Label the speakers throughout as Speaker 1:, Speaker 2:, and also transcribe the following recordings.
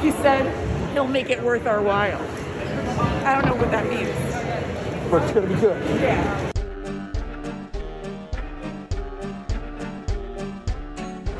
Speaker 1: He said he'll make it worth our while. I don't know what that means.
Speaker 2: But it's gonna be good.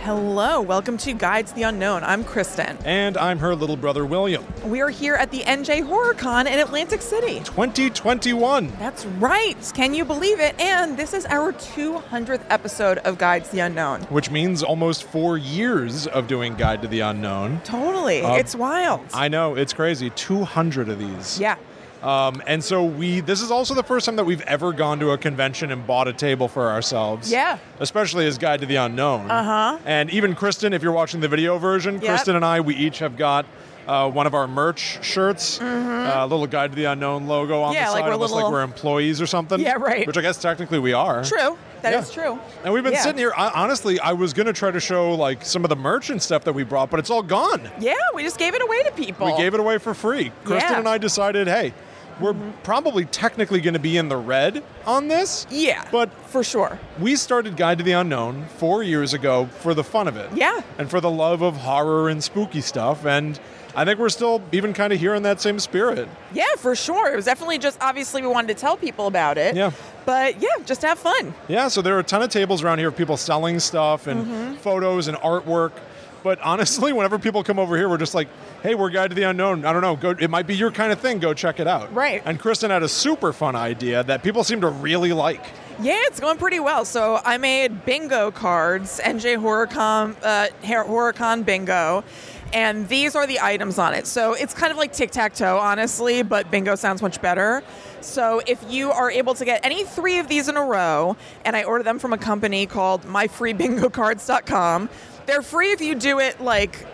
Speaker 3: Hello, welcome to Guides to the Unknown. I'm Kristen.
Speaker 4: And I'm her little brother William.
Speaker 3: We are here at the NJ HorrorCon in Atlantic City.
Speaker 4: 2021.
Speaker 3: That's right. Can you believe it? And this is our 200th episode of Guides to the Unknown.
Speaker 4: Which means almost four years of doing Guide to the Unknown.
Speaker 3: Totally.
Speaker 4: Um,
Speaker 3: it's wild.
Speaker 4: I know, it's crazy. 200 of these.
Speaker 3: yeah.
Speaker 4: Um, and so we, this is also the first time that we've ever gone to a convention and bought a table for ourselves.
Speaker 3: Yeah.
Speaker 4: Especially as Guide to the Unknown. Uh
Speaker 3: Uh-huh.
Speaker 4: And even Kristen, if you're watching the video version, Kristen and I, we each have got. Uh, one of our merch shirts, uh, little Guide to the Unknown logo
Speaker 3: Mm-hmm.
Speaker 4: on
Speaker 3: Yeah,
Speaker 4: the
Speaker 3: like
Speaker 4: side,
Speaker 3: we're
Speaker 4: almost
Speaker 3: little-
Speaker 4: like we're employees or something.
Speaker 3: Yeah, right.
Speaker 4: Which I guess technically we are.
Speaker 3: True. That is
Speaker 4: Yeah.
Speaker 3: true.
Speaker 4: And we've been
Speaker 3: Yeah.
Speaker 4: sitting here. I, honestly, I was gonna try to show like some of the merch and stuff that we brought, but it's all gone.
Speaker 3: Yeah, we just gave it away to people.
Speaker 4: We gave it away for free. Kristen
Speaker 3: Yeah. Mm-hmm.
Speaker 4: and I decided, hey, we're probably technically gonna be in the red on this.
Speaker 3: Yeah.
Speaker 4: But
Speaker 3: for sure.
Speaker 4: we started Guide to the Unknown four years ago for the fun of it.
Speaker 3: Yeah.
Speaker 4: And for the love of horror and spooky stuff. And I think we're still even kind of here in that same spirit.
Speaker 3: Yeah, for sure. It was definitely just obviously we wanted to tell people about it.
Speaker 4: Yeah.
Speaker 3: But yeah, just have fun.
Speaker 4: Yeah, so there are a ton of tables around here of people selling stuff and
Speaker 3: Mm-hmm.
Speaker 4: photos and artwork. But honestly, whenever people come over here, we're just like, hey, we're Guide to the Unknown. I don't know, go, it might be your kind of thing. Go check it out.
Speaker 3: Right.
Speaker 4: And Kristen had a super fun idea that people seem to really like.
Speaker 3: Yeah, it's going pretty well. So I made bingo cards, NJ HorrorCon, uh, Har- HorrorCon bingo, and these are the items on it. So it's kind of like tic tac toe, honestly, but bingo sounds much better. So if you are able to get any three of these in a row, and I order them from a company called MyFreeBingoCards.com, they're free if you do it like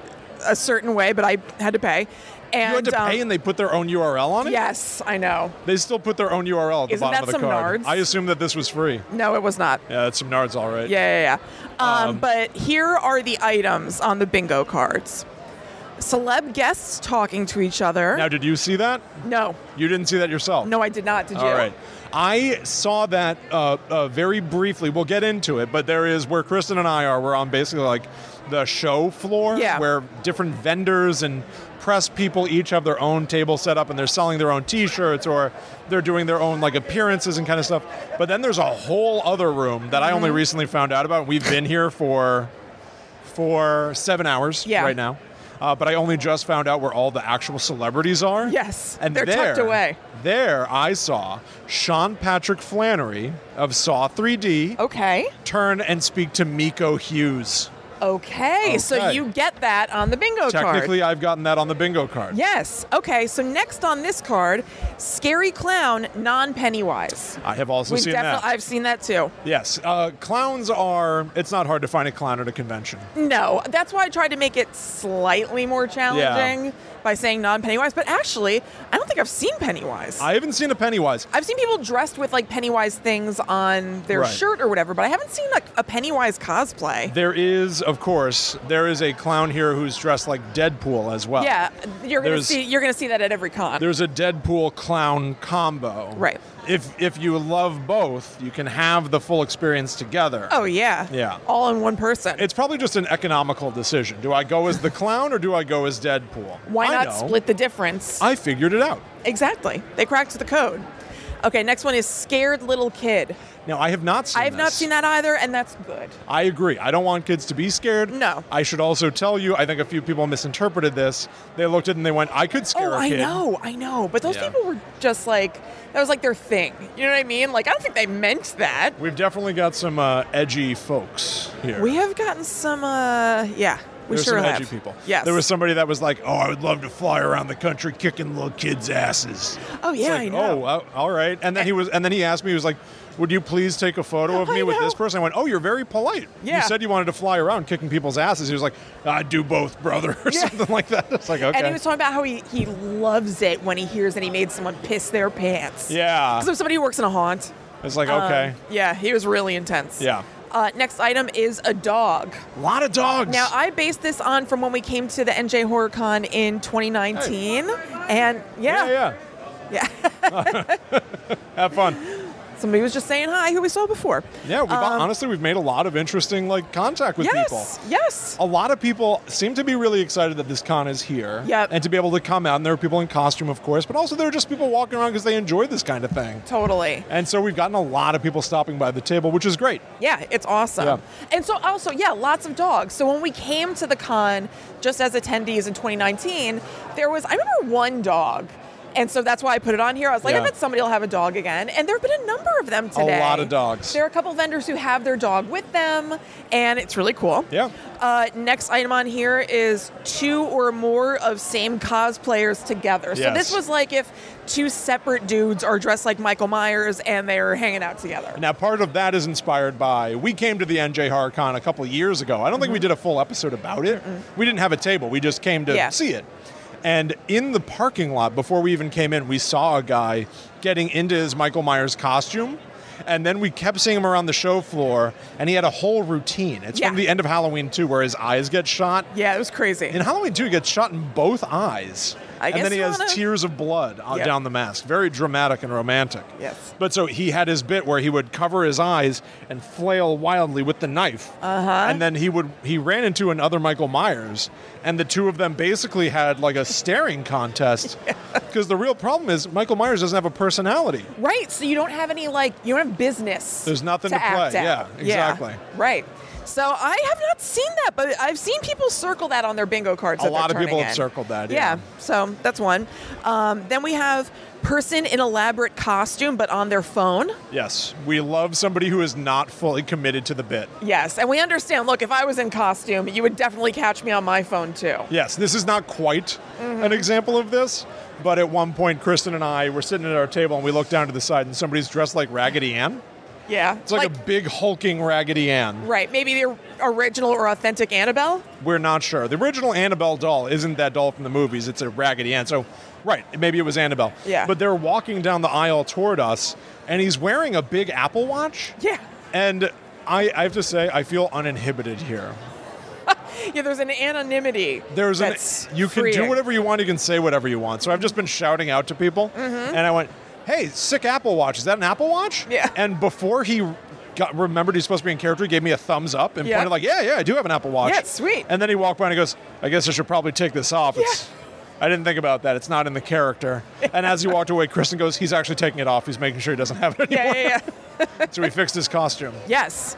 Speaker 3: a certain way, but I had to pay. And
Speaker 4: you had to
Speaker 3: um,
Speaker 4: pay and they put their own URL on it?
Speaker 3: yes, I know.
Speaker 4: They still put their own URL at the
Speaker 3: Isn't
Speaker 4: bottom
Speaker 3: that
Speaker 4: of the
Speaker 3: some
Speaker 4: card.
Speaker 3: nards?
Speaker 4: I assume that this was free.
Speaker 3: No, it was not.
Speaker 4: Yeah, that's some nards, all right.
Speaker 3: Yeah, yeah, yeah. Um, but here are the items on the bingo cards. Celeb guests talking to each other.
Speaker 4: Now, did you see that?
Speaker 3: no,
Speaker 4: You didn't see that yourself.
Speaker 3: no, I did not. Did you?
Speaker 4: All right. I saw that uh, uh, very briefly. We'll get into it, but there is where Kristen and I are. We're on basically like the show floor
Speaker 3: Yeah.
Speaker 4: where different vendors and press people each have their own table set up and they're selling their own t-shirts or they're doing their own like appearances and kind of stuff. But then there's a whole other room that I
Speaker 3: Mm-hmm.
Speaker 4: only recently found out about. We've been here for for 7 hours
Speaker 3: Yeah.
Speaker 4: right now. Uh, but I only just found out where all the actual celebrities are.
Speaker 3: Yes,
Speaker 4: And
Speaker 3: they're tucked
Speaker 4: there-
Speaker 3: away.
Speaker 4: There, I saw Sean Patrick Flannery of Saw 3D
Speaker 3: Okay.
Speaker 4: turn and speak to Miko Hughes.
Speaker 3: okay. So
Speaker 4: Okay.
Speaker 3: you get that on the bingo Oh, card.
Speaker 4: Technically, I've gotten that on the bingo card.
Speaker 3: Yes. Okay. So next on this card, scary clown, non Pennywise.
Speaker 4: I have also
Speaker 3: We've
Speaker 4: seen
Speaker 3: defi-
Speaker 4: that.
Speaker 3: I've seen that too.
Speaker 4: yes, uh, clowns are. It's not hard to find a clown at a convention.
Speaker 3: No, that's why I tried to make it slightly more challenging by saying non Pennywise. But actually, I don't think I've seen Pennywise.
Speaker 4: I haven't seen a Pennywise.
Speaker 3: I've seen people dressed with like Pennywise things on their
Speaker 4: Right.
Speaker 3: shirt or whatever, but I haven't seen like a Pennywise cosplay.
Speaker 4: There is, of course, there is a clown here who's dressed like Deadpool as well.
Speaker 3: yeah, you're gonna
Speaker 4: There's-
Speaker 3: see you're gonna see that at every con.
Speaker 4: There's a Deadpool clown combo.
Speaker 3: Right.
Speaker 4: If if you love both, you can have the full experience together.
Speaker 3: Oh yeah,
Speaker 4: Yeah.
Speaker 3: all in one person.
Speaker 4: It's probably just an economical decision. Do I go as the clown or do I go as Deadpool?
Speaker 3: why
Speaker 4: I
Speaker 3: not
Speaker 4: know.
Speaker 3: split the difference?
Speaker 4: I figured it out.
Speaker 3: exactly, they cracked the code. Okay, next one is scared little kid.
Speaker 4: Now I have not seen.
Speaker 3: I have not
Speaker 4: this.
Speaker 3: seen that either, and that's good.
Speaker 4: I agree. I don't want kids to be scared.
Speaker 3: No.
Speaker 4: I should also tell you. I think a few people misinterpreted this. They looked at it and they went, "I could scare
Speaker 3: oh,
Speaker 4: a
Speaker 3: I
Speaker 4: kid."
Speaker 3: know, I know, but those
Speaker 4: Yeah.
Speaker 3: people were just like that was like their thing. You know what I mean? Like I don't think they meant that.
Speaker 4: We've definitely got some uh, edgy folks here.
Speaker 3: We have gotten some, uh, yeah, we
Speaker 4: There's
Speaker 3: sure
Speaker 4: some
Speaker 3: have.
Speaker 4: edgy people.
Speaker 3: Yes.
Speaker 4: There was somebody that was like, "Oh, I would love to fly around the country kicking little kids' asses."
Speaker 3: Oh
Speaker 4: It's
Speaker 3: yeah,
Speaker 4: like,
Speaker 3: I know.
Speaker 4: Oh, uh, all right. And then he was, and then he asked me, he was like, "Would you please take a photo of
Speaker 3: I
Speaker 4: me with this
Speaker 3: know.
Speaker 4: person?" I went, "Oh, you're very polite.
Speaker 3: Yeah.
Speaker 4: You said you wanted to fly around kicking people's asses." He was like, "I do both, brother," or
Speaker 3: Yeah.
Speaker 4: something like that. It's like okay.
Speaker 3: And he was talking about how he, he loves it when he hears that he made someone piss their pants.
Speaker 4: yeah.
Speaker 3: Because if somebody who works in a haunt.
Speaker 4: It's like
Speaker 3: um,
Speaker 4: okay.
Speaker 3: yeah, he was really intense.
Speaker 4: Yeah.
Speaker 3: Uh, next item is a dog.
Speaker 4: A lot of dogs.
Speaker 3: um, Now uh, I based this on from when we came to the NJ HorrorCon in 2019, and
Speaker 4: yeah,
Speaker 3: yeah,
Speaker 4: yeah.
Speaker 3: yeah.
Speaker 4: Have fun.
Speaker 3: Somebody was just saying hi who we saw before.
Speaker 4: Yeah, we've,
Speaker 3: Um,
Speaker 4: honestly, we've made a lot of interesting like contact with people.
Speaker 3: yes, yes.
Speaker 4: A lot of people seem to be really excited that this con is here.
Speaker 3: Yep.
Speaker 4: And to be able to come out, and there are people in costume, of course, but also there are just people walking around because they enjoy this kind of thing.
Speaker 3: Totally.
Speaker 4: And so we've gotten a lot of people stopping by the table, which is great.
Speaker 3: Yeah, it's awesome.
Speaker 4: Yeah.
Speaker 3: And so also, yeah, lots of dogs. So when we came to the con just as attendees in 2019, there was I remember one dog. And so that's why I put it on here. I was like, I
Speaker 4: Yeah.
Speaker 3: bet somebody will have a dog again. And there have been a number of them today.
Speaker 4: lot of dogs.
Speaker 3: There are a couple vendors who have their dog with them, and it's really cool.
Speaker 4: Yeah.
Speaker 3: Uh, next item on here is two or more of same cosplayers together. So
Speaker 4: Yes.
Speaker 3: this was like if two separate dudes are dressed like Michael Myers and they're hanging out together.
Speaker 4: Now, part of that is inspired by we came to the NJ Horror Con a couple of years ago. I don't
Speaker 3: Mm-hmm.
Speaker 4: think we did a full episode about it. We didn't have a table, we just came to
Speaker 3: Yeah.
Speaker 4: see it. And in the parking lot, before we even came in, we saw a guy getting into his Michael Myers costume. And then we kept seeing him around the show floor, and he had a whole routine. It's from
Speaker 3: Yeah.
Speaker 4: the end of Halloween 2 where his eyes get shot.
Speaker 3: Yeah, it was crazy.
Speaker 4: In Halloween 2, he gets shot in both eyes.
Speaker 3: I
Speaker 4: and
Speaker 3: guess
Speaker 4: then he
Speaker 3: you
Speaker 4: has
Speaker 3: wanna-
Speaker 4: tears of blood uh,
Speaker 3: Yep.
Speaker 4: down the mask. Very dramatic and romantic.
Speaker 3: Yes.
Speaker 4: But so he had his bit where he would cover his eyes and flail wildly with the knife. Uh-huh. And then he would he ran into another Michael Myers and the two of them basically had like a staring contest. Because the real problem is Michael Myers doesn't have a personality.
Speaker 3: Right. So you don't have any like you don't have business.
Speaker 4: There's nothing to
Speaker 3: act
Speaker 4: play,
Speaker 3: out.
Speaker 4: yeah, exactly.
Speaker 3: Right. So I have not seen that, but I've seen people circle that on their bingo cards.
Speaker 4: A
Speaker 3: that they're
Speaker 4: lot of people
Speaker 3: turning
Speaker 4: have
Speaker 3: in.
Speaker 4: circled that, yeah.
Speaker 3: So that's one. Um, then we have person in elaborate costume but on their phone.
Speaker 4: Yes. We love somebody who is not fully committed to the bit.
Speaker 3: Yes, and we understand. Look, if I was in costume, you would definitely catch me on my phone too.
Speaker 4: Yes, this is not quite
Speaker 3: Mm-hmm.
Speaker 4: an example of this, but at one point, Kristen and I were sitting at our table and we looked down to the side and somebody's dressed like Raggedy Ann.
Speaker 3: Yeah.
Speaker 4: It's like, a big hulking Raggedy Ann.
Speaker 3: right. Maybe the original or authentic Annabelle.
Speaker 4: We're not sure. The original Annabelle doll isn't that doll from the movies, it's a Raggedy Ann. So, right, maybe it was Annabelle.
Speaker 3: Yeah.
Speaker 4: But they're walking down the aisle toward us and he's wearing a big Apple Watch.
Speaker 3: Yeah.
Speaker 4: And I, I have to say, I feel uninhibited here.
Speaker 3: Yeah. There's an anonymity.
Speaker 4: there's an
Speaker 3: that's
Speaker 4: you can do
Speaker 3: freeing.
Speaker 4: whatever you want you can say whatever you want so i've just been shouting out to people and i went hey sick apple watch is that an apple watch
Speaker 3: Mm-hmm. Yeah.
Speaker 4: and before he got remembered he's supposed to be in character he gave me a thumbs up and
Speaker 3: Yeah.
Speaker 4: pointed like yeah yeah i do have an apple watch
Speaker 3: Yeah, it's sweet.
Speaker 4: and then he walked by and he goes i guess i should probably take this off it's I didn't think about that. It's not in the character. And as he walked away, Kristen goes, "He's actually taking it off. He's making sure he doesn't have it
Speaker 3: Yeah.
Speaker 4: anymore."
Speaker 3: Yeah. yeah.
Speaker 4: So he fixed his costume.
Speaker 3: Yes.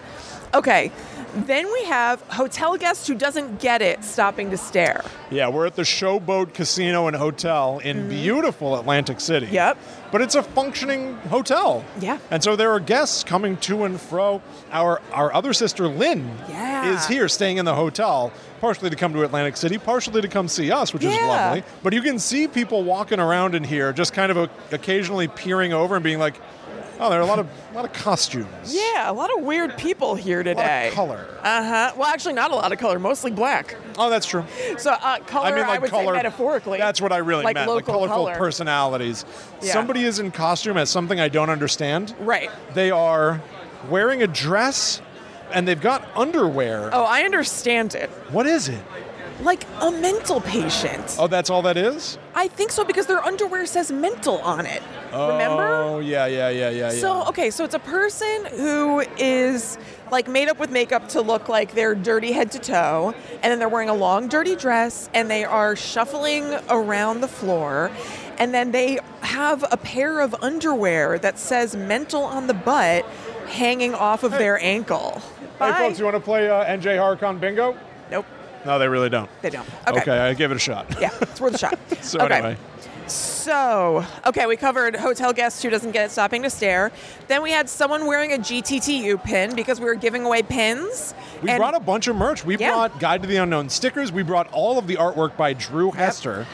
Speaker 3: Okay. Then we have hotel guests who doesn't get it stopping to stare.
Speaker 4: Yeah, we're at the Showboat Casino and Hotel in beautiful Atlantic City.
Speaker 3: Mm-hmm. Yep.
Speaker 4: But it's a functioning hotel.
Speaker 3: Yeah.
Speaker 4: And so there are guests coming to and fro. Our our other sister Lynn
Speaker 3: Yeah.
Speaker 4: is here staying in the hotel, partially to come to Atlantic City, partially to come see us, which is
Speaker 3: Yeah.
Speaker 4: lovely. But you can see people walking around in here just kind of o occasionally peering over and being like, "Oh, there are a lot of a lot of costumes."
Speaker 3: Yeah, a lot of weird people here
Speaker 4: A lot
Speaker 3: today.
Speaker 4: of color.
Speaker 3: Uh huh. Well, actually, not a lot of color. Mostly black.
Speaker 4: Oh, that's true.
Speaker 3: So uh, color, I,
Speaker 4: I mean, like
Speaker 3: would
Speaker 4: color.
Speaker 3: say metaphorically.
Speaker 4: That's what I really
Speaker 3: like
Speaker 4: meant.
Speaker 3: Local
Speaker 4: like colorful
Speaker 3: color.
Speaker 4: personalities.
Speaker 3: Yeah.
Speaker 4: Somebody is in costume as something I don't understand.
Speaker 3: Right.
Speaker 4: They are wearing a dress, and they've got underwear.
Speaker 3: Oh, I understand it.
Speaker 4: What is it?
Speaker 3: Like a mental patient.
Speaker 4: Oh, that's all that is.
Speaker 3: I think so because their underwear says mental on it. Remember?
Speaker 4: Oh, yeah, yeah, yeah, yeah, yeah.
Speaker 3: So okay, so it's a person who is like made up with makeup to look like they're dirty head to toe, and then they're wearing a long dirty dress, and they are shuffling around the floor, and then they have a pair of underwear that says "mental" on the butt, hanging off of their ankle.
Speaker 4: hey,
Speaker 3: Bye.
Speaker 4: folks, you want to play uh, NJ Harcon Bingo?
Speaker 3: nope,
Speaker 4: No, they really don't.
Speaker 3: they don't.
Speaker 4: Okay,
Speaker 3: Okay.
Speaker 4: I gave it a shot.
Speaker 3: Yeah, it's worth a shot.
Speaker 4: So
Speaker 3: okay.
Speaker 4: anyway,
Speaker 3: So, okay, we covered hotel guests who doesn't get it stopping to stare. Then we had someone wearing a GTTU pin because we were giving away pins.
Speaker 4: we
Speaker 3: And-
Speaker 4: brought a bunch of merch. We
Speaker 3: Yeah.
Speaker 4: brought Guide to the Unknown stickers. We brought all of the artwork by Drew Hester,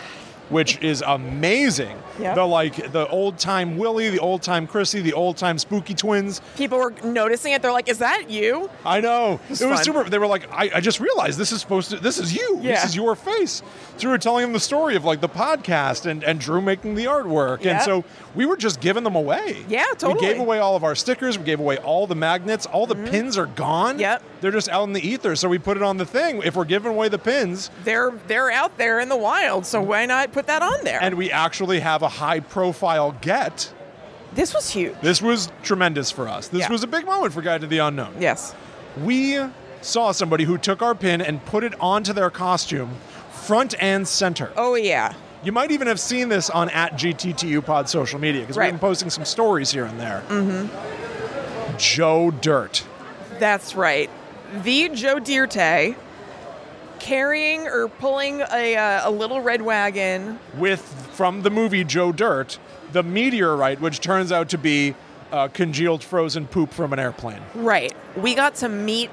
Speaker 4: which is amazing.
Speaker 3: Yep.
Speaker 4: The like the old time Willie, the old time Chrissy, the old time Spooky Twins.
Speaker 3: People were noticing it. They're like, "Is that you?"
Speaker 4: I know. It was,
Speaker 3: was fun.
Speaker 4: super. They were like, I, I just realized this is supposed to. This is you. This
Speaker 3: Yeah.
Speaker 4: is your face. So we were telling them the story of like the podcast and and Drew making the artwork, and
Speaker 3: Yep.
Speaker 4: so we were just giving them away.
Speaker 3: Yeah,
Speaker 4: We
Speaker 3: totally. Mm-hmm.
Speaker 4: gave away all of our stickers. We gave away all the magnets. All the pins are gone.
Speaker 3: Yep.
Speaker 4: They're just out in the ether. So we put it on the thing. If we're giving away the pins,
Speaker 3: They're they're out there in the wild, so why not put that on there?
Speaker 4: and we actually have a high profile get.
Speaker 3: This was huge.
Speaker 4: This was tremendous for us. This
Speaker 3: Yeah.
Speaker 4: was a big moment for Guide to the Unknown.
Speaker 3: Yes.
Speaker 4: We saw somebody who took our pin and put it onto their costume, front and center.
Speaker 3: Oh yeah.
Speaker 4: You might even have seen this on at GTTU Pod social media because
Speaker 3: Right.
Speaker 4: we've been posting some stories here and there.
Speaker 3: Mm-hmm.
Speaker 4: Joe Dirt.
Speaker 3: That's right. The Joe Dirte carrying or pulling a, uh, a little red wagon.
Speaker 4: with from the movie Joe Dirt, the meteorite, which turns out to be uh, congealed frozen poop from an airplane.
Speaker 3: Right. We got to meet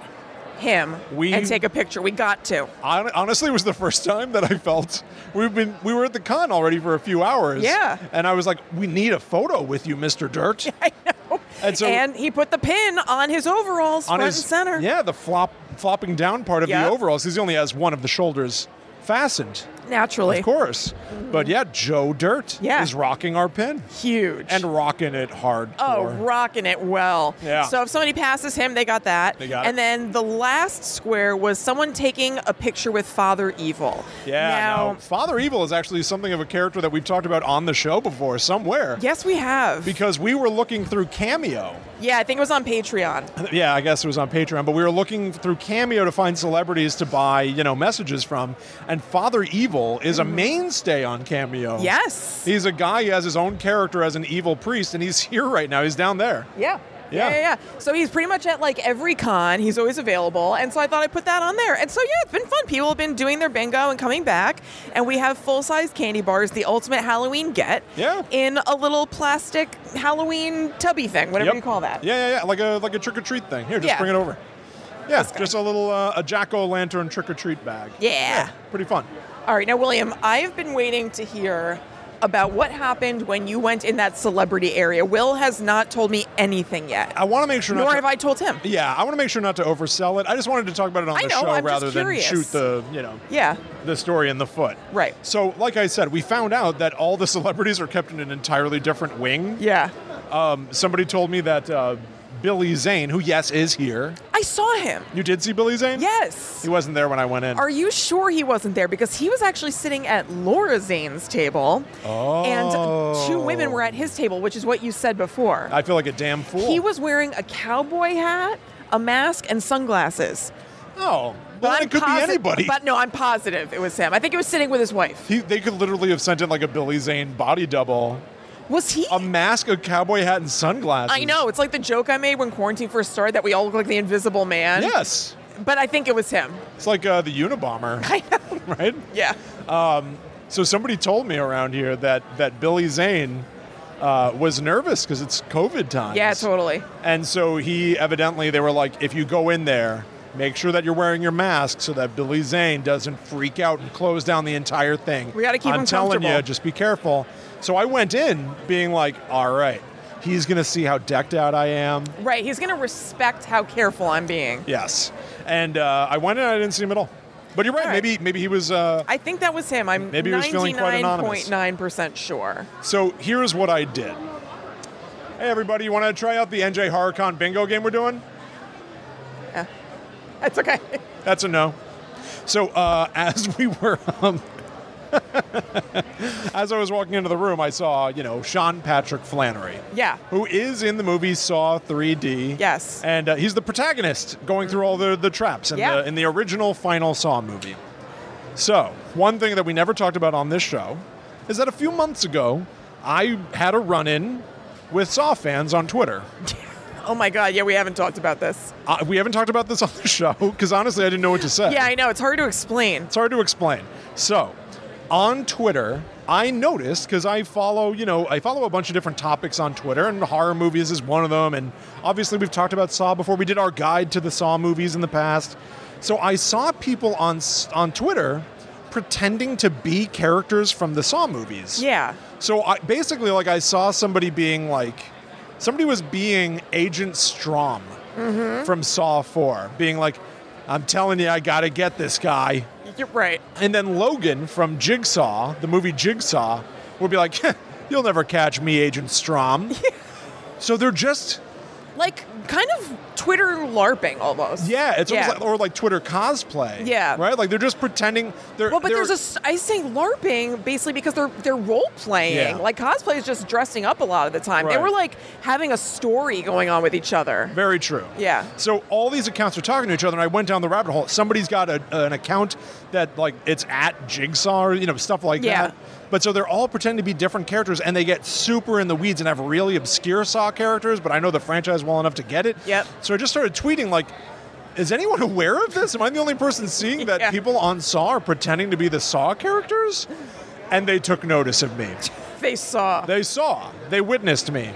Speaker 3: him
Speaker 4: We-
Speaker 3: and take a picture. We got to.
Speaker 4: Hon- honestly, it was the first time that I felt we've been we were at the con already for a few hours.
Speaker 3: Yeah.
Speaker 4: and I was like, we need a photo with you, Mister Dirt.
Speaker 3: I know.
Speaker 4: And so-
Speaker 3: and he put the pin on his overalls front and center.
Speaker 4: yeah, the flop flopping down part of
Speaker 3: Yeah.
Speaker 4: the overalls because he only has one of the shoulders fastened,
Speaker 3: Naturally.
Speaker 4: of course. But yeah, Joe Dirt
Speaker 3: Yeah.
Speaker 4: is rocking our pin
Speaker 3: Huge.
Speaker 4: and rocking it hard.
Speaker 3: Oh, rocking it well.
Speaker 4: Yeah.
Speaker 3: So if somebody passes him, they got that.
Speaker 4: They got
Speaker 3: and
Speaker 4: it.
Speaker 3: then the last square was someone taking a picture with Father Evil.
Speaker 4: Yeah.
Speaker 3: Now,
Speaker 4: no. Father Evil is actually something of a character that we've talked about on the show before somewhere.
Speaker 3: yes, we have.
Speaker 4: Because we were looking through Cameo.
Speaker 3: yeah, I think it was on Patreon.
Speaker 4: Yeah, I guess it was on Patreon, but we were looking through Cameo to find celebrities to buy, you know, messages from. And Father Evil is a mainstay on Cameo.
Speaker 3: Mm-hmm. Yes.
Speaker 4: He's a guy who has his own character as an evil priest, and he's here right now. He's down there.
Speaker 3: Yeah.
Speaker 4: Yeah.
Speaker 3: yeah, yeah, yeah. So he's pretty much at like every con. He's always available, and so I thought I'd put that on there. And so yeah, it's been fun. People have been doing their bingo and coming back, and we have full size candy bars, the ultimate Halloween get.
Speaker 4: Yeah.
Speaker 3: In a little plastic Halloween tubby thing, whatever
Speaker 4: Yep.
Speaker 3: you call that.
Speaker 4: Yeah, yeah, yeah. Like a like a trick or treat thing. Here, just
Speaker 3: Yeah.
Speaker 4: bring it over. Yeah, just a little uh, a jack o' lantern trick or treat bag.
Speaker 3: Yeah.
Speaker 4: pretty fun.
Speaker 3: All right, now William, I have been waiting to hear about what happened when you went in that celebrity area. Will has not told me anything yet,
Speaker 4: I want to make sure. not
Speaker 3: nor
Speaker 4: to-
Speaker 3: have I told him.
Speaker 4: Yeah, I want to make sure not to oversell it. I just wanted to talk about it on
Speaker 3: I
Speaker 4: the
Speaker 3: know,
Speaker 4: show
Speaker 3: I'm just
Speaker 4: rather than
Speaker 3: curious.
Speaker 4: shoot the you know
Speaker 3: Yeah.
Speaker 4: the story in the foot.
Speaker 3: Right.
Speaker 4: So, like I said, we found out that all the celebrities are kept in an entirely different wing.
Speaker 3: Yeah.
Speaker 4: Um, somebody told me that uh, Billy Zane, who yes is here,
Speaker 3: I saw him.
Speaker 4: you did see Billy Zane.
Speaker 3: Yes.
Speaker 4: He wasn't there when I went in.
Speaker 3: Are you sure he wasn't there? Because he was actually sitting at Laura Zane's table. And two women were at his table, which is what you said before.
Speaker 4: Oh. I feel like a damn fool.
Speaker 3: he was wearing a cowboy hat, a mask, and sunglasses.
Speaker 4: Oh, well,
Speaker 3: I'm
Speaker 4: it could
Speaker 3: posi-
Speaker 4: be anybody.
Speaker 3: But no, I'm positive it was him. I think he was sitting with his wife.
Speaker 4: he, they could literally have sent in like a Billy Zane body double,
Speaker 3: Was he?
Speaker 4: a mask, a cowboy hat, and sunglasses.
Speaker 3: I know. It's like the joke I made when quarantine first started that we all look like the Invisible Man.
Speaker 4: Yes,
Speaker 3: But I think it was him.
Speaker 4: it's like uh, the Unabomber.
Speaker 3: I know.
Speaker 4: right?
Speaker 3: Yeah.
Speaker 4: So somebody told me around here that that Billy Zane uh, was nervous because it's COVID times.
Speaker 3: Yeah, totally.
Speaker 4: And so he evidently they were like, if you go in there, make sure that you're wearing your mask so that Billy Zane doesn't freak out and close down the entire thing.
Speaker 3: We gotta keep
Speaker 4: I'm
Speaker 3: him
Speaker 4: telling you,
Speaker 3: comfortable.
Speaker 4: just be careful. So I went in being like, all right, he's gonna see how decked out I am.
Speaker 3: Right. He's going to respect how careful I'm being.
Speaker 4: Yes. And uh, I went in, I didn't see him at all. But you're right.
Speaker 3: All right.
Speaker 4: Maybe maybe he was. Uh,
Speaker 3: I think that was him. I'm
Speaker 4: Maybe he was feeling quite anonymous.
Speaker 3: 99.9% sure.
Speaker 4: So here's what I did. Hey everybody, you want to try out the NJ HorrorCon bingo game we're doing?
Speaker 3: That's okay.
Speaker 4: That's a no. So uh, as we were, um, as I was walking into the room, I saw you know Sean Patrick Flannery,
Speaker 3: Yeah.
Speaker 4: who is in the movie Saw 3D.
Speaker 3: Yes.
Speaker 4: and uh, he's the protagonist going through all the the traps in
Speaker 3: Yeah.
Speaker 4: the in the original final Saw movie. So one thing that we never talked about on this show is that a few months ago, I had a run-in with Saw fans on Twitter.
Speaker 3: Oh my God. Yeah, we haven't talked about this.
Speaker 4: Uh, we haven't talked about this on the show because honestly, I didn't know what to say.
Speaker 3: Yeah, I know. It's hard to explain.
Speaker 4: It's hard to explain. So, on Twitter, I noticed because I follow, you know, I follow a bunch of different topics on Twitter, and horror movies is one of them. And obviously, we've talked about Saw before. We did our guide to the Saw movies in the past. So I saw people on s- on Twitter pretending to be characters from the Saw movies.
Speaker 3: Yeah.
Speaker 4: So I, basically, like I saw somebody being like, somebody was being Agent Strom from Saw Four, being like, "I'm telling you, I gotta get this guy."
Speaker 3: You're right.
Speaker 4: And then Logan from Jigsaw, the movie Jigsaw, would be like, "You'll never catch me, Agent Strom." so they're just
Speaker 3: Like kind of Twitter LARPing almost.
Speaker 4: Yeah, it's almost like or like Twitter cosplay.
Speaker 3: Yeah.
Speaker 4: right. Like they're just pretending. They're,
Speaker 3: well, but
Speaker 4: they're,
Speaker 3: there's a s- I say LARPing basically because they're they're role playing.
Speaker 4: Yeah.
Speaker 3: Like cosplay is just dressing up a lot of the time. They
Speaker 4: Right.
Speaker 3: were like having a story going on with each other.
Speaker 4: Very true.
Speaker 3: Yeah.
Speaker 4: So all these accounts are talking to each other, and I went down the rabbit hole. Somebody's got a, an account that like it's at Jigsaw, or, you know, stuff like
Speaker 3: Yeah.
Speaker 4: that. But so they're all pretending to be different characters, and they get super in the weeds and have really obscure Saw characters. But I know the franchise well enough to get it.
Speaker 3: Yep.
Speaker 4: So I just started tweeting like. Is anyone aware of this? Am I the only person seeing that
Speaker 3: Yeah.
Speaker 4: people on Saw are pretending to be the Saw characters? And they took notice of me.
Speaker 3: They saw.
Speaker 4: They saw, they witnessed me.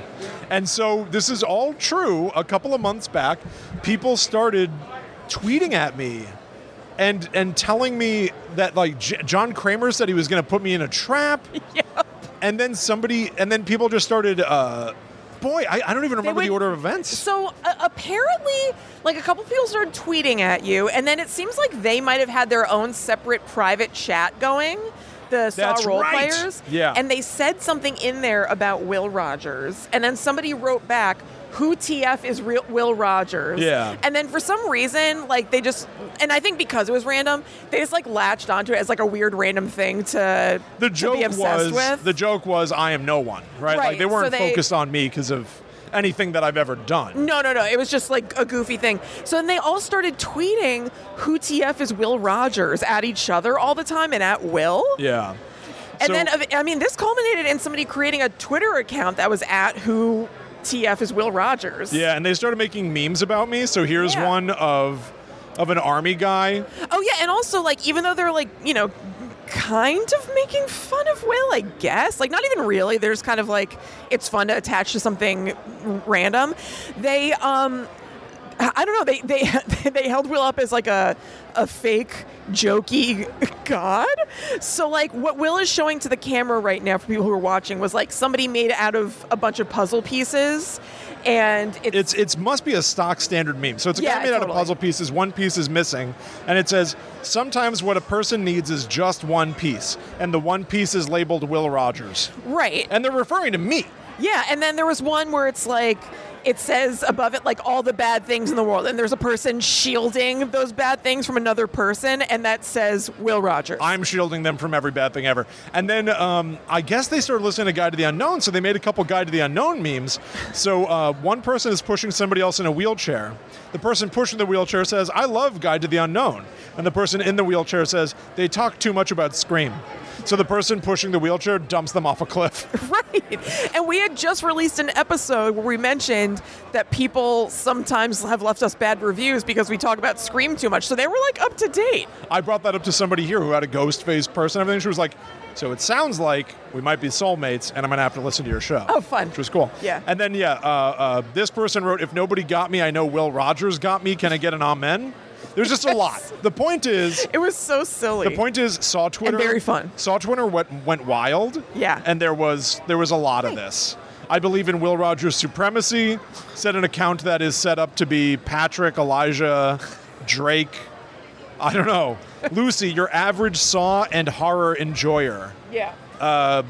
Speaker 4: And so this is all true. A couple of months back, people started tweeting at me and and telling me that like J- John Kramer said he was going to put me in a trap. And then somebody and then people just started uh boy, I, I don't even remember the
Speaker 3: would-
Speaker 4: order of events.
Speaker 3: So uh, apparently, like a couple people started tweeting at you, and then it seems like they might have had their own separate private chat going. The Saw
Speaker 4: That's
Speaker 3: role
Speaker 4: right.
Speaker 3: players,
Speaker 4: Yeah.
Speaker 3: and they said something in there about Will Rogers, and then somebody wrote back, "Who TF is real Will Rogers?"
Speaker 4: Yeah.
Speaker 3: and then for some reason, like they just, and I think because it was random, they just like latched onto it as like a weird random thing to
Speaker 4: The
Speaker 3: to be
Speaker 4: joke
Speaker 3: obsessed
Speaker 4: was
Speaker 3: with.
Speaker 4: the joke was I am no one, right? Like
Speaker 3: Right,
Speaker 4: they
Speaker 3: so
Speaker 4: weren't
Speaker 3: they- Mm.
Speaker 4: focused on me because of anything that I've ever done.
Speaker 3: No, no, no. It was just like a goofy thing. So then they all started tweeting who TF is Will Rogers at each other all the time and at Will.
Speaker 4: Yeah.
Speaker 3: And
Speaker 4: So-
Speaker 3: then, of- I mean, this culminated in somebody creating a Twitter account that was at who TF is Will Rogers.
Speaker 4: Yeah, and they started making memes about me. So here's
Speaker 3: Yeah.
Speaker 4: one of of an army guy.
Speaker 3: Oh, yeah. And also, like, even though they're like, you know, kind of making fun of Will, I guess, like, not even really. They're just kind of like, it's fun to attach to something random. They, um, I don't know. They they they held Will up as like a a fake jokey god. So like what Will is showing to the camera right now for people who are watching was like somebody made out of a bunch of puzzle pieces, and it's,
Speaker 4: It's it's must be a stock standard meme. So it's a
Speaker 3: Yeah,
Speaker 4: guy made out of
Speaker 3: totally.
Speaker 4: puzzle pieces. One piece is missing, and it says sometimes what a person needs is just one piece, and the one piece is labeled Will Rogers,
Speaker 3: right.
Speaker 4: and they're referring to me.
Speaker 3: Yeah, and then there was one where it's like it says above it like all the bad things in the world, and there's a person shielding those bad things from another person, and that says Will Rogers.
Speaker 4: I'm shielding them from every bad thing ever. And then um, I guess they started listening to Guide to the Unknown, so they made a couple Guide to the Unknown memes. So uh, one person is pushing somebody else in a wheelchair. The person pushing the wheelchair says, I love Guide to the Unknown. And the person in the wheelchair says, they talk too much about Scream. So the person pushing the wheelchair dumps them off a cliff.
Speaker 3: right. And we had just released an episode where we mentioned that people sometimes have left us bad reviews because we talk about Scream too much. So they were like up to date.
Speaker 4: I brought that up to somebody here who had a ghost face person. and Everything she was like, so it sounds like we might be soulmates, and I'm gonna have to listen to your show.
Speaker 3: Oh, fun.
Speaker 4: Which was cool.
Speaker 3: Yeah.
Speaker 4: And then yeah, uh, uh, this person wrote, "If nobody got me, I know Will Rogers got me. Can I get an amen?" There's just a lot. The point is.
Speaker 3: It was so silly.
Speaker 4: The point is, saw Twitter
Speaker 3: very fun.
Speaker 4: Saw Twitter went, went wild.
Speaker 3: Yeah.
Speaker 4: and there was there was a lot of this. I believe in Will Rogers' supremacy. Said an account that is set up to be Patrick, Elijah, Drake. I don't know, Lucy, your average Saw and horror enjoyer.
Speaker 3: yeah.
Speaker 4: Uh,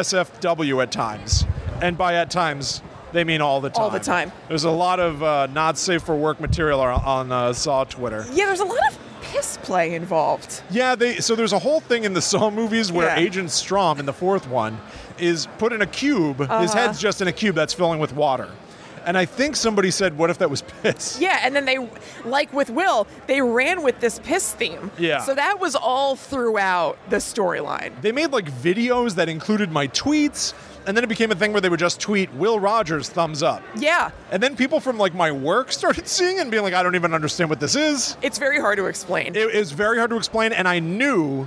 Speaker 4: NSFW at times, and by at times they mean all the time.
Speaker 3: All the time.
Speaker 4: There's a lot of uh, not safe for work material on, on uh, Saw Twitter.
Speaker 3: Yeah, there's a lot of piss play involved.
Speaker 4: Yeah, they so there's a whole thing in the Saw movies where
Speaker 3: Yeah.
Speaker 4: Agent Strom in the fourth one is put in a cube. His
Speaker 3: Uh-huh.
Speaker 4: head's just in a cube that's filling with water. And I think somebody said, "What if that was piss?"
Speaker 3: Yeah, and then they, like with Will, they ran with this piss theme.
Speaker 4: Yeah.
Speaker 3: So that was all throughout the storyline.
Speaker 4: They made like videos that included my tweets, and then it became a thing where they would just tweet Will Rogers thumbs up.
Speaker 3: Yeah,
Speaker 4: And then people from like my work started seeing it and being like, "I don't even understand what this is."
Speaker 3: it's very hard to explain.
Speaker 4: It is very hard to explain, and I knew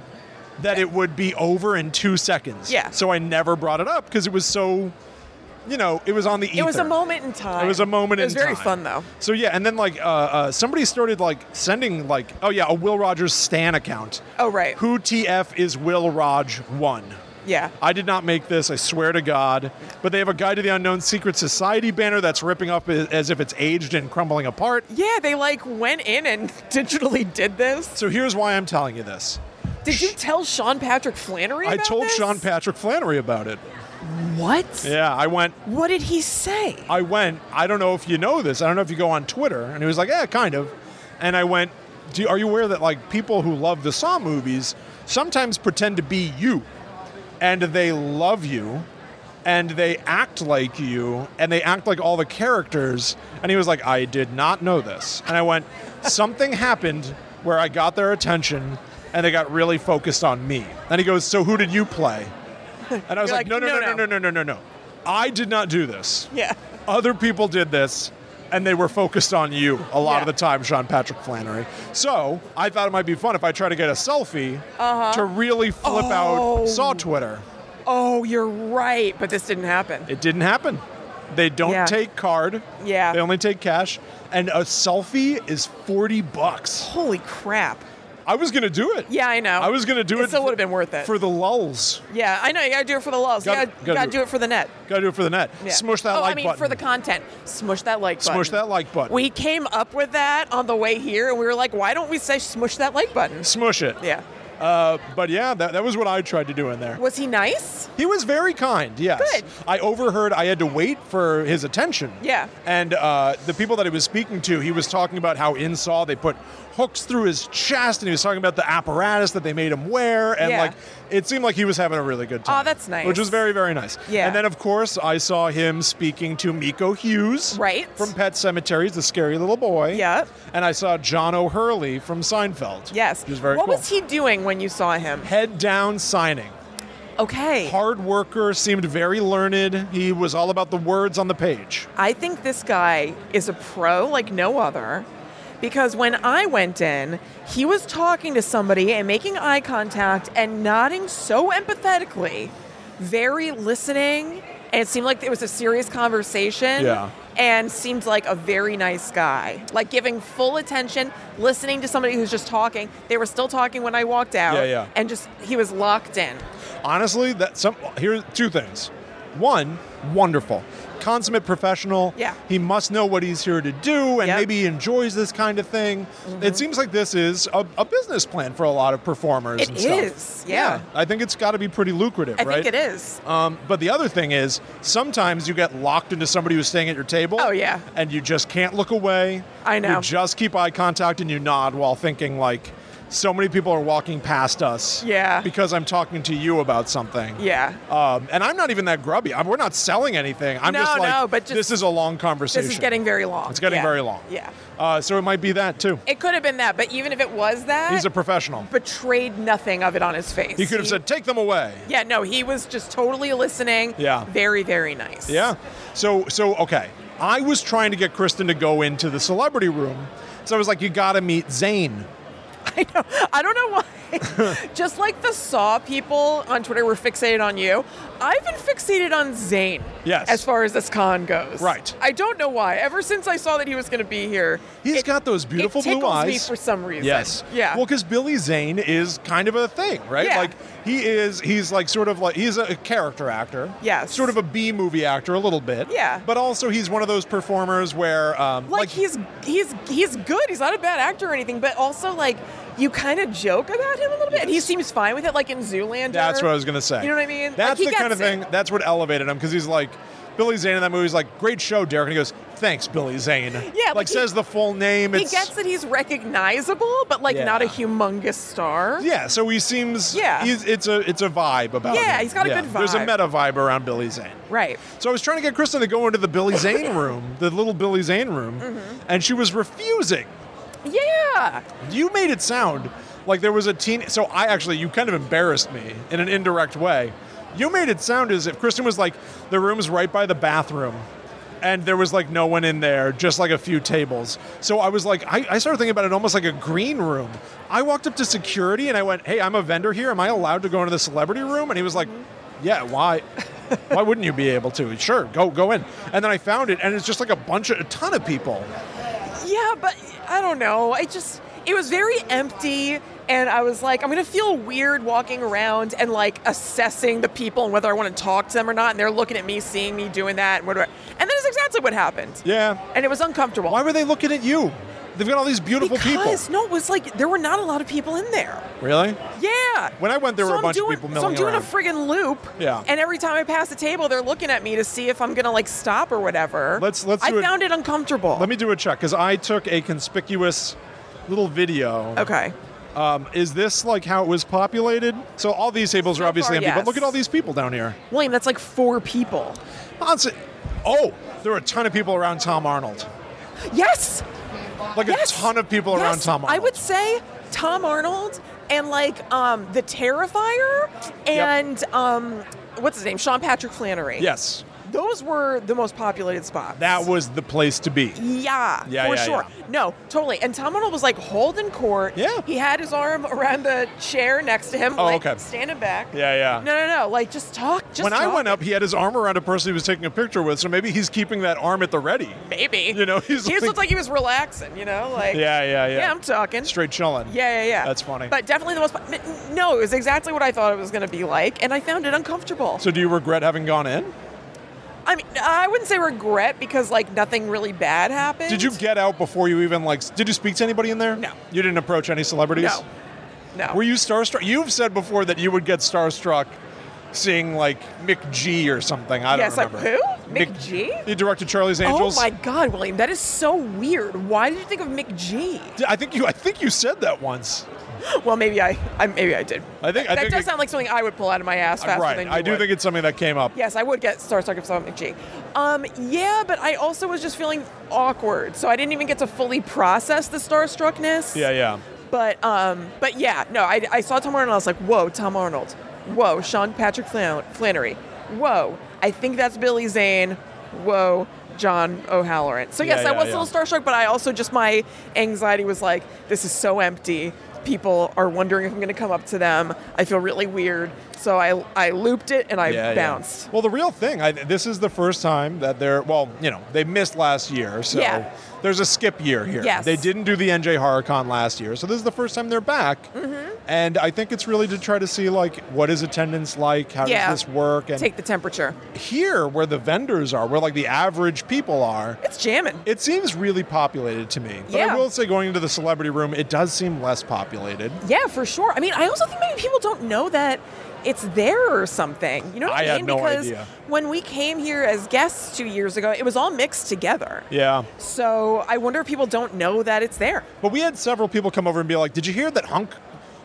Speaker 4: that it would be over in two seconds.
Speaker 3: Yeah.
Speaker 4: So I never brought it up because it was so, you know, it was on the. Ether.
Speaker 3: It was a moment in time.
Speaker 4: It was a moment
Speaker 3: It was
Speaker 4: in
Speaker 3: very
Speaker 4: time.
Speaker 3: fun though.
Speaker 4: So yeah, and then like uh, uh, somebody started like sending like oh yeah a Will Rogers Stan account.
Speaker 3: Oh right.
Speaker 4: Who TF is Will Rog one?
Speaker 3: Yeah.
Speaker 4: I did not make this, I swear to God. But they have a Guide to the Unknown Secret Society banner that's ripping up a- as if it's aged and crumbling apart.
Speaker 3: Yeah, they like went in and digitally did this.
Speaker 4: So here's why I'm telling you this.
Speaker 3: Did you tell Sean Patrick Flannery?
Speaker 4: I
Speaker 3: about
Speaker 4: told
Speaker 3: this?
Speaker 4: Sean Patrick Flannery about it.
Speaker 3: What?
Speaker 4: Yeah, I went.
Speaker 3: What did he say?
Speaker 4: I went. I don't know if you know this. I don't know if you go on Twitter. And he was like, yeah, kind of. And I went, Do you, are you aware that like people who love the Saw movies sometimes pretend to be you, and they love you, and they act like you, and they act like all the characters. And he was like, I did not know this. And I went, something happened where I got their attention, and they got really focused on me. And he goes, so who did you play? And I was
Speaker 3: You're like,
Speaker 4: like, no,
Speaker 3: "No,
Speaker 4: no, no,
Speaker 3: no."
Speaker 4: no, no, no, no. I did not do this
Speaker 3: Yeah.
Speaker 4: other people did this and they were focused on you a lot of
Speaker 3: Yeah.
Speaker 4: the time, Sean Patrick Flannery. So I thought it might be fun if I try to get a selfie to really flip
Speaker 3: Uh-huh. Oh.
Speaker 4: out Saw Twitter.
Speaker 3: Oh, you're right. But this didn't happen.
Speaker 4: It didn't happen. They don't
Speaker 3: Yeah.
Speaker 4: take card.
Speaker 3: Yeah.
Speaker 4: They only take cash. And a selfie is 40 bucks.
Speaker 3: Holy crap.
Speaker 4: I was going to do it.
Speaker 3: Yeah, I know.
Speaker 4: I was going to do it.
Speaker 3: It still
Speaker 4: for-
Speaker 3: would have been worth it.
Speaker 4: For the lulls.
Speaker 3: yeah, I know. You gotta do it for the lulz. You
Speaker 4: Gotta-
Speaker 3: gotta,
Speaker 4: gotta
Speaker 3: gotta
Speaker 4: do
Speaker 3: do
Speaker 4: it.
Speaker 3: it for the net.
Speaker 4: Got to do it for the net.
Speaker 3: Yeah.
Speaker 4: Smush that
Speaker 3: oh,
Speaker 4: like
Speaker 3: I mean,
Speaker 4: button.
Speaker 3: for the content, smush that like button.
Speaker 4: Smush that like button.
Speaker 3: We came up with that on the way here, and we were like, why don't we say smush that like button?
Speaker 4: Smush it.
Speaker 3: Yeah.
Speaker 4: Uh, but yeah, that, that was what I tried to do in there.
Speaker 3: Was he nice?
Speaker 4: He was very kind, yes.
Speaker 3: Good.
Speaker 4: I overheard, I had to wait for his attention.
Speaker 3: Yeah.
Speaker 4: And uh, the people that he was speaking to, he was talking about how in Saw they put hooks through his chest, and he was talking about the apparatus that they made him wear. And
Speaker 3: Yeah.
Speaker 4: like, it seemed like he was having a really good time.
Speaker 3: that's nice.
Speaker 4: Which was very, very nice.
Speaker 3: Yeah.
Speaker 4: And then, of course, I saw him speaking to Miko Hughes.
Speaker 3: Right.
Speaker 4: From Pet Cemetery, the scary little boy.
Speaker 3: Yep.
Speaker 4: And I saw John O'Hurley from Seinfeld.
Speaker 3: Yes.
Speaker 4: Which was very
Speaker 3: what
Speaker 4: cool.
Speaker 3: was he doing when you saw him?
Speaker 4: Head down signing
Speaker 3: Okay.
Speaker 4: hard worker, seemed very learned. He was all about the words on the page.
Speaker 3: I think this guy is a pro like no other because when I went in, he was talking to somebody and making eye contact and nodding so empathetically, very listening, and it seemed like it was a serious conversation.
Speaker 4: Yeah.
Speaker 3: And seemed like a very nice guy, like giving full attention, listening to somebody who's just talking. They were still talking when I walked out,
Speaker 4: Yeah, yeah.
Speaker 3: and just he was locked in.
Speaker 4: Honestly, that some here's two things. One, wonderful. Consummate professional.
Speaker 3: Yeah.
Speaker 4: He must know what he's here to do
Speaker 3: Yep.
Speaker 4: and
Speaker 3: Mm-hmm.
Speaker 4: maybe he enjoys this kind of thing. It seems like this is a, a business plan for a lot of performers
Speaker 3: It
Speaker 4: and stuff.
Speaker 3: is, yeah.
Speaker 4: I think it's gotta be pretty lucrative,
Speaker 3: I
Speaker 4: right?
Speaker 3: think it is.
Speaker 4: Um, but the other thing is, sometimes you get locked into somebody who's staying at your table.
Speaker 3: Oh, yeah.
Speaker 4: And you just can't look away.
Speaker 3: I
Speaker 4: You
Speaker 3: know.
Speaker 4: just keep eye contact and you nod while thinking, like, so many people are walking past us.
Speaker 3: Yeah.
Speaker 4: Because I'm talking to you about something.
Speaker 3: Yeah.
Speaker 4: Um, and I'm not even that grubby. I'm, we're not selling anything. I'm
Speaker 3: No,
Speaker 4: just like,
Speaker 3: no, but just-
Speaker 4: this is a long conversation.
Speaker 3: This is getting very long.
Speaker 4: It's getting
Speaker 3: Yeah.
Speaker 4: very long.
Speaker 3: Yeah.
Speaker 4: Uh, so it might be that too.
Speaker 3: It could have been that, but even if it was that,
Speaker 4: He's a professional.
Speaker 3: betrayed nothing of it on his face.
Speaker 4: He could have said, "Take them away."
Speaker 3: Yeah, no, he was just totally listening.
Speaker 4: Yeah.
Speaker 3: Very, very nice.
Speaker 4: Yeah. So so okay. I was trying to get Kristen to go into the celebrity room. So I was like, you gotta meet Zayn.
Speaker 3: I know. I don't know why. just like the Saw people on Twitter were fixated on you, I've been fixated on Zayn.
Speaker 4: Yes.
Speaker 3: As far as this con goes.
Speaker 4: Right.
Speaker 3: I don't know why. Ever since I saw that he was going to be here,
Speaker 4: He's
Speaker 3: it-
Speaker 4: got those beautiful
Speaker 3: it tickles
Speaker 4: blue eyes.
Speaker 3: me for some reason.
Speaker 4: Yes.
Speaker 3: Yeah.
Speaker 4: Well, because Billy Zane is kind of a thing, right?
Speaker 3: Yeah.
Speaker 4: Like he is. He's like sort of like he's a character actor.
Speaker 3: Yes.
Speaker 4: Sort of a B movie actor, a little bit.
Speaker 3: Yeah.
Speaker 4: But also, he's one of those performers where, um,
Speaker 3: like, he's he's he's good. He's not a bad actor or anything, but also like you kind of joke about him a little bit, and he seems fine with it. Like in Zoolander.
Speaker 4: That's what I was gonna say.
Speaker 3: You know what I mean? Like,
Speaker 4: That's
Speaker 3: he
Speaker 4: the kind of
Speaker 3: gets
Speaker 4: thing.
Speaker 3: it.
Speaker 4: That's what elevated him because he's like, Billy Zane in that movie is like, great show, Derek, and he goes, thanks, Billy Zane. like,
Speaker 3: like, he-
Speaker 4: says the full name.
Speaker 3: He
Speaker 4: it's,
Speaker 3: gets that he's recognizable, but like
Speaker 4: Yeah.
Speaker 3: not a humongous star.
Speaker 4: Yeah, so he seems.
Speaker 3: Yeah.
Speaker 4: he's, it's a it's a vibe about him.
Speaker 3: Yeah, he's got a good
Speaker 4: There's a
Speaker 3: vibe.
Speaker 4: meta vibe around Billy Zane.
Speaker 3: Right.
Speaker 4: So I was trying to get Kristen to go into the Billy Zane room, the little Billy Zane room,
Speaker 3: Mm-hmm.
Speaker 4: and she was refusing.
Speaker 3: Yeah.
Speaker 4: You made it sound like there was a teen. So I actually, you kind of embarrassed me in an indirect way. You made it sound as if Kristen was like, the room's right by the bathroom. And there was like no one in there, just like a few tables. So I was like, I, I started thinking about it almost like a green room. I walked up to security and I went, Hey, I'm a vendor here. Am I allowed to go into the celebrity room? And he was like, Yeah, why? why wouldn't you be able to? Sure, go go in. And then I found it, and it's just like a bunch of a ton of people.
Speaker 3: Yeah, but I don't know. I just it was very empty and I was like, I'm gonna feel weird walking around and like assessing the people and whether I want to talk to them or not, and they're looking at me, seeing me doing that, and whatever. And that is exactly what happened.
Speaker 4: Yeah.
Speaker 3: And it was uncomfortable.
Speaker 4: Why were they looking at you? They've got all these beautiful
Speaker 3: because
Speaker 4: people.
Speaker 3: no, it was like there were not a lot of people in there.
Speaker 4: Really?
Speaker 3: Yeah.
Speaker 4: When I went, there
Speaker 3: so
Speaker 4: were a
Speaker 3: I'm
Speaker 4: bunch of
Speaker 3: doing-
Speaker 4: people
Speaker 3: So I'm
Speaker 4: milling
Speaker 3: doing
Speaker 4: around.
Speaker 3: a friggin' loop.
Speaker 4: Yeah.
Speaker 3: And every time I pass the table, they're looking at me to see if I'm gonna like stop or whatever.
Speaker 4: Let's- let's
Speaker 3: I
Speaker 4: do it-
Speaker 3: found it uncomfortable.
Speaker 4: Let me do a check because I took a conspicuous little video.
Speaker 3: Okay.
Speaker 4: Um, is this like how it was populated? So all these tables
Speaker 3: So
Speaker 4: are obviously
Speaker 3: far,
Speaker 4: empty, but look
Speaker 3: yes.
Speaker 4: at all these people down here.
Speaker 3: William, that's like four people.
Speaker 4: Honestly, oh, there were a ton of people around Tom Arnold.
Speaker 3: Yes.
Speaker 4: Like
Speaker 3: Yes.
Speaker 4: a ton of people
Speaker 3: Yes.
Speaker 4: around Tom Arnold.
Speaker 3: I would say Tom Arnold and like um, the Terrifier and um, what's his name? Sean Patrick Flannery.
Speaker 4: Yes,
Speaker 3: Those were the most populated spots.
Speaker 4: that was the place to be.
Speaker 3: Yeah,
Speaker 4: Yeah,
Speaker 3: for
Speaker 4: yeah,
Speaker 3: sure.
Speaker 4: yeah.
Speaker 3: No, totally. And Tom Arnold was like holding court.
Speaker 4: Yeah.
Speaker 3: He had his arm around the chair next to him,
Speaker 4: Oh,
Speaker 3: like
Speaker 4: okay.
Speaker 3: standing back.
Speaker 4: Yeah, yeah.
Speaker 3: No, no, no. Like just talk. Just
Speaker 4: when I
Speaker 3: talk.
Speaker 4: went up, he had his arm around a person he was taking a picture with, so maybe he's keeping that arm at the ready.
Speaker 3: maybe
Speaker 4: you know, he's
Speaker 3: he just
Speaker 4: like-
Speaker 3: looked like he was relaxing. You know, like
Speaker 4: Yeah, yeah, yeah.
Speaker 3: Yeah, I'm talking.
Speaker 4: Straight chilling.
Speaker 3: Yeah, yeah, yeah.
Speaker 4: That's funny.
Speaker 3: But definitely the most. but No, it was exactly what I thought it was going to be like, and I found it uncomfortable.
Speaker 4: So do you regret having gone in?
Speaker 3: I mean, I wouldn't say regret because like nothing really bad happened.
Speaker 4: Did you get out before you even like? s- Did you speak to anybody in there?
Speaker 3: No.
Speaker 4: You didn't approach any celebrities.
Speaker 3: No. No.
Speaker 4: Were you starstruck? You've said before that you would get starstruck seeing like Mick G or something. I
Speaker 3: Yes,
Speaker 4: don't
Speaker 3: like,
Speaker 4: remember.
Speaker 3: who? Mick G?
Speaker 4: He directed Charlie's Angels.
Speaker 3: Oh my God, William, that is so weird. Why did you think of Mick G?
Speaker 4: D- I think you. I think you said that once.
Speaker 3: Well, maybe I, I maybe I did.
Speaker 4: I think- I
Speaker 3: that
Speaker 4: think
Speaker 3: does
Speaker 4: it-
Speaker 3: sound like something I would pull out of my ass faster
Speaker 4: right.
Speaker 3: than you
Speaker 4: I do
Speaker 3: would.
Speaker 4: think it's something that came up.
Speaker 3: Yes, I would get starstruck if someone Mick G. Um, yeah, but I also was just feeling awkward, so I didn't even get to fully process the starstruckness.
Speaker 4: Yeah. Yeah.
Speaker 3: But um, but yeah, no, I, I saw Tom Arnold. I was like, whoa, Tom Arnold. Whoa, Sean Patrick Flan- Flannery. Whoa, I think that's Billy Zane. Whoa, John O'Halloran. So yes,
Speaker 4: Yeah,
Speaker 3: I
Speaker 4: yeah,
Speaker 3: was
Speaker 4: yeah.
Speaker 3: a little starstruck, but I also just my anxiety was like, this is so empty. People are wondering if I'm going to come up to them. I feel really weird. So I I looped it and I
Speaker 4: Yeah, yeah.
Speaker 3: bounced.
Speaker 4: Well, the real thing. I, this is the first time that they're. Well, you know, they missed last year, so
Speaker 3: Yeah.
Speaker 4: there's a skip year here.
Speaker 3: Yes.
Speaker 4: They didn't do the NJ HorrorCon last year, so this is the first time they're back. Mm-hmm. And I think it's really to try to see like what is attendance like, how
Speaker 3: Yeah.
Speaker 4: does this work, and
Speaker 3: Take the temperature.
Speaker 4: here where the vendors are, where like the average people are.
Speaker 3: It's jamming.
Speaker 4: It seems really populated to me. But I
Speaker 3: Yeah.
Speaker 4: will say, going into the celebrity room, it does seem less populated.
Speaker 3: Yeah, for sure. I mean, I also think maybe people don't know that it's there or something. You know what I,
Speaker 4: I
Speaker 3: mean?
Speaker 4: had no
Speaker 3: because
Speaker 4: idea.
Speaker 3: when we came here as guests two years ago, it was all mixed together.
Speaker 4: Yeah.
Speaker 3: So I wonder if people don't know that it's there.
Speaker 4: But we had several people come over and be like, Did you hear that Hunk,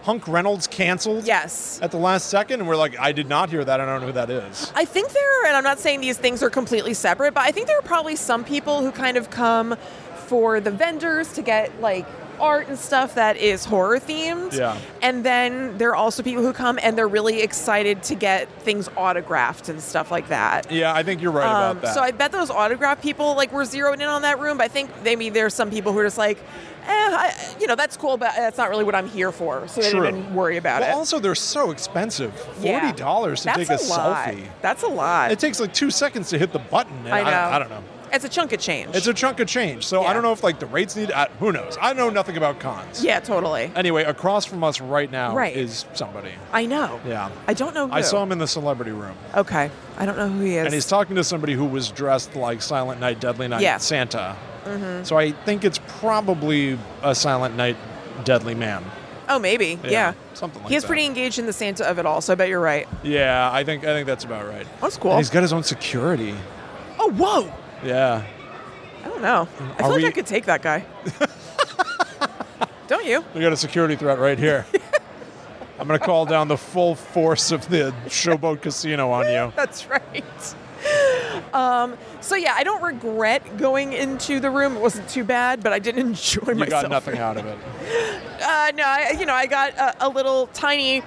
Speaker 4: Hunk Reynolds canceled?
Speaker 3: Yes.
Speaker 4: At the last second, and we're like, I did not hear that. I don't know who that is.
Speaker 3: I think there, and I'm not saying these things are completely separate, but I think there are probably some people who kind of come for the vendors to get like art and stuff that is horror themed.
Speaker 4: Yeah.
Speaker 3: And then there are also people who come and they're really excited to get things autographed and stuff like that.
Speaker 4: Yeah, I think you're right
Speaker 3: Um,
Speaker 4: about that.
Speaker 3: So I bet those autograph people like were zeroed in on that room. But I think maybe there's some people who are just like, eh, I, you know, that's cool, but that's not really what I'm here for. So they
Speaker 4: True.
Speaker 3: didn't even worry about
Speaker 4: well,
Speaker 3: it.
Speaker 4: also, they're so expensive.
Speaker 3: Yeah.
Speaker 4: Forty dollars to
Speaker 3: That's
Speaker 4: take a,
Speaker 3: lot.
Speaker 4: selfie.
Speaker 3: That's a lot.
Speaker 4: It takes like two seconds to hit the button. And
Speaker 3: I know.
Speaker 4: I, I don't know.
Speaker 3: It's a chunk of change.
Speaker 4: It's a chunk of change, so
Speaker 3: Yeah.
Speaker 4: I don't know if like the rates need. I, who knows? I know nothing about cons.
Speaker 3: yeah, totally.
Speaker 4: Anyway, across from us right now
Speaker 3: Right.
Speaker 4: is somebody.
Speaker 3: I know.
Speaker 4: Yeah.
Speaker 3: I don't know. Who.
Speaker 4: I saw him in the celebrity room,
Speaker 3: Okay. I don't know who he is.
Speaker 4: and he's talking to somebody who was dressed like Silent Night, Deadly Night,
Speaker 3: Yeah. Mm-hmm.
Speaker 4: Santa. So I think it's probably a Silent Night, Deadly Man.
Speaker 3: oh, maybe. Yeah.
Speaker 4: Yeah, something like
Speaker 3: He's
Speaker 4: that.
Speaker 3: pretty engaged in the Santa of it all, so I bet you're right.
Speaker 4: Yeah, I think I think that's about right.
Speaker 3: That's cool.
Speaker 4: And he's got his own security.
Speaker 3: oh, whoa.
Speaker 4: Yeah.
Speaker 3: I don't know. I feel
Speaker 4: Are
Speaker 3: like
Speaker 4: we-
Speaker 3: I could take that guy. don't you?
Speaker 4: We got a security threat right here. I'm gonna call down the full force of the Showboat Casino on you.
Speaker 3: That's right. Um, so yeah, I don't regret going into the room. It wasn't too bad, but I didn't enjoy
Speaker 4: You
Speaker 3: myself.
Speaker 4: got nothing out of it.
Speaker 3: Uh, no, I, you know, I got a, a little tiny,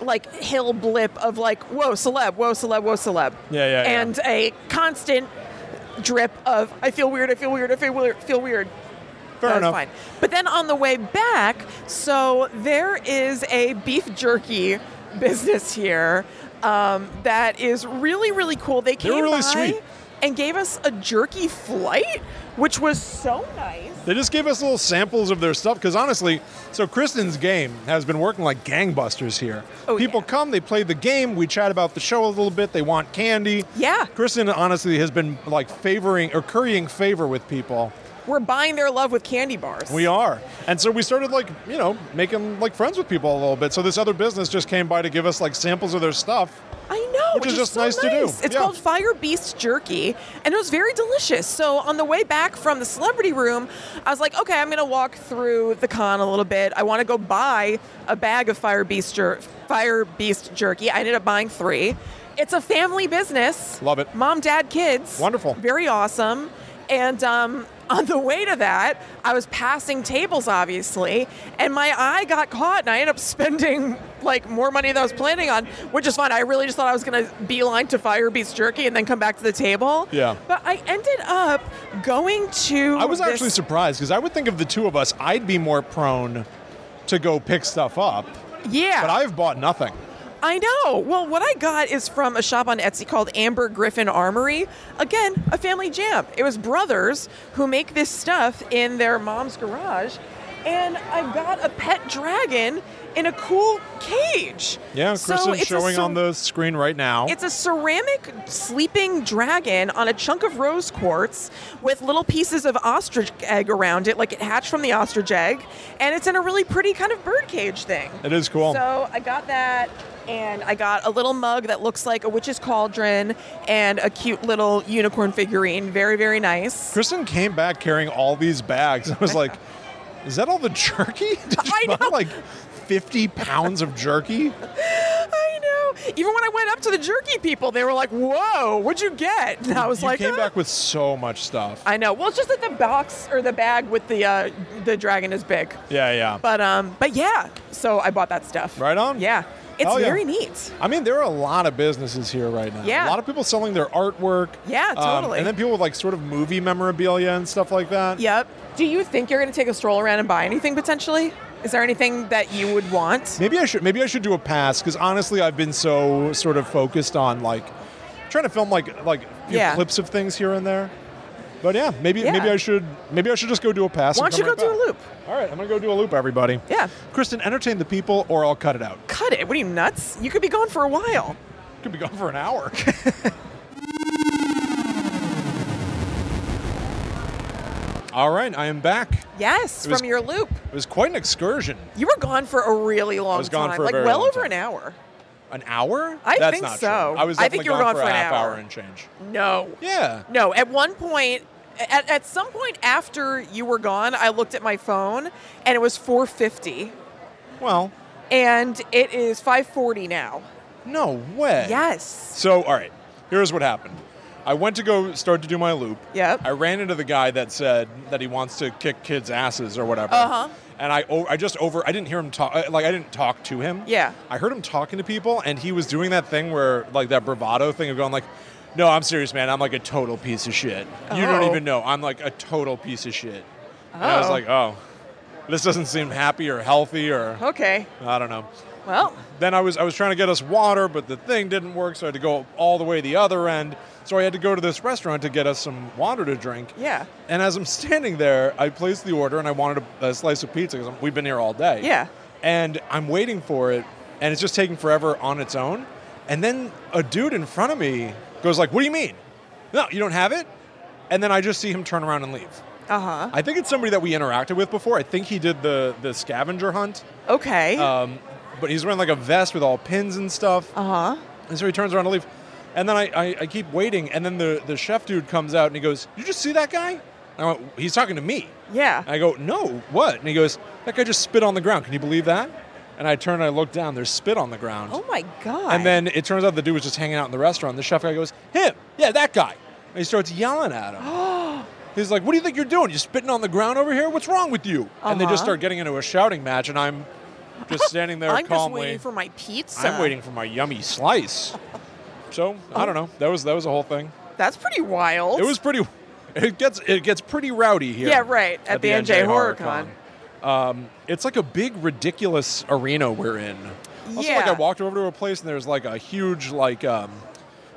Speaker 3: like hill blip of like, whoa, celeb, whoa, celeb, whoa, celeb.
Speaker 4: Yeah, yeah, yeah.
Speaker 3: And a constant drip of I feel weird, I feel weird, I feel weird, feel weird.
Speaker 4: Fair
Speaker 3: That was
Speaker 4: enough.
Speaker 3: fine. But then on the way back, so there is a beef jerky business here um, that is really, really cool. They
Speaker 4: They
Speaker 3: came
Speaker 4: were really
Speaker 3: by
Speaker 4: sweet.
Speaker 3: and gave us a jerky flight, which was so nice.
Speaker 4: They just gave us little samples of their stuff because honestly, so Kristen's game has been working like gangbusters here.
Speaker 3: Oh,
Speaker 4: People
Speaker 3: yeah.
Speaker 4: come, they play the game, we chat about the show a little bit, they want candy.
Speaker 3: Yeah.
Speaker 4: Kristen honestly has been like favoring or currying favor with people.
Speaker 3: we're buying their love with candy bars.
Speaker 4: We are. And so we started like, you know, making like friends with people a little bit. So this other business just came by to give us like samples of their stuff.
Speaker 3: I know,
Speaker 4: Which is just
Speaker 3: so
Speaker 4: nice to do.
Speaker 3: It's
Speaker 4: Yeah.
Speaker 3: called Fire Beast Jerky, and it was very delicious. So on the way back from the celebrity room, I was like, okay, I'm gonna walk through the con a little bit. I want to go buy a bag of Fire Beast jer- Fire Beast Jerky. I ended up buying three. It's a family business.
Speaker 4: Love it.
Speaker 3: Mom, dad, kids.
Speaker 4: Wonderful.
Speaker 3: Very awesome. And um, on the way to that, I was passing tables, obviously, and my eye got caught, and I ended up spending like more money than I was planning on, which is fine. I really just thought I was going to beeline to Fire Beats Jerky and then come back to the table.
Speaker 4: Yeah.
Speaker 3: But I ended up going to.
Speaker 4: I was
Speaker 3: Oh, this-
Speaker 4: actually surprised because I would think of the two of us, I'd be more prone to go pick stuff up,
Speaker 3: Yeah.
Speaker 4: but I've bought nothing.
Speaker 3: I know. Well, what I got is from a shop on Etsy called Amber Griffin Armory. Again, a family jam. It was brothers who make this stuff in their mom's garage, and I've got a pet dragon in a cool cage.
Speaker 4: Yeah,
Speaker 3: So
Speaker 4: Kristen's
Speaker 3: it's a
Speaker 4: showing
Speaker 3: cer-
Speaker 4: on the screen right now.
Speaker 3: It's a ceramic sleeping dragon on a chunk of rose quartz with little pieces of ostrich egg around it, like it hatched from the ostrich egg, and it's in a really pretty kind of birdcage thing.
Speaker 4: It is cool.
Speaker 3: So I got that, and I got a little mug that looks like a witch's cauldron and a cute little unicorn figurine. Very, very nice.
Speaker 4: Kristen came back carrying all these bags. I was like, is that all the jerky? Did you
Speaker 3: I
Speaker 4: buy
Speaker 3: know.
Speaker 4: like 50 pounds of jerky?
Speaker 3: I know. Even when I went up to the jerky people, they were like, "Whoa, what'd you get?" And I was
Speaker 4: you
Speaker 3: like,
Speaker 4: came
Speaker 3: "Ah."
Speaker 4: back with so much stuff.
Speaker 3: I know. Well, it's just that the box or the bag with the uh, the dragon is big.
Speaker 4: yeah, yeah.
Speaker 3: But um, but yeah. So I bought that stuff.
Speaker 4: Right on.
Speaker 3: Yeah, it's
Speaker 4: Hell yeah.
Speaker 3: very neat.
Speaker 4: I mean, there are a lot of businesses here right now.
Speaker 3: Yeah.
Speaker 4: A lot of people selling their artwork.
Speaker 3: Yeah,
Speaker 4: um,
Speaker 3: totally.
Speaker 4: and then people with like sort of movie memorabilia and stuff like that.
Speaker 3: Yep. Do you think you're going to take a stroll around and buy anything potentially? Is there anything that you would want?
Speaker 4: Maybe I should maybe I should do a pass because honestly, I've been so sort of focused on like trying to film like like few
Speaker 3: Yeah.
Speaker 4: clips of things here and there. But yeah, maybe
Speaker 3: Yeah.
Speaker 4: maybe I should maybe I should just go do a pass.
Speaker 3: Why
Speaker 4: and
Speaker 3: don't you go
Speaker 4: come
Speaker 3: do
Speaker 4: right
Speaker 3: a
Speaker 4: back.
Speaker 3: loop?
Speaker 4: All right, I'm gonna go do a loop, everybody.
Speaker 3: Yeah.
Speaker 4: Kristen, entertain the people, or I'll cut it out.
Speaker 3: Cut it. What are you nuts? You could be gone for a while.
Speaker 4: Could be gone for an hour. All right, I am back.
Speaker 3: Yes,
Speaker 4: It was-
Speaker 3: from your loop.
Speaker 4: It was quite an excursion.
Speaker 3: You were gone for a really long
Speaker 4: was gone
Speaker 3: time.
Speaker 4: for a
Speaker 3: like
Speaker 4: very
Speaker 3: well
Speaker 4: long
Speaker 3: over
Speaker 4: time.
Speaker 3: an hour.
Speaker 4: An hour?
Speaker 3: I
Speaker 4: That's
Speaker 3: think
Speaker 4: not
Speaker 3: so.
Speaker 4: True. I was
Speaker 3: I think
Speaker 4: definitely
Speaker 3: you were
Speaker 4: gone
Speaker 3: gone
Speaker 4: for,
Speaker 3: for
Speaker 4: a
Speaker 3: an
Speaker 4: half
Speaker 3: hour.
Speaker 4: and change.
Speaker 3: No.
Speaker 4: Yeah.
Speaker 3: No, at one point at, at some point after you were gone, I looked at my phone and it was 450
Speaker 4: Well,
Speaker 3: and it is 540 now.
Speaker 4: no way.
Speaker 3: Yes.
Speaker 4: So, all right, here's what happened. I went to go start to do my loop.
Speaker 3: Yep.
Speaker 4: I ran into the guy that said that he wants to kick kids' asses or whatever.
Speaker 3: Uh-huh.
Speaker 4: And I, o- I just over, I didn't hear him talk. uh, Like I didn't talk to him.
Speaker 3: Yeah.
Speaker 4: I heard him talking to people, and he was doing that thing where, like, that bravado thing of going like, "No, I'm serious, man. I'm like a total piece of shit. You don't
Speaker 3: Oh.
Speaker 4: even know. I'm like a total piece of shit." And I was
Speaker 3: Oh.
Speaker 4: like, "Oh, this doesn't seem happy or healthy or
Speaker 3: Okay.
Speaker 4: I don't know."
Speaker 3: Well,
Speaker 4: Then I was I was trying to get us water, but the thing didn't work, so I had to go all the way the other end. So I had to go to this restaurant to get us some water to drink.
Speaker 3: yeah.
Speaker 4: And as I'm standing there, I placed the order and I wanted a, a slice of pizza because we've been here all day.
Speaker 3: Yeah.
Speaker 4: And I'm waiting for it, and it's just taking forever on its own. And then a dude in front of me goes like, "What do you mean? No, you don't have it." And then I just see him turn around and leave.
Speaker 3: Uh-huh.
Speaker 4: I think it's somebody that we interacted with before. I think he did the the scavenger hunt.
Speaker 3: Okay.
Speaker 4: Um, but he's wearing like a vest with all pins and stuff.
Speaker 3: uh-huh.
Speaker 4: And so he turns around to leave. And then I, I, I keep waiting. And then the, the chef dude comes out and he goes, You just see that guy? And I went, He's talking to me.
Speaker 3: Yeah.
Speaker 4: And I go, No, what? And he goes, That guy just spit on the ground. Can you believe that? And I turn and I look down. There's spit on the ground.
Speaker 3: oh my god.
Speaker 4: and then it turns out the dude was just hanging out in the restaurant. The chef guy goes, Him. Yeah, that guy. And he starts yelling at him. He's like, What do you think you're doing? You're spitting on the ground over here? What's wrong with you? And they just
Speaker 3: Uh-huh.
Speaker 4: start getting into a shouting match. And I'm just standing there
Speaker 3: I'm just
Speaker 4: calmly.
Speaker 3: waiting for my pizza.
Speaker 4: I'm waiting for my yummy slice. So I don't
Speaker 3: Oh.
Speaker 4: know. That was that was the whole thing.
Speaker 3: That's pretty wild.
Speaker 4: It was pretty. It gets it gets pretty rowdy here.
Speaker 3: Yeah, right, at the NJ HorrorCon.
Speaker 4: Um, it's like a big ridiculous arena we're in. Also, like
Speaker 3: Yeah.
Speaker 4: I walked over to a place and there's like a huge like um,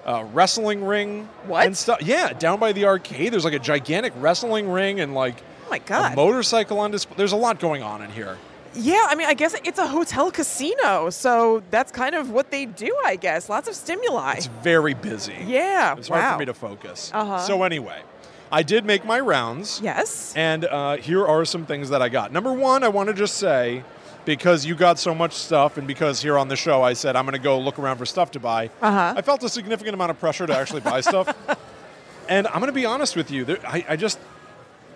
Speaker 4: uh, wrestling ring
Speaker 3: What?
Speaker 4: and stuff. Yeah, down by the arcade, there's like a gigantic wrestling ring and like
Speaker 3: Oh my
Speaker 4: a
Speaker 3: god.
Speaker 4: motorcycle on display. There's a lot going on in here.
Speaker 3: Yeah, I mean, I guess it's a hotel casino, so that's kind of what they do, I guess. Lots of stimuli.
Speaker 4: It's very busy.
Speaker 3: yeah,
Speaker 4: It's
Speaker 3: wow.
Speaker 4: hard for me to focus.
Speaker 3: Uh-huh.
Speaker 4: So anyway, I did make my rounds.
Speaker 3: Yes.
Speaker 4: And uh, here are some things that I got. Number one, I want to just say, because you got so much stuff, and because here on the show I said I'm going to go look around for stuff to buy,
Speaker 3: Uh-huh.
Speaker 4: I felt a significant amount of pressure to actually buy stuff. And I'm going to be honest with you, there, I, I just,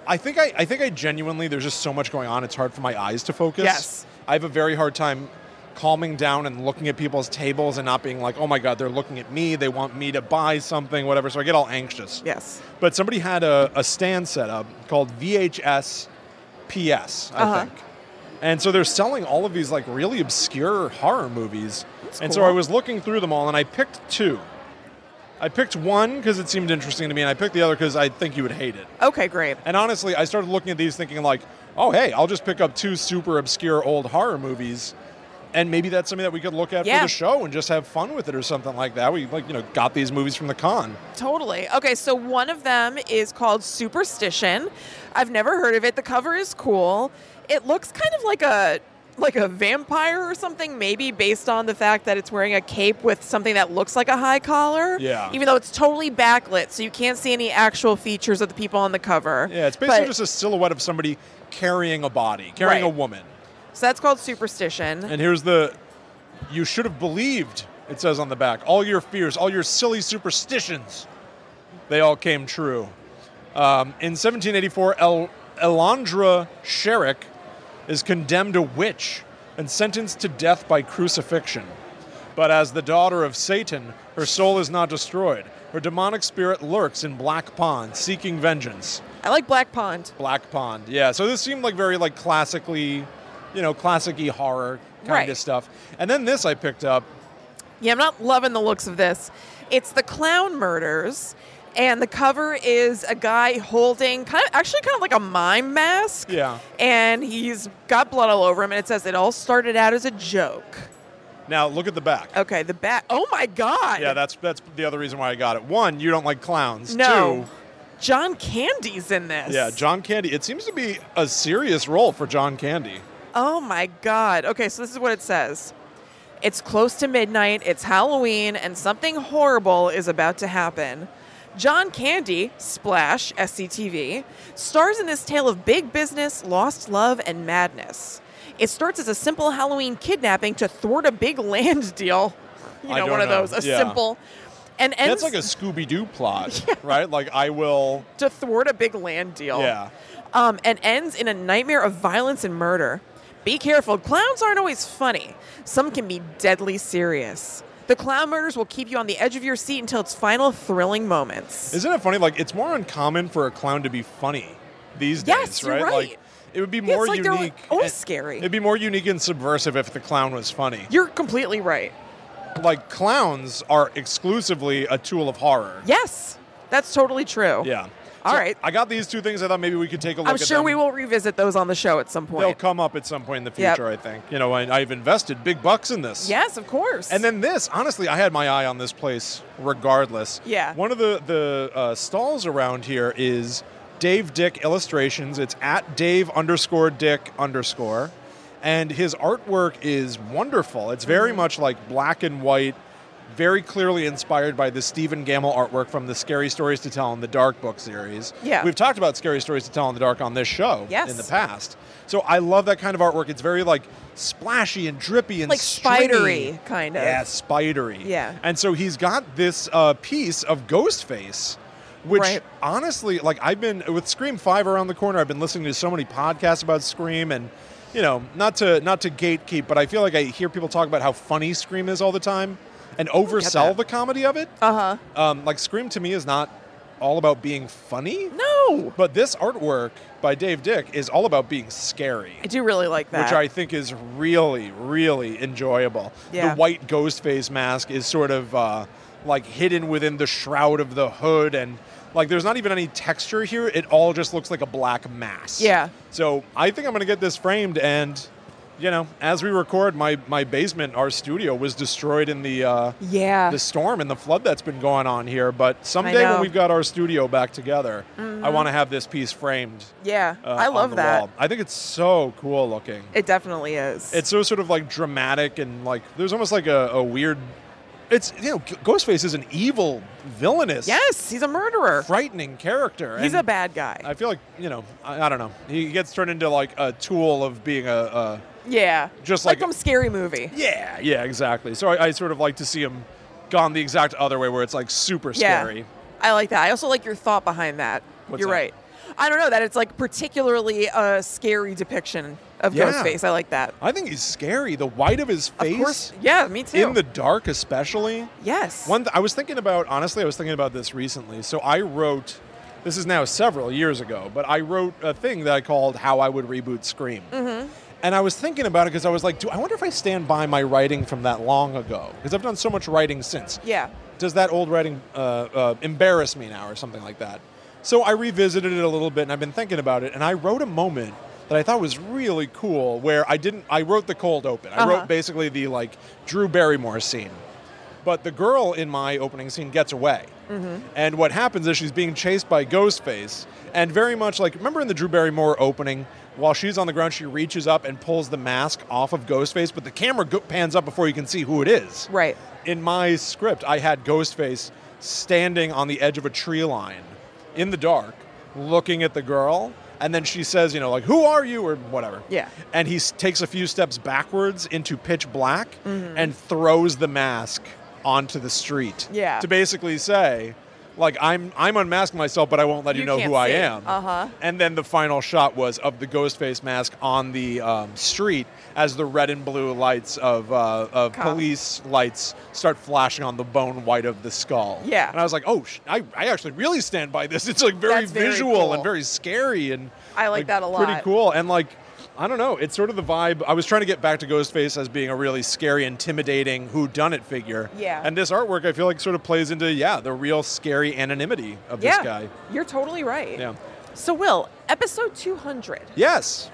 Speaker 4: I think I, I think I genuinely, there's just so much going on. It's hard for my eyes to focus.
Speaker 3: Yes.
Speaker 4: I have a very hard time calming down and looking at people's tables and not being like, oh my god, they're looking at me. They want me to buy something, whatever. So I get all anxious.
Speaker 3: Yes.
Speaker 4: But somebody had a, a stand set up called VHS PS, I
Speaker 3: Uh-huh.
Speaker 4: think. And so they're selling all of these like really obscure horror movies. and so
Speaker 3: cool.
Speaker 4: I was looking through them all and I picked two. I picked one because it seemed interesting to me, and I picked the other because I think you would hate it.
Speaker 3: Okay, great.
Speaker 4: And honestly, I started looking at these thinking like, oh hey, I'll just pick up two super obscure old horror movies. And maybe that's something that we could look at
Speaker 3: Yeah.
Speaker 4: for the show and just have fun with it or something like that. We like, you know, got these movies from the con.
Speaker 3: Totally. Okay, so one of them is called Superstition. I've never heard of it. The cover is cool. It looks kind of like a like a vampire or something, maybe based on the fact that it's wearing a cape with something that looks like a high collar.
Speaker 4: Yeah.
Speaker 3: Even though it's totally backlit, so you can't see any actual features of the people on the cover.
Speaker 4: Yeah, it's basically
Speaker 3: But-
Speaker 4: just a silhouette of somebody carrying a body, carrying
Speaker 3: Right.
Speaker 4: a woman.
Speaker 3: so that's called Superstition.
Speaker 4: And here's the you should have believed, it says on the back. All your fears, all your silly superstitions, they all came true. Um, in 1784, El- Elandra Sherrick is condemned a witch and sentenced to death by crucifixion. But as the daughter of Satan, her soul is not destroyed. Her demonic spirit lurks in Black Pond, seeking vengeance.
Speaker 3: I like Black Pond.
Speaker 4: Black Pond. Yeah. So this seemed like very like classically, you know, classic-y horror kind
Speaker 3: Right.
Speaker 4: of stuff. And then this I picked up.
Speaker 3: Yeah, I'm not loving the looks of this. It's the clown murders, and the cover is a guy holding kind of actually kind of like a mime mask.
Speaker 4: Yeah.
Speaker 3: And he's got blood all over him, and it says it all started out as a joke.
Speaker 4: Now look at the back.
Speaker 3: Okay, the bat. Oh my God.
Speaker 4: Yeah, that's that's the other reason why I got it. One, you don't like clowns.
Speaker 3: no. John Candy's in this.
Speaker 4: Two, yeah, John Candy. It seems to be a serious role for John Candy.
Speaker 3: Oh my God. Okay, so this is what it says. It's close to midnight, it's Halloween, and something horrible is about to happen. John Candy, Splash, SCTV, stars in this tale of big business, lost love, and madness. It starts as a simple Halloween kidnapping to thwart a big land deal. You know,
Speaker 4: I don't
Speaker 3: one of
Speaker 4: know.
Speaker 3: those, a
Speaker 4: Yeah.
Speaker 3: simple. And ends
Speaker 4: That's like a Scooby Doo plot, right? Like I will.
Speaker 3: to thwart a big land deal
Speaker 4: Yeah.
Speaker 3: um, and ends in a nightmare of violence and murder. Be careful, clowns aren't always funny. Some can be deadly serious. The clown murders will keep you on the edge of your seat until its final thrilling moments.
Speaker 4: Isn't it funny? Like it's more uncommon for a clown to be funny these
Speaker 3: Yes,
Speaker 4: days,
Speaker 3: you're
Speaker 4: right?
Speaker 3: right.
Speaker 4: Like it would be
Speaker 3: Yeah,
Speaker 4: more
Speaker 3: it's like they're
Speaker 4: unique.
Speaker 3: always
Speaker 4: and-
Speaker 3: scary.
Speaker 4: It'd be more unique and subversive if the clown was funny.
Speaker 3: You're completely right.
Speaker 4: like clowns are exclusively a tool of horror.
Speaker 3: Yes, that's totally true.
Speaker 4: Yeah.
Speaker 3: All
Speaker 4: So
Speaker 3: right.
Speaker 4: I got these two things. I thought maybe we could take a look
Speaker 3: I'm
Speaker 4: at
Speaker 3: sure
Speaker 4: them.
Speaker 3: we will revisit those on the show at some
Speaker 4: They'll
Speaker 3: point.
Speaker 4: come up at some point in the
Speaker 3: Yep.
Speaker 4: future, I think. You know, I, I've invested big bucks in this.
Speaker 3: yes, of course.
Speaker 4: And then this, honestly, I had my eye on this place regardless.
Speaker 3: Yeah.
Speaker 4: One of the, the uh, stalls around here is Dave Dick Illustrations. It's at Dave underscore Dick underscore. And his artwork is wonderful. It's very
Speaker 3: Mm-hmm.
Speaker 4: much like black and white, very clearly inspired by the Stephen Gamble artwork from the Scary Stories to Tell in the Dark book series.
Speaker 3: Yeah.
Speaker 4: We've talked about Scary Stories to Tell in the Dark on this show
Speaker 3: Yes.
Speaker 4: in the past. So I love that kind of artwork. It's very like splashy and drippy and
Speaker 3: like
Speaker 4: stringy.
Speaker 3: spidery, kind of.
Speaker 4: Yeah, spidery.
Speaker 3: Yeah.
Speaker 4: And so he's got this uh, piece of Ghostface, which
Speaker 3: Right.
Speaker 4: honestly, like I've been with Scream Five around the corner. I've been listening to so many podcasts about Scream, and you know, not to not to gatekeep, but I feel like I hear people talk about how funny Scream is all the time and oversell
Speaker 3: that.
Speaker 4: the comedy of it.
Speaker 3: Uh huh.
Speaker 4: Um, like Scream to me is not all about being funny,
Speaker 3: No,
Speaker 4: but this artwork by Dave Dick is all about being scary
Speaker 3: I do really like that.
Speaker 4: which I think is really, really enjoyable.
Speaker 3: Yeah.
Speaker 4: The white ghost face mask is sort of uh, like hidden within the shroud of the hood, and like there's not even any texture here. It all just looks like a black mass.
Speaker 3: Yeah.
Speaker 4: So I think I'm gonna get this framed, and you know, as we record, my my basement, our studio, was destroyed in the. Uh,
Speaker 3: yeah.
Speaker 4: the storm and the flood that's been going on here, but someday
Speaker 3: know.
Speaker 4: when we've got our studio back together, I want to have this piece framed.
Speaker 3: yeah.
Speaker 4: uh,
Speaker 3: I
Speaker 4: on
Speaker 3: love
Speaker 4: the
Speaker 3: that.
Speaker 4: wall. I think it's so cool looking
Speaker 3: It definitely is.
Speaker 4: it's so sort of like dramatic and like there's almost like a, a weird it's you know, G- Ghostface is an evil, villainous,
Speaker 3: Yes, he's a murderer.
Speaker 4: frightening character.
Speaker 3: He's
Speaker 4: and
Speaker 3: a bad guy.
Speaker 4: I feel like you know, I, I don't know. He gets turned into like a tool of being a. a
Speaker 3: yeah.
Speaker 4: just like-
Speaker 3: from Scary Movie.
Speaker 4: yeah, yeah, exactly. So I, I sort of like to see him gone the exact other way, where it's like super scary.
Speaker 3: I like that. I also like your thought behind that.
Speaker 4: What's
Speaker 3: You're
Speaker 4: that?
Speaker 3: right. I don't know that it's like particularly a scary depiction of
Speaker 4: Yeah.
Speaker 3: Ghostface. I like that.
Speaker 4: I think he's scary. The white of his face,
Speaker 3: Of course. Yeah, me too.
Speaker 4: in the dark, especially.
Speaker 3: yes.
Speaker 4: One, th- I was thinking about honestly, I was thinking about this recently. So I wrote, this is now several years ago, but I wrote a thing that I called "How I Would Reboot Scream," and I was thinking about it because I was like, do I wonder if I stand by my writing from that long ago? Because I've done so much writing since.
Speaker 3: yeah.
Speaker 4: Does that old writing uh, uh, embarrass me now, or something like that? So I revisited it a little bit, and I've been thinking about it, and I wrote a moment. That I thought was really cool, where I didn't. I wrote the cold open. I
Speaker 3: Uh-huh.
Speaker 4: wrote basically the like Drew Barrymore scene, but the girl in my opening scene gets away.
Speaker 3: Mm-hmm.
Speaker 4: And what happens is she's being chased by Ghostface. And very much like, remember in the Drew Barrymore opening, while she's on the ground, she reaches up and pulls the mask off of Ghostface, but the camera go- pans up before you can see who it is.
Speaker 3: Right.
Speaker 4: In my script, I had Ghostface standing on the edge of a tree line in the dark, looking at the girl. And then she says, you know, like, who are you? Or whatever.
Speaker 3: Yeah.
Speaker 4: And he s- takes a few steps backwards into pitch black
Speaker 3: Mm-hmm.
Speaker 4: and throws the mask onto the street.
Speaker 3: Yeah.
Speaker 4: To basically say, like, I'm I'm unmasking myself, but I won't let you,
Speaker 3: You
Speaker 4: know who
Speaker 3: can't
Speaker 4: I
Speaker 3: see.
Speaker 4: am.
Speaker 3: Uh-huh.
Speaker 4: And then the final shot was of the ghost face mask on the um, street as the red and blue lights of uh, of
Speaker 3: Cop.
Speaker 4: police lights start flashing on the bone white of the skull.
Speaker 3: Yeah.
Speaker 4: And I was like, oh, sh- I, I actually really stand by this. It's like very
Speaker 3: That's very
Speaker 4: visual and
Speaker 3: cool.
Speaker 4: very scary and
Speaker 3: I like that a
Speaker 4: Pretty
Speaker 3: lot.
Speaker 4: cool cool. And like, I don't know, it's sort of the vibe. I was trying to get back to Ghostface as being a really scary, intimidating, who done it figure.
Speaker 3: Yeah.
Speaker 4: And this artwork, I feel like, sort of plays into yeah, the real scary anonymity of this
Speaker 3: yeah.
Speaker 4: guy.
Speaker 3: You're totally right.
Speaker 4: Yeah.
Speaker 3: So Will, episode 200.
Speaker 4: Yes.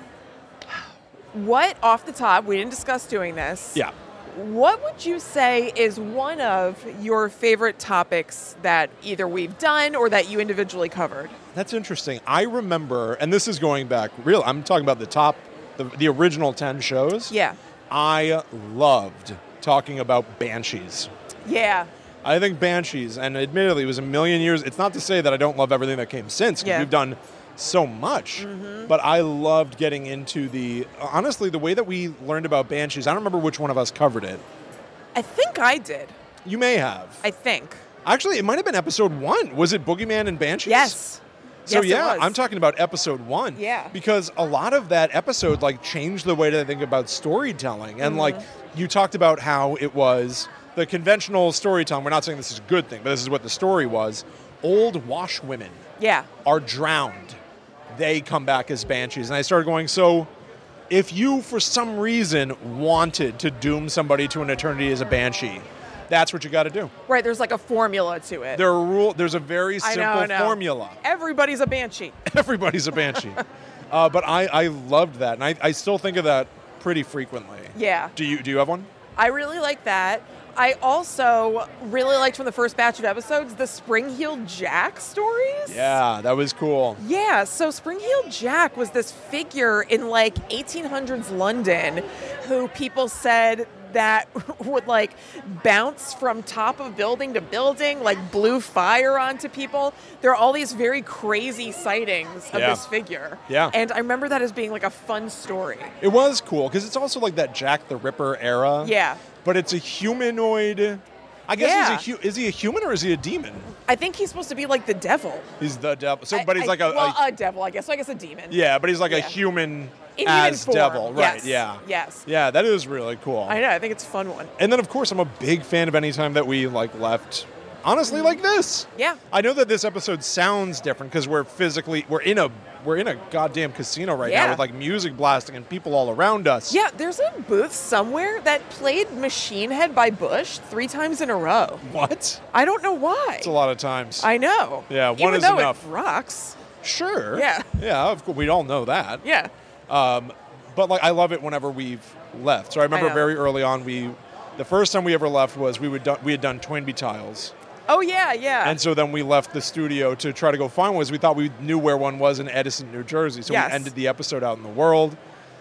Speaker 3: What off the top, we didn't discuss doing this.
Speaker 4: Yeah.
Speaker 3: What would you say is one of your favorite topics that either we've done or that you individually covered?
Speaker 4: That's interesting. I remember, and this is going back real. I'm talking about the top, the, the original ten shows.
Speaker 3: Yeah.
Speaker 4: I loved talking about banshees.
Speaker 3: Yeah.
Speaker 4: I think Banshees, and admittedly, it was a million years. It's not to say that I don't love everything that came since, 'cause
Speaker 3: Yeah. Mm-hmm.
Speaker 4: we've done so much. But I loved getting into the honestly the way that we learned about Banshees. I don't remember which one of us covered it.
Speaker 3: I think I did.
Speaker 4: You may have.
Speaker 3: I think.
Speaker 4: Actually, it might have been episode one. Was it Boogeyman and Banshees?
Speaker 3: Yes.
Speaker 4: So
Speaker 3: Yes, it
Speaker 4: yeah,
Speaker 3: was.
Speaker 4: I'm talking about episode one.
Speaker 3: Yeah.
Speaker 4: Because a lot of that episode like changed the way that I think about storytelling. And like
Speaker 3: Mm-hmm.
Speaker 4: you talked about how it was the conventional storytelling. We're not saying this is a good thing, but this is what the story was. Old washwomen
Speaker 3: Yeah.
Speaker 4: are drowned. They come back as banshees. And I started going, so if you for some reason wanted to doom somebody to an eternity as a banshee, that's what you gotta do.
Speaker 3: Right, there's like a formula to it.
Speaker 4: There are rule there's a very
Speaker 3: I
Speaker 4: simple
Speaker 3: know, I know.
Speaker 4: formula.
Speaker 3: Everybody's a banshee.
Speaker 4: everybody's a banshee. uh, but I, I loved that, and I, I still think of that pretty frequently.
Speaker 3: Yeah.
Speaker 4: Do you do you have one?
Speaker 3: I really like that. I also really liked from the first batch of episodes the Spring-Heeled Jack stories.
Speaker 4: Yeah, that was cool.
Speaker 3: Yeah, so Spring-Heeled Jack was this figure in like 1800s London who people said that would like bounce from top of building to building, like blew fire onto people. There are all these very crazy sightings of
Speaker 4: Yeah.
Speaker 3: this figure.
Speaker 4: Yeah.
Speaker 3: And I remember that as being like a fun story.
Speaker 4: It was cool because it's also like that Jack the Ripper era.
Speaker 3: Yeah.
Speaker 4: But it's a humanoid. I guess
Speaker 3: Yeah.
Speaker 4: he's a hu- is he a human or is he a demon?
Speaker 3: I think he's supposed to be like the devil.
Speaker 4: He's the devil. So,
Speaker 3: I-
Speaker 4: but he's
Speaker 3: I-
Speaker 4: like a,
Speaker 3: well,
Speaker 4: a-
Speaker 3: a, devil, I guess. So I guess a demon.
Speaker 4: yeah, but he's like a
Speaker 3: yeah.
Speaker 4: human
Speaker 3: In human
Speaker 4: as
Speaker 3: form,
Speaker 4: devil, right?
Speaker 3: yes,
Speaker 4: Yeah.
Speaker 3: yes.
Speaker 4: Yeah, that is really cool.
Speaker 3: I know. I think it's a fun one.
Speaker 4: And then, of course, I'm a big fan of any time that we like left. Honestly, like this.
Speaker 3: Yeah.
Speaker 4: I know that this episode sounds different because we're physically we're in a we're in a goddamn casino right now
Speaker 3: Yeah.
Speaker 4: with like music blasting and people all around us.
Speaker 3: Yeah, there's a booth somewhere that played Machine Head by Bush three times in a row.
Speaker 4: What?
Speaker 3: I don't know why.
Speaker 4: It's a lot of times.
Speaker 3: I know.
Speaker 4: Yeah, one
Speaker 3: Even
Speaker 4: is
Speaker 3: though
Speaker 4: enough.
Speaker 3: It rocks.
Speaker 4: sure.
Speaker 3: Yeah.
Speaker 4: Yeah. Of course, we all know that.
Speaker 3: Yeah.
Speaker 4: Um, but like I love it whenever we've left. So I remember
Speaker 3: know.
Speaker 4: very early on we. The first time we ever left was we would do, we had done Toynbee tiles,
Speaker 3: Oh yeah, yeah.
Speaker 4: and so then we left the studio to try to go find one. Because we thought we knew where one was in Edison, New Jersey. So
Speaker 3: Yes.
Speaker 4: we ended the episode out in the world,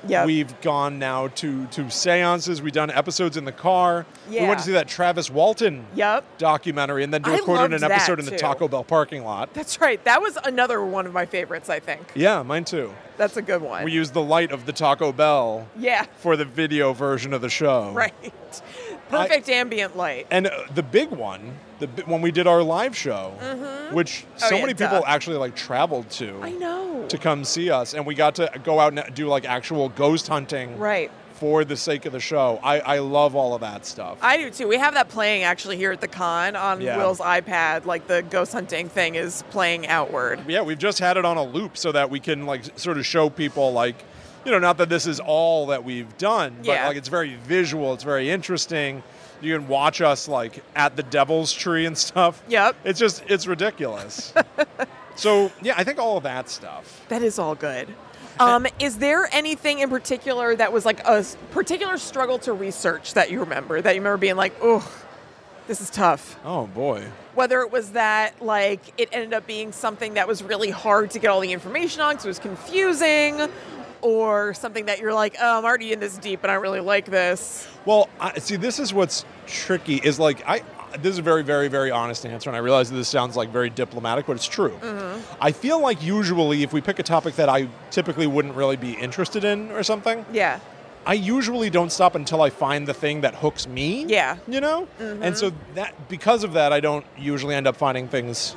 Speaker 3: Yep.
Speaker 4: We've gone now to to seances. We've done episodes in the car. We
Speaker 3: Yeah.
Speaker 4: went to see that Travis Walton
Speaker 3: Yep.
Speaker 4: documentary, and then
Speaker 3: I
Speaker 4: recorded an
Speaker 3: loved that,
Speaker 4: episode in the
Speaker 3: too.
Speaker 4: Taco Bell parking lot.
Speaker 3: That's right. That was another one of my favorites, I think.
Speaker 4: Yeah, mine too.
Speaker 3: That's a good one.
Speaker 4: We used the light of the Taco Bell
Speaker 3: yeah.
Speaker 4: for the video version of the show.
Speaker 3: Right. Perfect ambient light.
Speaker 4: And uh, the big one, the bi- when we did our live show, which
Speaker 3: Oh,
Speaker 4: so
Speaker 3: yeah,
Speaker 4: many
Speaker 3: duh.
Speaker 4: people actually like traveled to.
Speaker 3: I know.
Speaker 4: to come see us, and we got to go out and do like actual ghost hunting,
Speaker 3: Right.
Speaker 4: for the sake of the show. I, I love all of that stuff.
Speaker 3: I do too. We have that playing actually here at the con on
Speaker 4: Yeah.
Speaker 3: Will's iPad. Like the ghost hunting thing is playing outward.
Speaker 4: yeah, we've just had it on a loop so that we can like sort of show people like, you know, not that this is all that we've done, but
Speaker 3: Yeah.
Speaker 4: like it's very visual, it's very interesting. You can watch us like at the devil's tree and stuff.
Speaker 3: Yep.
Speaker 4: It's just it's ridiculous. so yeah, I think all of that stuff.
Speaker 3: That is all good. Um, is there anything in particular that was like a s- particular struggle to research that you remember? That you remember being like, oh, this is tough.
Speaker 4: Oh boy.
Speaker 3: whether it was that like it ended up being something that was really hard to get all the information on because it was confusing or something that you're like oh i'm already in this deep and i don't really like this
Speaker 4: Well, I, see, this is what's tricky is like I. This is a very, very, very honest answer, and I realize that this sounds like very diplomatic, but it's true. I feel like usually, if we pick a topic that I typically wouldn't really be interested in or something,
Speaker 3: yeah
Speaker 4: I usually don't stop until I find the thing that hooks me.
Speaker 3: Yeah.
Speaker 4: you know, and so that because of that, I don't usually end up finding things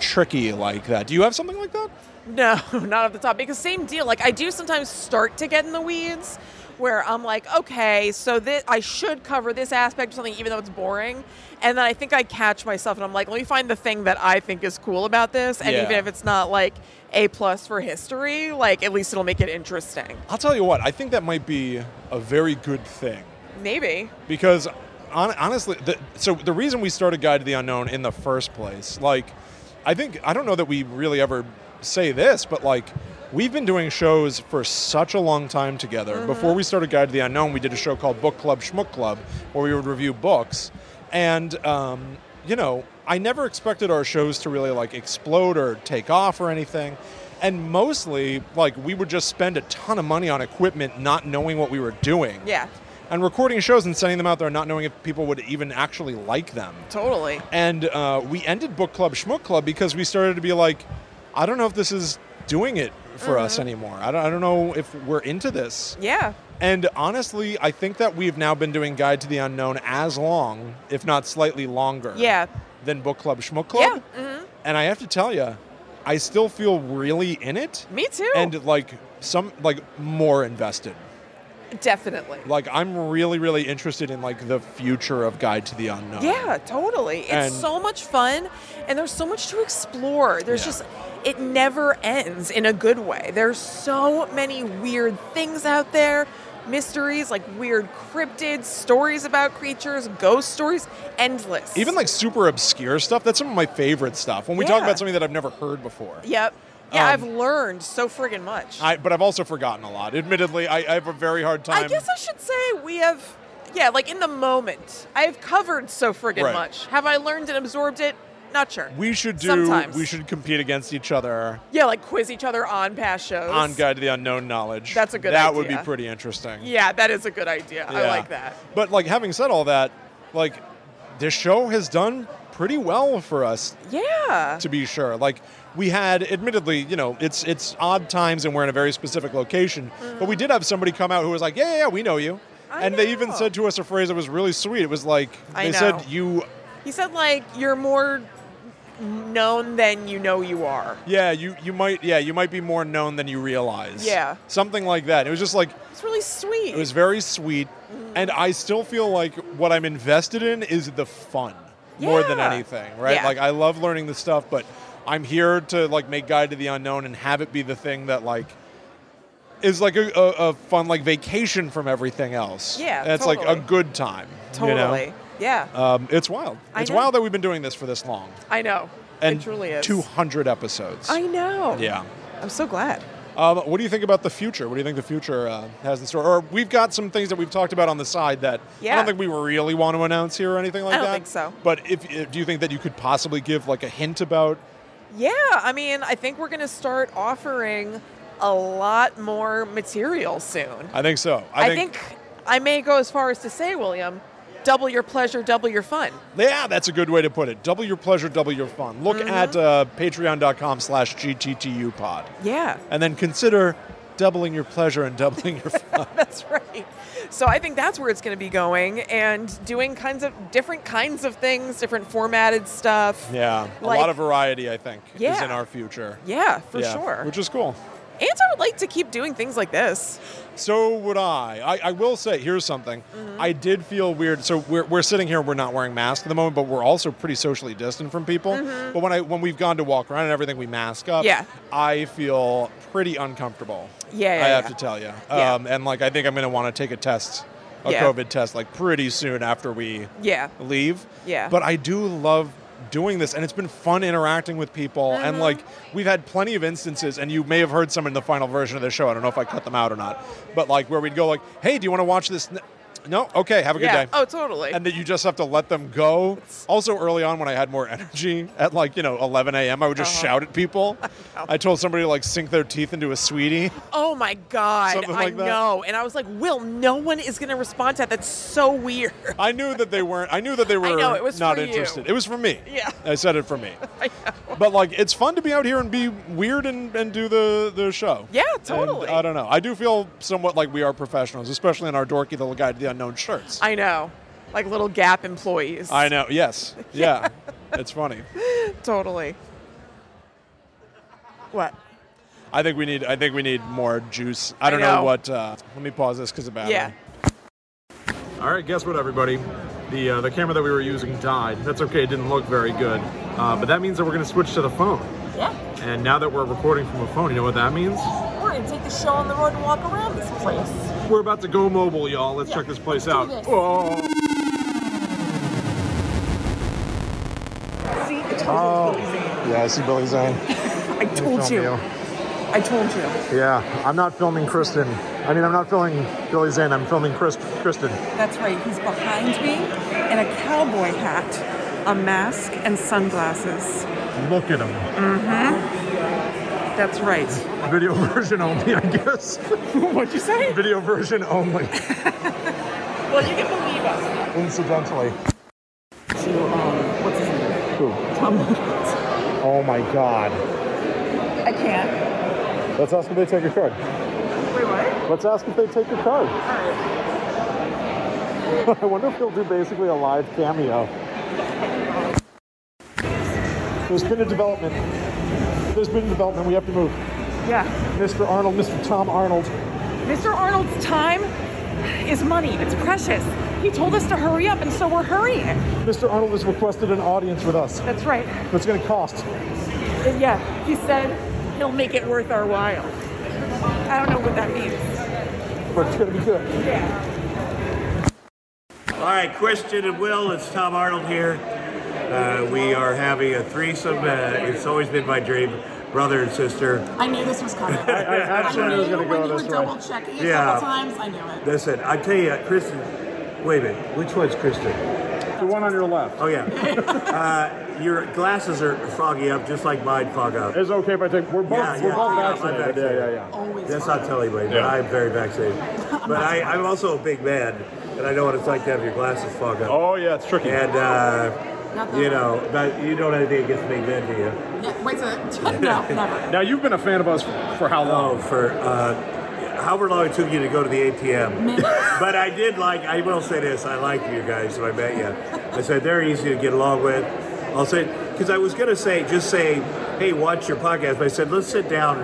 Speaker 4: tricky like that. Do you have something like that?
Speaker 3: no not off the top because same deal like i do sometimes start to get in the weeds where i'm like okay so this i should cover this aspect of something even though it's boring and then i think i catch myself and i'm like let me find the thing that i think is cool about this and
Speaker 4: Yeah.
Speaker 3: even if it's not like a plus for history like at least it'll make it interesting
Speaker 4: I'll tell you what. I think that might be a very good thing.
Speaker 3: Maybe.
Speaker 4: because hon- honestly, the, so the reason we started Guide to the Unknown in the first place, like, I think I don't know that we really ever say this, but like, we've been doing shows for such a long time together. Before we started Guide to the Unknown, we did a show called Book Club Schmuck Club, where we would review books, and um, you know, I never expected our shows to really like explode or take off or anything. And mostly, like, we would just spend a ton of money on equipment not knowing what we were doing
Speaker 3: Yeah,
Speaker 4: and recording shows and sending them out there, not knowing if people would even actually like them.
Speaker 3: totally.
Speaker 4: And uh, we ended Book Club Schmuck Club because we started to be like, I don't know if this is doing it for
Speaker 3: Mm-hmm.
Speaker 4: us anymore. I don't, I don't know if we're into this.
Speaker 3: Yeah.
Speaker 4: And honestly, I think that we've now been doing Guide to the Unknown as long, if not slightly longer,
Speaker 3: Yeah.
Speaker 4: than Book Club Schmuck Club.
Speaker 3: Yeah. mhm.
Speaker 4: And I have to tell you, I still feel really in it
Speaker 3: Me too.
Speaker 4: and like some like more invested
Speaker 3: definitely.
Speaker 4: like I'm really really interested in like the future of Guide to the Unknown.
Speaker 3: Yeah, totally. It's
Speaker 4: And-
Speaker 3: so much fun and there's so much to explore. There's
Speaker 4: Yeah.
Speaker 3: just it never ends in a good way. There's so many weird things out there. Mysteries like weird cryptids, stories about creatures, ghost stories, endless.
Speaker 4: Even like super obscure stuff, that's some of my favorite stuff. When we talk
Speaker 3: Yeah.
Speaker 4: about something that I've never heard before.
Speaker 3: Yep. Yeah,
Speaker 4: Um,
Speaker 3: I've learned so friggin' much.
Speaker 4: I, but I've also forgotten a lot. Admittedly, I, I have a very hard time.
Speaker 3: I guess I should say we have, yeah, like in the moment, I have covered so friggin'
Speaker 4: Right.
Speaker 3: much. Have I learned and absorbed it? Not sure.
Speaker 4: we should do
Speaker 3: Sometimes.
Speaker 4: we should compete against each other
Speaker 3: yeah, like quiz each other on past shows.
Speaker 4: on Guide to the Unknown knowledge.
Speaker 3: That's a good
Speaker 4: That would be
Speaker 3: idea.
Speaker 4: pretty interesting.
Speaker 3: Yeah, that is a good idea. I
Speaker 4: Yeah.
Speaker 3: like that.
Speaker 4: But like having said all that, like this show has done pretty well for us
Speaker 3: Yeah.
Speaker 4: to be sure. Like we had, admittedly, you know, it's it's odd times and we're in a very specific location, but we did have somebody come out who was like, "Yeah, yeah, yeah we know you,"
Speaker 3: I
Speaker 4: and they even
Speaker 3: know.
Speaker 4: said to us a phrase that was really sweet. It was like
Speaker 3: I
Speaker 4: they
Speaker 3: know.
Speaker 4: said, "You,
Speaker 3: He said, like, you're more known than you know you are.
Speaker 4: yeah, you you might, yeah, you might be more known than you realize."
Speaker 3: Yeah.
Speaker 4: something like that. It was just like
Speaker 3: It's really sweet.
Speaker 4: it was very sweet, and I still feel like what I'm invested in is the fun more than
Speaker 3: Yeah.
Speaker 4: anything, right?
Speaker 3: Yeah.
Speaker 4: Like I love learning the stuff, but I'm here to like make Guide to the Unknown and have it be the thing that like is like a, a, a fun like vacation from everything else.
Speaker 3: Yeah,
Speaker 4: and it's like a
Speaker 3: totally.
Speaker 4: good time. you know?
Speaker 3: totally. Yeah,
Speaker 4: Um, it's wild.
Speaker 3: I
Speaker 4: it's
Speaker 3: know.
Speaker 4: wild that we've been doing this for this long
Speaker 3: I know.
Speaker 4: and
Speaker 3: it truly is.
Speaker 4: 200 episodes.
Speaker 3: I know.
Speaker 4: yeah.
Speaker 3: I'm so glad.
Speaker 4: Um, what do you think about the future? What do you think the future uh, has in store? Or we've got some things that we've talked about on the side that I
Speaker 3: Yeah.
Speaker 4: don't think we really want to announce here or anything like
Speaker 3: I don't
Speaker 4: that.
Speaker 3: think so.
Speaker 4: But if, if do you think that you could possibly give like a hint about?
Speaker 3: Yeah, I mean, I think we're going to start offering a lot more material soon.
Speaker 4: I think so.
Speaker 3: I think, I may go as far as to say, William, double your pleasure, double your fun.
Speaker 4: Yeah, that's a good way to put it. Double your pleasure, double your fun. Look
Speaker 3: Mm-hmm.
Speaker 4: at uh, patreon.com slash gttupod.
Speaker 3: Yeah,
Speaker 4: And then consider doubling your pleasure and doubling your fun.
Speaker 3: that's right. So I think that's where it's going to be going and doing kinds of different kinds of things, different formatted stuff.
Speaker 4: yeah.
Speaker 3: Like-
Speaker 4: a lot of variety, I think, is
Speaker 3: Yeah.
Speaker 4: in our future.
Speaker 3: Yeah, for
Speaker 4: Yeah,
Speaker 3: sure.
Speaker 4: Which is cool.
Speaker 3: and I would like to keep doing things like this.
Speaker 4: So would I. I, I will say, here's something.
Speaker 3: Mm-hmm.
Speaker 4: I did feel weird. So we're, we're sitting here, we're not wearing masks at the moment, but we're also pretty socially distant from people. But when I when we've gone to walk around and everything, we mask up.
Speaker 3: Mm-hmm. Yeah.
Speaker 4: I feel pretty uncomfortable.
Speaker 3: Yeah, yeah,
Speaker 4: I have
Speaker 3: yeah.
Speaker 4: to tell you.
Speaker 3: Yeah.
Speaker 4: Um, and like, I think I'm going to want to take a test, a
Speaker 3: Yeah.
Speaker 4: COVID test, like pretty soon after we
Speaker 3: Yeah.
Speaker 4: leave.
Speaker 3: Yeah.
Speaker 4: But I do love doing this and it's been fun interacting with people
Speaker 3: Uh-huh.
Speaker 4: and like we've had plenty of instances and you may have heard some in the final version of the show. I don't know if I cut them out or not. But like where we'd go like, "Hey, do you want to watch this?" n- No? Okay, have a good
Speaker 3: yeah.
Speaker 4: day.
Speaker 3: Oh, totally.
Speaker 4: And that you just have to let them go. Also, early on when I had more energy at like, you know, 11 a.m., I would just
Speaker 3: Uh-huh.
Speaker 4: shout at people. I told somebody to like sink their teeth into a sweetie.
Speaker 3: oh my God,
Speaker 4: Something
Speaker 3: I
Speaker 4: like that.
Speaker 3: know. And I was like, Will, no one is going to respond to that. That's so weird.
Speaker 4: I knew that they weren't, I knew that they were
Speaker 3: know, it was
Speaker 4: not
Speaker 3: for you.
Speaker 4: interested. It was for me.
Speaker 3: Yeah.
Speaker 4: I said it for me.
Speaker 3: I know.
Speaker 4: but like it's fun to be out here and be weird and, and do the, the show.
Speaker 3: Yeah,
Speaker 4: And
Speaker 3: totally.
Speaker 4: I don't know. I do feel somewhat like we are professionals, especially in our dorky little guide to the unknown shirts.
Speaker 3: I know. Like little Gap employees.
Speaker 4: I know. Yes. Yeah. it's funny.
Speaker 3: Totally. What?
Speaker 4: I think we need. I think we need more juice. I don't know.
Speaker 3: know.
Speaker 4: what. Uh, let me pause this because of battery.
Speaker 3: Yeah.
Speaker 4: All right, guess what, everybody? The uh, the camera that we were using died. That's okay. It didn't look very good, uh, but that means that we're going to switch to the phone.
Speaker 5: Yeah,
Speaker 4: And now that we're recording from a phone, you know what that means?
Speaker 5: we're gonna take the show on the road and walk around this place.
Speaker 4: We're about to go mobile, y'all. Let's
Speaker 5: Yeah,
Speaker 4: check this place
Speaker 5: let's do
Speaker 4: out.
Speaker 5: this.
Speaker 4: Whoa.
Speaker 1: See, I told,
Speaker 3: Oh,
Speaker 4: Oh.
Speaker 2: Yeah, I see Billy Zane.
Speaker 1: I told you. I told you.
Speaker 2: Yeah, I'm not filming Kristen. I mean, I'm not filming Billy Zane. I'm filming Chris, Kristen.
Speaker 1: That's right. He's behind me in a cowboy hat, a mask, and sunglasses.
Speaker 2: Look at him.
Speaker 1: That's right.
Speaker 2: Video version only, I guess.
Speaker 1: What'd you say?
Speaker 2: Video version only,
Speaker 1: Well, you can believe us.
Speaker 2: incidentally.
Speaker 1: To, um, what's his name?
Speaker 2: Who?
Speaker 1: Tom Hanks.
Speaker 2: Oh my God.
Speaker 1: I can't.
Speaker 2: Let's ask if they take your card.
Speaker 1: Wait, what?
Speaker 2: Let's ask if they take your card. I wonder if he'll do basically a live cameo. There's been a development. There's been a development. We have to move.
Speaker 1: Yeah.
Speaker 2: Mr. Arnold, Mr. Tom Arnold.
Speaker 1: Mr. Arnold's time is money. It's precious. He told us to hurry up, and so we're hurrying.
Speaker 2: Mr. Arnold has requested an audience with us.
Speaker 1: That's right.
Speaker 2: What's going to cost?
Speaker 1: And yeah, he said he'll make it worth our while. I don't know what that means.
Speaker 2: But it's going to be good.
Speaker 6: All right, Christian and Will, it's Tom Arnold here. Uh, we are having a threesome. Uh, it's always been my dream, brother and sister.
Speaker 5: I knew this was coming. I,
Speaker 2: actually
Speaker 5: knew
Speaker 2: was gonna go
Speaker 5: when you
Speaker 2: this
Speaker 5: were
Speaker 2: way.
Speaker 5: double checking it a
Speaker 6: Yeah.
Speaker 5: couple times. I knew it.
Speaker 6: Listen, I tell you, Kristen. Wait a minute, which one's Kristen?
Speaker 2: The one on your left.
Speaker 6: Oh yeah. Uh, your glasses are foggy up, just like mine fog up.
Speaker 2: It's okay if I take. We're both,
Speaker 6: Yeah,
Speaker 2: we're
Speaker 6: yeah,
Speaker 2: both
Speaker 6: yeah, I'm
Speaker 2: vaccinated.
Speaker 6: vaccinated.
Speaker 2: Yeah, yeah, yeah.
Speaker 5: Always.
Speaker 6: That's
Speaker 5: fun.
Speaker 6: not telling anybody, but
Speaker 2: Yeah.
Speaker 6: I'm very vaccinated. But I, I'm also a big man, and I know what it's like to have your glasses fog up.
Speaker 2: Oh, yeah, it's tricky.
Speaker 6: And uh,
Speaker 5: Not that-
Speaker 6: you know, but you don't have anything against big men, do you?
Speaker 5: Yeah, wait a No, never.
Speaker 2: Now, you've been a fan of us for how long?
Speaker 6: Oh, for uh, however long it took you to go to the ATM. but I did like. I will say this: I like you guys when I met you. I said they're easy to get along with. I'll say because I was gonna say just say, hey, watch your podcast. But I said let's sit down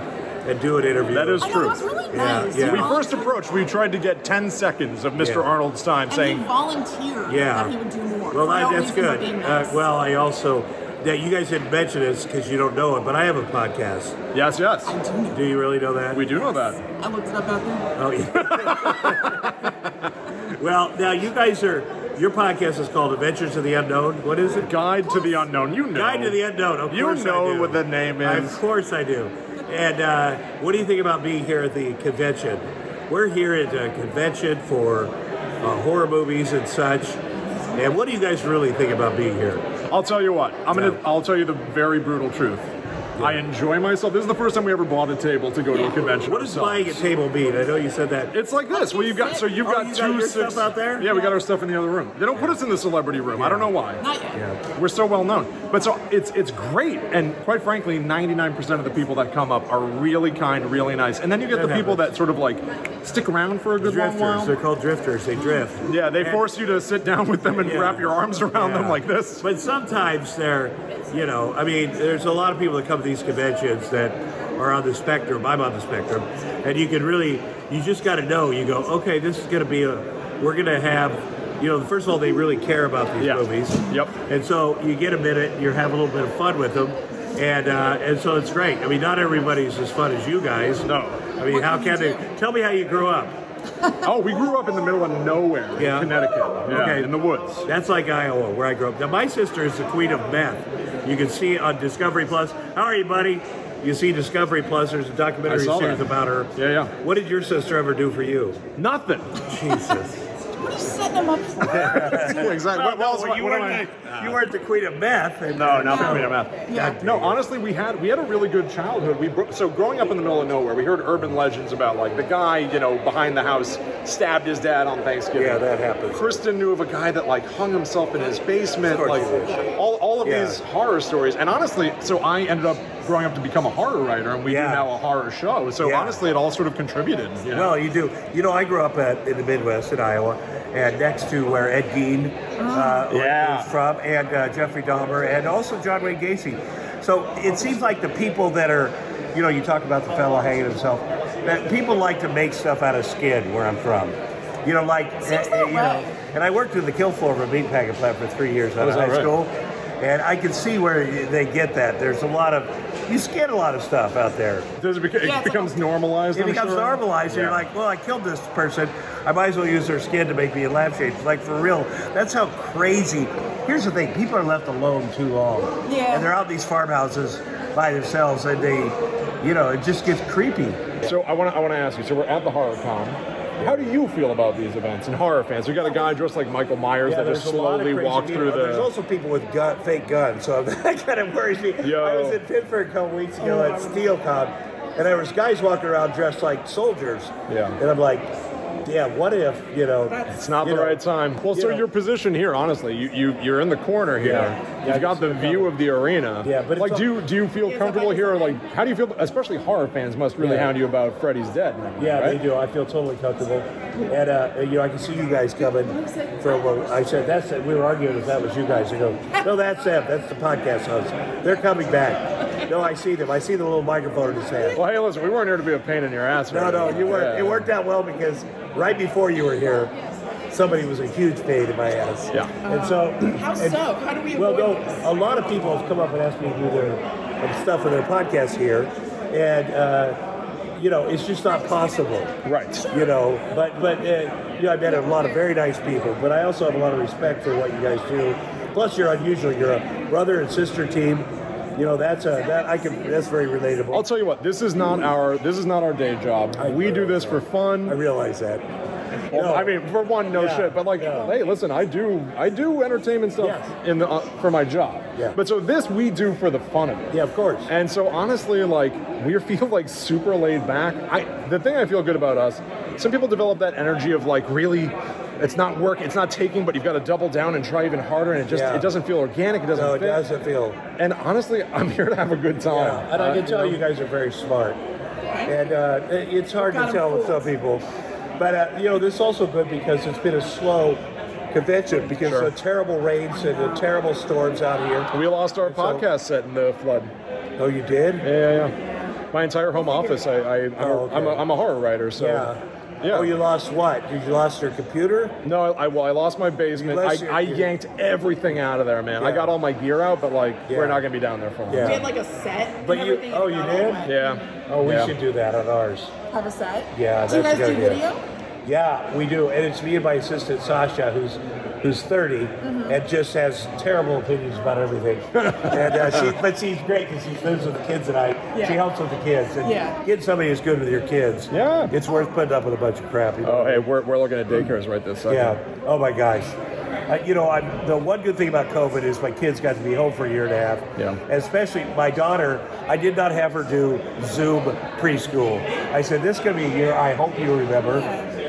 Speaker 6: and do an interview.
Speaker 7: That is
Speaker 5: I
Speaker 7: true.
Speaker 5: know, it was really
Speaker 6: Yeah,
Speaker 5: nice.
Speaker 6: yeah.
Speaker 5: You
Speaker 7: we
Speaker 5: volunteered-
Speaker 7: first approached, we tried to get 10 seconds of Mr.
Speaker 6: Yeah.
Speaker 7: Arnold's time
Speaker 5: and
Speaker 7: saying,
Speaker 5: he volunteered
Speaker 6: Yeah.
Speaker 5: that he would do more.
Speaker 6: Well,
Speaker 5: for
Speaker 6: that,
Speaker 5: no
Speaker 6: that's
Speaker 5: reason but
Speaker 6: good.
Speaker 5: being
Speaker 6: Uh,
Speaker 5: nice.
Speaker 6: well, I also that you guys didn't mention this because you don't know it, but I have a podcast.
Speaker 7: yes,
Speaker 5: I
Speaker 7: yes.
Speaker 5: do know.
Speaker 6: Do you really know that?
Speaker 7: We do know that.
Speaker 5: I looked it up out there.
Speaker 6: Oh, yeah. well, now you guys are. Your podcast is called Adventures of the Unknown. What is it?
Speaker 7: Guide to the unknown. You know.
Speaker 6: Guide to the Unknown. Of
Speaker 7: You
Speaker 6: course I
Speaker 7: know
Speaker 6: do.
Speaker 7: what the name
Speaker 6: Of
Speaker 7: is.
Speaker 6: course I do. And uh, what do you think about being here at the convention? We're here at a convention for uh, horror movies and such. And what do you guys really think about being here?
Speaker 7: I'll tell you what. I'm
Speaker 6: Yeah.
Speaker 7: gonna. I'll tell you the very brutal truth. I enjoy myself. This is the first time we ever bought a table to go to a convention.
Speaker 6: What does
Speaker 7: ourselves.
Speaker 6: buying a table mean? I know you said that.
Speaker 7: It's like this. Well, you've got so you've
Speaker 6: Oh,
Speaker 7: got
Speaker 6: you got
Speaker 7: two
Speaker 6: your
Speaker 7: six-
Speaker 6: stuff out there?
Speaker 7: Yeah, we got our stuff in the other room. They don't put us in the celebrity room. I don't know why.
Speaker 5: Not yet.
Speaker 7: We're so well known, but so it's it's great. And quite frankly, ninety nine percent of the people that come up are really kind, really nice. And then you get the
Speaker 6: That
Speaker 7: people that sort of like stick around for a good long
Speaker 6: Drifters. They're
Speaker 7: while.
Speaker 6: called drifters. They drift.
Speaker 7: Yeah, they
Speaker 6: And-
Speaker 7: force you to sit down with them and
Speaker 6: Yeah.
Speaker 7: wrap your arms around them
Speaker 6: Yeah.
Speaker 7: like this.
Speaker 6: But sometimes they're, you know, I mean, there's a lot of people that come to these conventions that are on the spectrum. I'm on the spectrum, and you can really, you just got to know. You go, okay, this is going to be a, we're going to have, you know, first of all, they really care about these
Speaker 7: Yeah.
Speaker 6: movies.
Speaker 7: Yep.
Speaker 6: And so you get a minute, you have a little bit of fun with them. And, uh, and so it's great. I mean, not everybody's as fun as you guys.
Speaker 7: No.
Speaker 6: I mean, how can they? Tell me how you grew up.
Speaker 7: Oh, we grew up in the middle of nowhere, in
Speaker 6: Yeah.
Speaker 7: Connecticut. Yeah,
Speaker 6: Okay.
Speaker 7: in the woods.
Speaker 6: That's like Iowa, where I grew up. Now, my sister is the queen of meth. You can see on Discovery Plus. How are you, buddy? You see Discovery Plus. There's a documentary
Speaker 7: I saw
Speaker 6: series
Speaker 7: that.
Speaker 6: about her.
Speaker 7: Yeah, yeah.
Speaker 6: What did your sister ever do for you?
Speaker 7: Nothing.
Speaker 6: Jesus.
Speaker 5: What are you setting them up for?
Speaker 7: exactly. What- what else-
Speaker 6: you,
Speaker 7: what am I-
Speaker 6: weren't the, you weren't the queen of meth. and-
Speaker 7: No, not the Queen of Math.
Speaker 5: Yeah.
Speaker 6: God
Speaker 7: No, honestly, we had we had a really good childhood. We bro- so growing up in the middle of nowhere, we heard urban legends about like the guy you know behind the house stabbed his dad on Thanksgiving.
Speaker 6: Yeah, that happens.
Speaker 7: Kristen knew of a guy that like hung himself in his basement.
Speaker 6: Of course
Speaker 7: Like
Speaker 6: you did.
Speaker 7: all, all of
Speaker 6: Yeah.
Speaker 7: these horror stories. And honestly, so I ended up growing up to become a horror writer, and we
Speaker 6: Yeah.
Speaker 7: do now a horror show. So
Speaker 6: Yeah.
Speaker 7: honestly, it all sort of contributed. you know?
Speaker 6: Well, you do. You know, I grew up at, in the Midwest in Iowa, and next to where Ed Gein
Speaker 5: Oh.
Speaker 6: uh,
Speaker 7: Yeah.
Speaker 6: was from, and uh, Jeffrey Dahmer, and also John Wayne Gacy. So it seems like the people that are, you know, you talk about the fellow hanging himself. That people like to make stuff out of skin where I'm from. You know, like
Speaker 5: Seems
Speaker 6: uh,
Speaker 5: that
Speaker 6: you
Speaker 5: way.
Speaker 6: know. And I worked in the kill floor of a meatpacking plant for three years out
Speaker 7: Oh,
Speaker 6: of
Speaker 7: is that
Speaker 6: high
Speaker 7: right?
Speaker 6: school, and I can see where they get that. There's a lot of you skin a lot of stuff out there.
Speaker 7: Does it, beca-
Speaker 5: Yeah,
Speaker 7: it
Speaker 5: it's
Speaker 7: becomes
Speaker 5: like-
Speaker 7: normalized.
Speaker 6: It
Speaker 7: I'm
Speaker 6: becomes
Speaker 7: sure.
Speaker 6: normalized, and you're
Speaker 7: Yeah.
Speaker 6: like, well, I killed this person. I might as well use their skin to make me in lab shape. Like, for real, that's how crazy. Here's the thing people are left alone too long.
Speaker 5: Yeah.
Speaker 6: And they're out in these farmhouses by themselves, and they, you know, it just gets creepy.
Speaker 7: So I want to I want to ask you. So we're at the horror con. How do you feel about these events and horror fans? We got a guy dressed like Michael Myers that just slowly walked through
Speaker 6: There's
Speaker 7: the.
Speaker 6: also people with gun, fake guns, so that kind of worries me.
Speaker 7: Yo.
Speaker 6: I was in Pittsburgh a couple weeks ago at SteelCon, and there was guys walking around dressed like soldiers.
Speaker 7: Yeah.
Speaker 6: And I'm like, yeah, what if, you know.
Speaker 7: It's not the
Speaker 6: you know,
Speaker 7: right time. Well,
Speaker 6: you
Speaker 7: so
Speaker 6: know.
Speaker 7: your position here, honestly, you you you're in the corner here.
Speaker 6: Yeah.
Speaker 7: You've got the view of the arena.
Speaker 6: Yeah, but it's
Speaker 7: like,
Speaker 6: all-
Speaker 7: do you, do you feel comfortable here? Like, how do you feel? Especially horror fans must really
Speaker 6: Yeah.
Speaker 7: hound you about Freddy's dead. and everything,
Speaker 6: Yeah,
Speaker 7: right?
Speaker 6: they do. I feel totally comfortable, and uh, you know I can see you guys coming from. Uh, I said that's it. we were arguing if that was you guys. I go, no, that's them. That's the podcast host. They're coming back. No, I see them. I see the little microphone in his hand.
Speaker 7: Well, hey, listen, we weren't here to be a pain in your ass. or
Speaker 6: No, no,
Speaker 7: anything.
Speaker 6: you weren't.
Speaker 7: Yeah.
Speaker 6: It worked out well because right before you were here, somebody was a huge pain in my ass.
Speaker 7: Yeah.
Speaker 6: and so
Speaker 5: Uh, How
Speaker 6: and-
Speaker 5: so? How do we
Speaker 6: well,
Speaker 5: avoid
Speaker 6: no,
Speaker 5: this?
Speaker 6: a lot of people have come up and asked me to do their um, stuff for their podcast here, and uh, you know, it's just not possible
Speaker 7: Right.
Speaker 6: you know but but uh, you know i met a lot of very nice people but i also have a lot of respect for what you guys do plus you're unusual you're a brother and sister team you know that's a that i can that's very relatable
Speaker 7: I'll tell you what. This is not our this is not our day job.
Speaker 6: I
Speaker 7: we do
Speaker 6: know.
Speaker 7: this for fun.
Speaker 6: i realize that
Speaker 7: Well,
Speaker 6: No.
Speaker 7: I mean, for one, no
Speaker 6: Yeah,
Speaker 7: shit. But like,
Speaker 6: yeah.
Speaker 7: hey, listen, I do, I do entertainment stuff
Speaker 6: Yes.
Speaker 7: in the uh, for my job.
Speaker 6: Yeah.
Speaker 7: But so this we do for the fun of it.
Speaker 6: yeah of course
Speaker 7: And so honestly, like, we feel like super laid back. I the thing I feel good about us. Some people develop that energy of like really. It's not work. It's not taking, but you've got to double down and try even harder, and it just
Speaker 6: Yeah.
Speaker 7: it doesn't feel organic. It doesn't
Speaker 6: no it
Speaker 7: fit.
Speaker 6: doesn't feel
Speaker 7: And honestly, I'm here to have a good time.
Speaker 6: Yeah, and I
Speaker 7: Uh,
Speaker 6: can tell
Speaker 7: know?
Speaker 6: you guys are very smart, and uh, it- it's hard
Speaker 5: Got
Speaker 6: to
Speaker 5: 'em
Speaker 6: tell with some people. But uh, you know, this is also good because it's been a slow convention because
Speaker 7: Sure.
Speaker 6: of the terrible rains and the terrible storms out here.
Speaker 7: We lost our
Speaker 6: So-
Speaker 7: podcast set in the flood.
Speaker 6: Oh, you did?
Speaker 7: Yeah, yeah, yeah. My entire home office. I, I I'm,
Speaker 6: Oh,
Speaker 7: a, I'm, a,
Speaker 6: okay.
Speaker 7: I'm a horror writer, so
Speaker 6: Yeah.
Speaker 7: Yeah.
Speaker 6: Oh, you lost what? Did you lost your computer?
Speaker 7: no, I, I well, I lost my basement.
Speaker 6: lost
Speaker 7: I,
Speaker 6: your-
Speaker 7: I yanked everything out of there, man. I
Speaker 6: Yeah.
Speaker 7: got all my gear out, but like
Speaker 6: Yeah.
Speaker 7: we're not gonna be down there for long.
Speaker 5: We
Speaker 6: Yeah.
Speaker 5: had like a set.
Speaker 6: But
Speaker 5: and
Speaker 6: you-
Speaker 5: everything and
Speaker 6: oh,
Speaker 5: it
Speaker 6: you
Speaker 5: got
Speaker 6: did?
Speaker 5: all wet.
Speaker 7: yeah.
Speaker 6: Oh, we
Speaker 7: Yeah.
Speaker 6: should do that on ours.
Speaker 5: Have a set.
Speaker 6: Yeah,
Speaker 5: Do you
Speaker 6: that's
Speaker 5: guys
Speaker 6: a
Speaker 5: do
Speaker 6: good idea.
Speaker 5: video?
Speaker 6: Yeah, we do, and it's me and my assistant Sasha, who's who's 30
Speaker 5: Mm-hmm.
Speaker 6: and just has terrible opinions about everything. and uh, she, but she's great because she lives with the kids and I.
Speaker 5: Yeah.
Speaker 6: She helps with the kids. And
Speaker 5: Yeah.
Speaker 6: getting somebody who's good with your kids.
Speaker 7: Yeah.
Speaker 6: It's worth putting up with a bunch of crap. you know?
Speaker 7: Oh, hey, we're, we're looking at daycares right this second.
Speaker 6: Yeah. Oh my gosh. Uh, you know, I'm, the one good thing about COVID is my kids got to be home for a year and a half.
Speaker 7: Yeah.
Speaker 6: Especially my daughter, I did not have her do Zoom preschool. I said, this is going to be a year I hope you remember,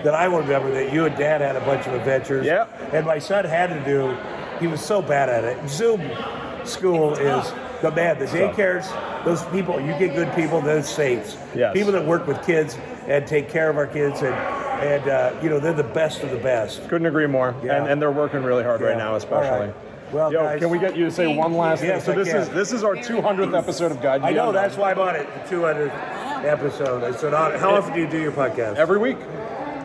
Speaker 6: that I will remember that you and dad had a bunch of adventures.
Speaker 7: Yep.
Speaker 6: And my son had to do, he was so bad at it. Zoom school is the man. The daycares, those people, you get good people, those saints.
Speaker 7: Yes.
Speaker 6: People that work with kids and take care of our kids and, and uh, you know, they're the best of the best.
Speaker 7: Couldn't agree more.
Speaker 6: Yeah.
Speaker 7: And, and they're working really hard right
Speaker 6: Yeah.
Speaker 7: now, especially.
Speaker 6: All right. Well,
Speaker 7: Yo,
Speaker 6: guys-
Speaker 7: can we get you to say one last
Speaker 6: Yes,
Speaker 7: thing?
Speaker 6: I
Speaker 7: So this
Speaker 6: can.
Speaker 7: is this is our 200th episode of Guide.
Speaker 6: I know,
Speaker 7: Beyond.
Speaker 6: that's why I bought it, the 200 episode. It's an honor. How often do you do your podcast?
Speaker 7: every week.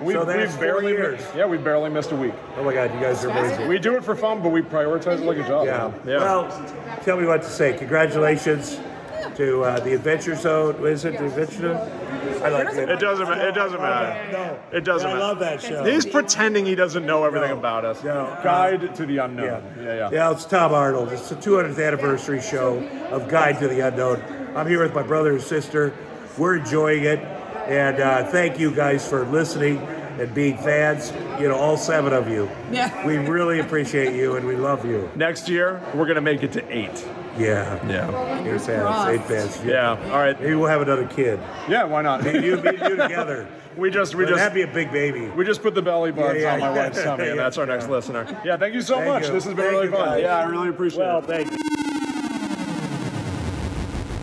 Speaker 7: We've,
Speaker 6: So that's
Speaker 7: we've barely
Speaker 6: four years.
Speaker 7: yeah, we barely missed a week.
Speaker 6: oh my God, you guys are amazing.
Speaker 7: We do it for fun, but we prioritize it like a job.
Speaker 6: Yeah.
Speaker 7: man. yeah.
Speaker 6: Well, tell me what to say. Congratulations to uh, the Adventure Zone. What is it? The Adventure Zone? I like it. Oh,
Speaker 7: it doesn't. ma- It doesn't matter.
Speaker 6: No,
Speaker 7: It doesn't
Speaker 6: I
Speaker 7: matter.
Speaker 6: love that show.
Speaker 7: He's pretending he doesn't know everything
Speaker 6: No.
Speaker 7: about us.
Speaker 6: No. Uh,
Speaker 7: Guide to the unknown.
Speaker 6: yeah.
Speaker 7: Yeah, yeah.
Speaker 6: it's Tom Arnold. It's the 200th anniversary show of Guide to the Unknown. I'm here with my brother and sister. We're enjoying it. And uh, thank you guys for listening and being fans. You know, all seven of you.
Speaker 3: Yeah.
Speaker 6: We really appreciate you and we love you.
Speaker 7: Next year, we're gonna make it to eight.
Speaker 6: Yeah.
Speaker 7: Yeah.
Speaker 6: Eight fans. Eight fans.
Speaker 7: Yeah. All right.
Speaker 6: Maybe we'll have another kid.
Speaker 7: Yeah. Why not?
Speaker 6: Me and you, me and you together.
Speaker 7: we just. We
Speaker 6: But
Speaker 7: just.
Speaker 6: That'd be a big baby.
Speaker 7: We just put the belly buttons
Speaker 6: Yeah, yeah.
Speaker 7: on my wife's tummy, and
Speaker 6: Yeah,
Speaker 7: that's our next
Speaker 6: yeah.
Speaker 7: listener. Yeah, thank you so
Speaker 6: Thank
Speaker 7: much.
Speaker 6: you.
Speaker 7: This has been
Speaker 6: Thank
Speaker 7: really
Speaker 6: you,
Speaker 7: fun.
Speaker 6: guys.
Speaker 7: Yeah, I really appreciate
Speaker 6: Well,
Speaker 7: it.
Speaker 6: thank you.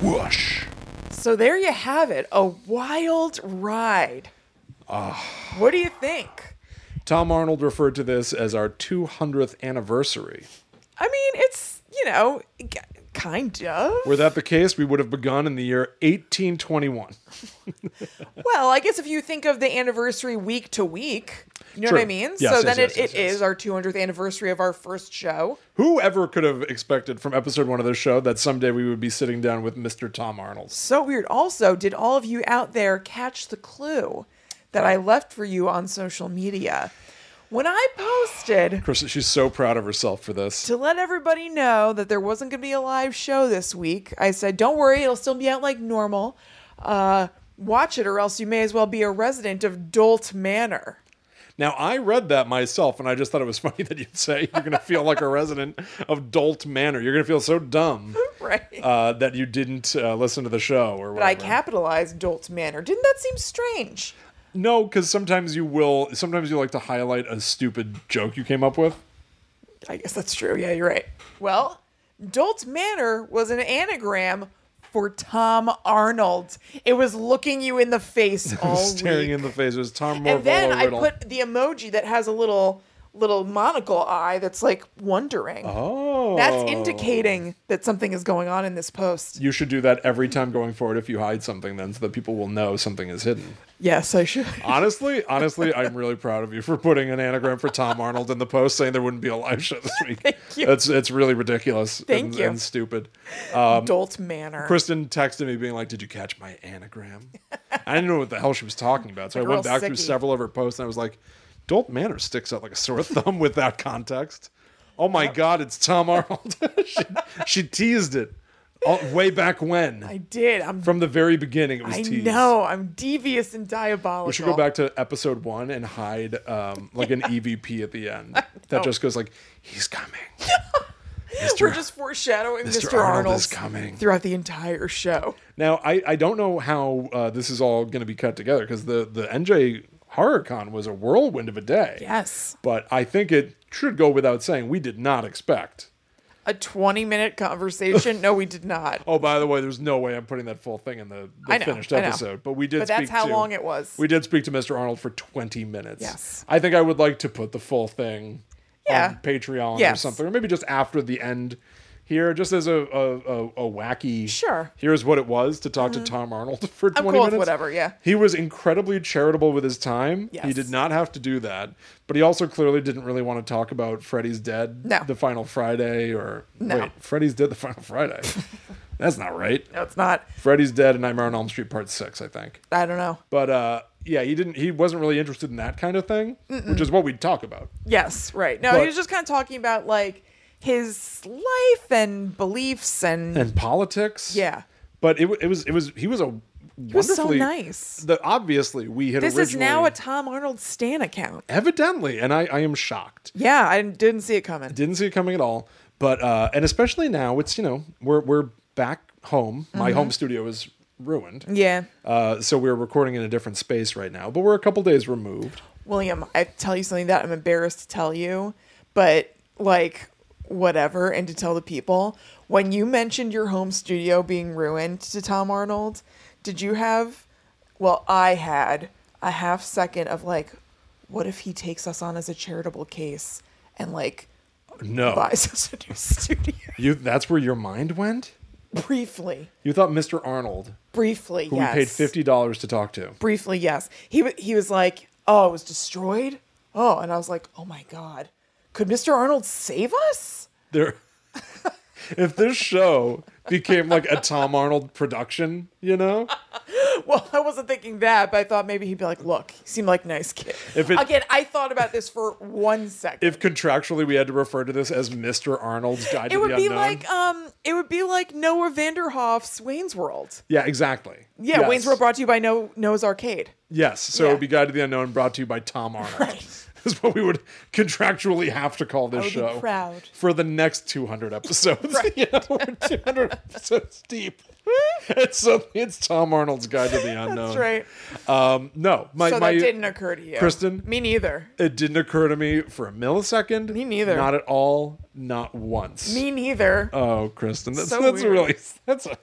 Speaker 4: Whoosh.
Speaker 3: So there you have it, a wild ride.
Speaker 1: Ah.
Speaker 3: What do you think?
Speaker 4: Tom Arnold referred to this as our 200th anniversary.
Speaker 3: I mean, it's, you know, g- kind of.
Speaker 4: Were that the case, we would have begun in the year 1821.
Speaker 3: Well, I guess if you think of the anniversary week to week, you know
Speaker 4: True.
Speaker 3: what I mean?
Speaker 4: Yes,
Speaker 3: so
Speaker 4: yes,
Speaker 3: then
Speaker 4: yes,
Speaker 3: it,
Speaker 4: yes,
Speaker 3: it
Speaker 4: yes.
Speaker 3: is our 200th anniversary of our first show.
Speaker 4: Whoever could have expected from episode one of this show that someday we would be sitting down with Mr. Tom Arnold?
Speaker 3: So weird. Also, did all of you out there catch the clue that I left for you on social media? When I posted
Speaker 4: Chris, she's so proud of herself for this.
Speaker 3: to let everybody know that there wasn't going to be a live show this week, I said, don't worry, it'll still be out like normal. Uh, watch it, or else you may as well be a resident of Dolt Manor.
Speaker 4: Now, I read that myself, and I just thought it was funny that you'd say you're going to feel like a resident of Dolt Manor. You're going to feel so dumb
Speaker 3: Right.
Speaker 4: uh, that you didn't uh, listen to the show or whatever.
Speaker 3: but I capitalized Dolt Manor. Didn't that seem strange?
Speaker 4: No, because sometimes you will. Sometimes you like to highlight a stupid joke you came up with.
Speaker 3: I guess that's true. Yeah, you're right. Well, Dolt Manor was an anagram for Tom Arnold. It was looking you in the face all week.
Speaker 4: staring in the face. It was Tom Morvallo
Speaker 3: and then I
Speaker 4: Riddle.
Speaker 3: put the emoji that has a little little monocle eye that's like wondering.
Speaker 4: oh,
Speaker 3: That's indicating that something is going on in this post.
Speaker 4: You should do that every time going forward if you hide something, then, so that people will know something is hidden.
Speaker 3: Yes, I should.
Speaker 4: Honestly, honestly, I'm really proud of you for putting an anagram for Tom Arnold in the post saying there wouldn't be a live show this week. Thank
Speaker 3: you.
Speaker 4: It's it's really ridiculous.
Speaker 3: Thank
Speaker 4: and,
Speaker 3: you.
Speaker 4: and stupid. Um,
Speaker 3: Dolt Manor.
Speaker 4: Kristen texted me being like, "Did you catch my anagram?" I didn't know what the hell she was talking about, so
Speaker 3: Like
Speaker 4: I
Speaker 3: real
Speaker 4: went back through
Speaker 3: sicky.
Speaker 4: several of her posts and I was like, "Dolt Manor sticks out like a sore thumb without context." Oh my god, it's Tom Arnold. she, she teased it all, way back when,
Speaker 3: I did. I'm
Speaker 4: from the very beginning. It was
Speaker 3: I
Speaker 4: teased.
Speaker 3: know. I'm devious and diabolical.
Speaker 4: We should go back to episode one and hide um, like an EVP at the end that just goes like, "He's coming."
Speaker 3: We're just foreshadowing Mr.
Speaker 4: Mr.
Speaker 3: Arnold
Speaker 4: Arnold is coming.
Speaker 3: throughout the entire show.
Speaker 4: Now, I, I don't know how uh, this is all going to be cut together because the, the NJ HorrorCon was a whirlwind of a day.
Speaker 3: Yes.
Speaker 4: But I think it should go without saying we did not expect.
Speaker 3: A 20 minute conversation? No, we did not.
Speaker 4: Oh, by the way, there's no way I'm putting that full thing in the, the
Speaker 3: I know,
Speaker 4: finished
Speaker 3: I know.
Speaker 4: episode. But we did.
Speaker 3: But that's
Speaker 4: speak
Speaker 3: how
Speaker 4: to-
Speaker 3: long it was.
Speaker 4: We did speak to Mr. Arnold for 20 minutes.
Speaker 3: Yes.
Speaker 4: I think I would like to put the full thing
Speaker 3: Yeah.
Speaker 4: on Patreon or
Speaker 3: Yes.
Speaker 4: something, or maybe just after the end here, just as a a, a, a wacky.
Speaker 3: Sure. Mm-hmm.
Speaker 4: Here's what it was to talk to Tom Arnold for 20
Speaker 3: cool with
Speaker 4: minutes.
Speaker 3: whatever, yeah.
Speaker 4: He was incredibly charitable with his time. He
Speaker 3: Yes.
Speaker 4: did not have to do that, but he also clearly didn't really want to talk about Freddy's Dead,
Speaker 3: No.
Speaker 4: the Final Friday, or
Speaker 3: No.
Speaker 4: wait, Freddy's Dead, the Final Friday. That's not right.
Speaker 3: No, it's not.
Speaker 4: Freddy's Dead and Nightmare on Elm Street Part Six, I think.
Speaker 3: I don't know.
Speaker 4: But uh, yeah, he didn't. He wasn't really interested in that kind of thing, which is what we'd talk about.
Speaker 3: Yes, right. No,
Speaker 4: But-
Speaker 3: he was just kind of talking about like his life and beliefs and,
Speaker 4: And politics.
Speaker 3: yeah.
Speaker 4: But it, wa- it was it was he was a
Speaker 3: He was so
Speaker 4: wonderfully-
Speaker 3: nice.
Speaker 4: The, obviously, we had
Speaker 3: This is now
Speaker 4: originally-
Speaker 3: a Tom Arnold Stan account.
Speaker 4: evidently, and I, I am shocked.
Speaker 3: Yeah, I didn't see it coming.
Speaker 4: didn't see it coming at all. But uh, and especially now, it's you know we're we're back home. My home studio is ruined.
Speaker 3: Mm-hmm. Yeah.
Speaker 4: Uh, so we're recording in a different space right now, but we're a couple days removed.
Speaker 3: William, I tell you something that I'm embarrassed to tell you, but like whatever and to tell the people, when you mentioned your home studio being ruined to Tom Arnold, did you have well, I had a half second of like what if he takes us on as a charitable case and like
Speaker 4: No,
Speaker 3: buys us a new studio
Speaker 4: you. That's where your mind went.
Speaker 3: briefly.
Speaker 4: You thought Mr. Arnold,
Speaker 3: Briefly,
Speaker 4: who
Speaker 3: yes.
Speaker 4: we paid fifty dollars to talk to.
Speaker 3: briefly, yes. He wa- he was like, "Oh, it was destroyed." Oh, and I was like, "Oh my god, could Mr. Arnold save us?"
Speaker 4: There, if this show became like a Tom Arnold production, you know,
Speaker 3: Well, I wasn't thinking that, but I thought maybe he'd be like, "Look, he seemed like a nice kid."
Speaker 4: If it-
Speaker 3: Again, I thought about this for one second.
Speaker 4: if contractually we had to refer to this as Mr. Arnold's Guide
Speaker 3: it
Speaker 4: to
Speaker 3: would
Speaker 4: the
Speaker 3: be
Speaker 4: Unknown.
Speaker 3: like um, it would be like Noah Vanderhoff's Wayne's World.
Speaker 4: yeah, exactly.
Speaker 3: Yeah,
Speaker 4: Yes.
Speaker 3: Wayne's World brought to you by No Noah's Arcade.
Speaker 4: Yes. So
Speaker 3: Yeah.
Speaker 4: it would be Guide to the Unknown brought to you by Tom Arnold. Is what we would contractually have to call this
Speaker 3: I would be
Speaker 4: show.
Speaker 3: proud.
Speaker 4: For the next 200 episodes. You know, we're 200 episodes deep. And suddenly it's Tom Arnold's Guide to the Unknown.
Speaker 3: That's right.
Speaker 4: Um, no. Oh. My,
Speaker 3: so
Speaker 4: my,
Speaker 3: that didn't occur to you,
Speaker 4: Kristen?
Speaker 3: Me neither.
Speaker 4: It didn't occur to me for a millisecond.
Speaker 3: Me neither.
Speaker 4: Not at all. Not once.
Speaker 3: Me neither.
Speaker 4: Oh, Kristen, that's
Speaker 3: So
Speaker 4: that's
Speaker 3: weird.
Speaker 4: really that's a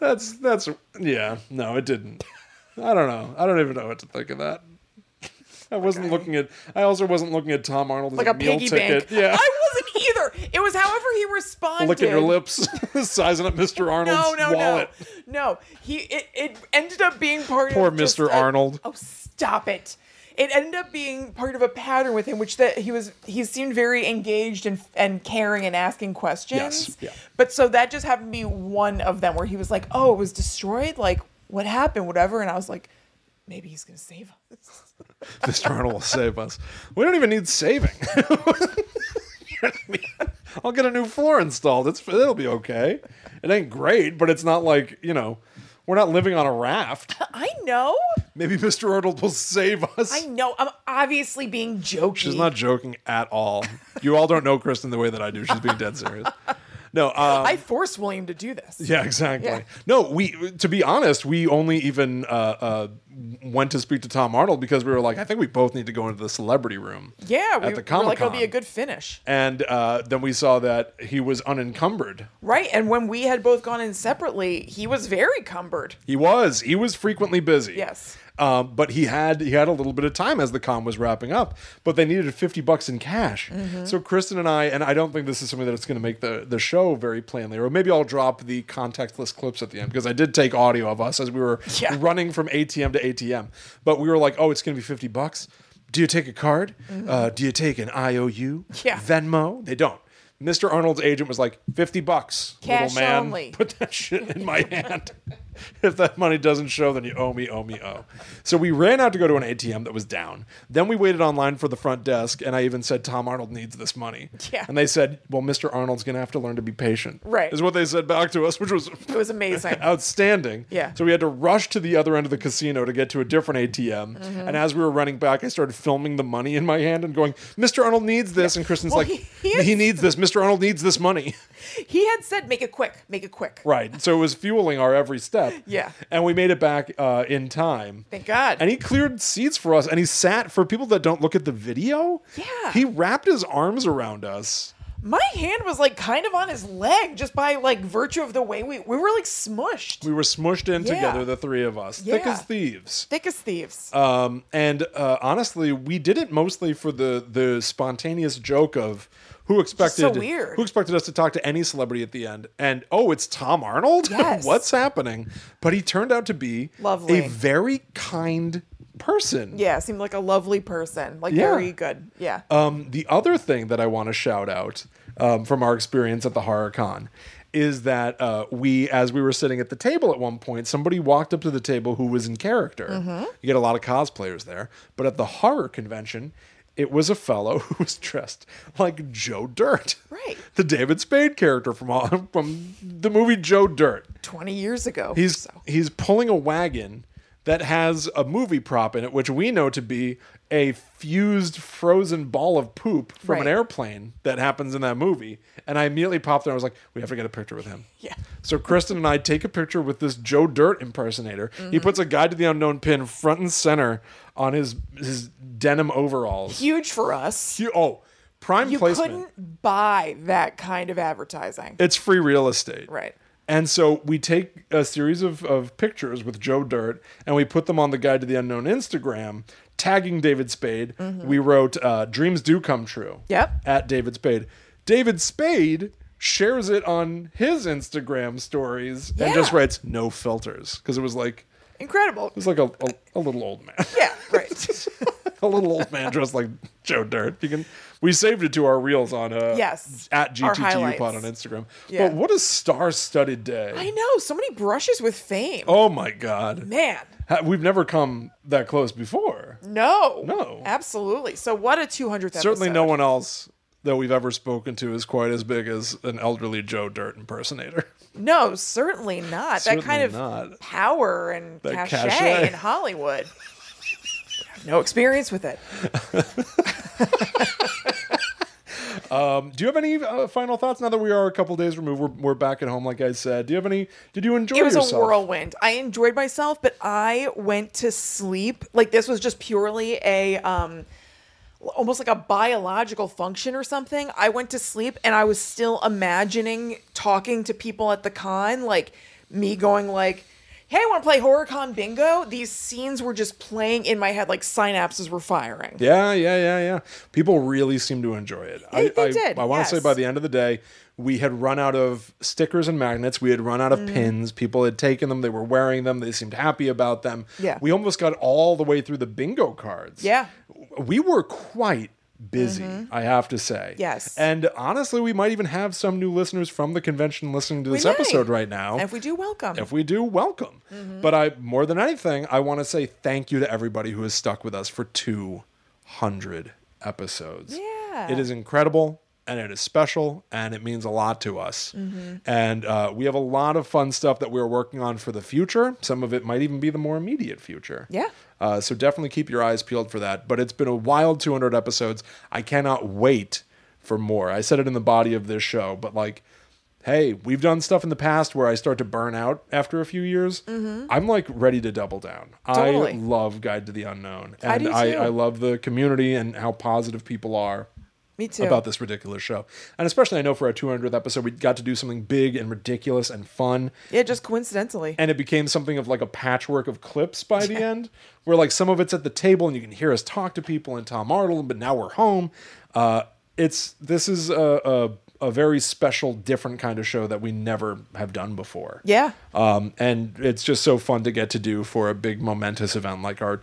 Speaker 4: that's that's yeah. No, it didn't. I don't know. I don't even know what to think of that. I wasn't looking at. I also wasn't looking at Tom Arnold as
Speaker 3: like a
Speaker 4: meal
Speaker 3: piggy
Speaker 4: ticket.
Speaker 3: bank.
Speaker 4: Yeah,
Speaker 3: I wasn't either. It was however he responded.
Speaker 4: licking your lips, sizing up Mr. Arnold's
Speaker 3: No, no,
Speaker 4: wallet.
Speaker 3: no, no. He it, it ended up being part
Speaker 4: Poor
Speaker 3: of just
Speaker 4: Mr.
Speaker 3: a-
Speaker 4: Arnold.
Speaker 3: Oh, stop it! It ended up being part of a pattern with him, which that he was he seemed very engaged and and caring and asking questions.
Speaker 4: Yes, yeah.
Speaker 3: But so that just happened to be one of them where he was like, "Oh, it was destroyed. Like, what happened? Whatever." And I was like, "Maybe he's gonna save us."
Speaker 4: Mr. Arnold will save us. We don't even need saving. You know what I mean? I'll get a new floor installed. It's it'll be okay. It ain't great, but it's not like you know. We're not living on a raft.
Speaker 3: I know,
Speaker 4: Maybe Mr. Arnold will save us.
Speaker 3: I know. I'm obviously being jokey.
Speaker 4: She's not joking at all. You all don't know Kristen the way that I do. She's being dead serious. No, um,
Speaker 3: I forced William to do this.
Speaker 4: yeah, exactly.
Speaker 3: Yeah.
Speaker 4: No, we to be honest, we only even uh, uh, went to speak to Tom Arnold because we were like, I think we both need to go into the celebrity room.
Speaker 3: Yeah, we,
Speaker 4: at the
Speaker 3: we were
Speaker 4: Comic
Speaker 3: like
Speaker 4: Con.
Speaker 3: it'll be a good finish,
Speaker 4: and uh, then we saw that he was unencumbered.
Speaker 3: right? And when we had both gone in separately, he was very cumbered.
Speaker 4: He was. He was frequently busy.
Speaker 3: Yes.
Speaker 4: Um, but he had he had a little bit of time as the con was wrapping up. But they needed fifty bucks in cash.
Speaker 3: Mm-hmm.
Speaker 4: So Kristen and I, and I don't think this is something that's going to make the the show very plainly. Or maybe I'll drop the contactless clips at the end because I did take audio of us as we were
Speaker 3: Yeah.
Speaker 4: running from ATM to ATM. But we were like, oh, it's going to be fifty bucks. Do you take a card? Uh, do you take an IOU?
Speaker 3: Mm-hmm. Yeah.
Speaker 4: Venmo? They don't. Mr. Arnold's agent was like, 50 bucks,
Speaker 3: Cash
Speaker 4: little man.
Speaker 3: only.
Speaker 4: Put that shit in my hand. if that money doesn't show, then you owe me, owe me, owe. So we ran out to go to an ATM that was down. Then we waited online for the front desk, and I even said, Tom Arnold needs this money.
Speaker 3: Yeah.
Speaker 4: And they said, Well, Mr. Arnold's going to have to learn to be patient.
Speaker 3: Right.
Speaker 4: Is what they said back to us, which was
Speaker 3: It was amazing.
Speaker 4: outstanding.
Speaker 3: Yeah.
Speaker 4: So we had to rush to the other end of the casino to get to a different ATM.
Speaker 3: Mm-hmm.
Speaker 4: And as we were running back, I started filming the money in my hand and going, Mr. Arnold needs this. And Kristen's
Speaker 3: Well,
Speaker 4: like,
Speaker 3: he-
Speaker 4: he,
Speaker 3: he is-
Speaker 4: needs this. Mr. Arnold needs this money.
Speaker 3: he had said, "Make it quick, make it quick."
Speaker 4: right. So it was fueling our every step.
Speaker 3: Yeah.
Speaker 4: And we made it back uh, in time.
Speaker 3: Thank God.
Speaker 4: And he cleared seats for us. And he sat, for people that don't look at the video,
Speaker 3: Yeah.
Speaker 4: he wrapped his arms around us.
Speaker 3: My hand was like kind of on his leg just by like virtue of the way we we were like smushed,
Speaker 4: We were smushed in
Speaker 3: Yeah.
Speaker 4: together, the three of us, thick
Speaker 3: Yeah.
Speaker 4: as thieves.
Speaker 3: thick as thieves.
Speaker 4: Um, and uh, honestly, we did it mostly for the the spontaneous joke of who expected
Speaker 3: so weird.
Speaker 4: who expected us to talk to any celebrity at the end, and oh, it's Tom Arnold.
Speaker 3: Yes.
Speaker 4: What's happening? But he turned out to be
Speaker 3: Lovely.
Speaker 4: a very kind person.
Speaker 3: yeah, seemed like a lovely person, like
Speaker 4: Yeah.
Speaker 3: very good. Yeah,
Speaker 4: Um, the other thing that I want to shout out um, from our experience at the Horror Con is that uh, we, as we were sitting at the table at one point, somebody walked up to the table who was in character. You get a lot of cosplayers there, but at the horror convention, it was a fellow who was dressed like Joe Dirt,
Speaker 3: Right.
Speaker 4: The David Spade character from all, from the movie Joe Dirt.
Speaker 3: 20 years ago.
Speaker 4: He's
Speaker 3: So.
Speaker 4: he's pulling a wagon that has a movie prop in it, which we know to be a fused frozen ball of poop from an
Speaker 3: Right.
Speaker 4: airplane that happens in that movie. And I immediately popped there. I was like, we have to get a picture with him.
Speaker 3: Yeah.
Speaker 4: So Kristen and I take a picture with this Joe Dirt impersonator.
Speaker 3: Mm-hmm.
Speaker 4: He puts a Guide to the Unknown pin front and center on his his denim overalls.
Speaker 3: Huge for us.
Speaker 4: You- oh, prime
Speaker 3: You
Speaker 4: placement.
Speaker 3: couldn't buy that kind of advertising.
Speaker 4: It's free real estate.
Speaker 3: Right.
Speaker 4: And so we take a series of, of pictures with Joe Dirt and we put them on the Guide to the Unknown Instagram, tagging David Spade. We wrote uh, Dreams Do Come True.
Speaker 3: Mm-hmm. Yep.
Speaker 4: At David Spade. David Spade shares it on his Instagram stories and just
Speaker 3: Yeah.
Speaker 4: writes no filters because it was like
Speaker 3: Incredible.
Speaker 4: it was like a, a, a little old man.
Speaker 3: Yeah, right.
Speaker 4: a little old man dressed like Joe Dirt. You can we saved it to our reels on uh
Speaker 3: Yes.
Speaker 4: at
Speaker 3: Our
Speaker 4: GTTU pod on
Speaker 3: highlights.
Speaker 4: Instagram.
Speaker 3: Yeah.
Speaker 4: But what a star-studded day.
Speaker 3: I know. So many brushes with fame.
Speaker 4: Oh my god.
Speaker 3: Man.
Speaker 4: Ha- We've never come that close before.
Speaker 3: No.
Speaker 4: No.
Speaker 3: Absolutely. So what a 200th
Speaker 4: Certainly
Speaker 3: episode.
Speaker 4: no one else that we've ever spoken to is quite as big as an elderly Joe Dirt impersonator.
Speaker 3: No, certainly not.
Speaker 4: Certainly
Speaker 3: that kind of
Speaker 4: not.
Speaker 3: power and
Speaker 4: That
Speaker 3: cachet,
Speaker 4: cachet.
Speaker 3: in Hollywood. I have no experience with it.
Speaker 4: Do you have any uh, final thoughts now that we are a couple days removed? We're, we're back at home, like I said. Do you have any? Did you enjoy
Speaker 3: It was
Speaker 4: yourself?
Speaker 3: a whirlwind. I enjoyed myself, but I went to sleep. Like this was just purely a um almost like a biological function or something. I went to sleep and I was still imagining talking to people at the con, like me going like, "Hey, want to play HorrorCon bingo?" These scenes were just playing in my head like synapses were firing.
Speaker 4: Yeah, yeah, yeah, yeah. People really seem to enjoy it. I,
Speaker 3: they
Speaker 4: I,
Speaker 3: did,
Speaker 4: I want to say
Speaker 3: yes.
Speaker 4: by the end of the day, we had run out of stickers and magnets. We had run out of
Speaker 3: Mm.
Speaker 4: pins. People had taken them. They were wearing them. They seemed happy about them.
Speaker 3: Yeah.
Speaker 4: We almost got all the way through the bingo cards.
Speaker 3: Yeah. Mm-hmm.
Speaker 4: We were quite busy, I have to say.
Speaker 3: Yes.
Speaker 4: And honestly, we might even have some new listeners from the convention listening to this
Speaker 3: might.
Speaker 4: episode right now.
Speaker 3: And if we do welcome. Mm-hmm.
Speaker 4: If we do, welcome. But I more than anything, I want to say thank you to everybody who has stuck with us for 200 episodes.
Speaker 3: Yeah.
Speaker 4: It is incredible and it is special and it means a lot to us.
Speaker 3: Mm-hmm.
Speaker 4: And uh, we have a lot of fun stuff that we're working on for the future. Some of it might even be the more immediate future.
Speaker 3: Yeah.
Speaker 4: Uh, so definitely keep your eyes peeled for that. But it's been a wild 200 episodes. I cannot wait for more. I said it in the body of this show, but like, hey, we've done stuff in the past where I start to burn out after a few years. I'm like ready to double down. I
Speaker 3: Mm-hmm. Totally.
Speaker 4: love Guide to the Unknown. And
Speaker 3: do
Speaker 4: I,
Speaker 3: too.
Speaker 4: I love the community and how positive people are
Speaker 3: me too.
Speaker 4: about this ridiculous show. And especially, I know for our 200th episode, we got to do something big and ridiculous and fun.
Speaker 3: Yeah, just coincidentally.
Speaker 4: And it became something of like a patchwork of clips by the end, where like some of it's at the table and you can hear us talk to people and Tom Arnold, but now we're home. Uh, it's this is a, a, a very special, different kind of show that we never have done before.
Speaker 3: yeah.
Speaker 4: Um, and it's just so fun to get to do for a big momentous event like our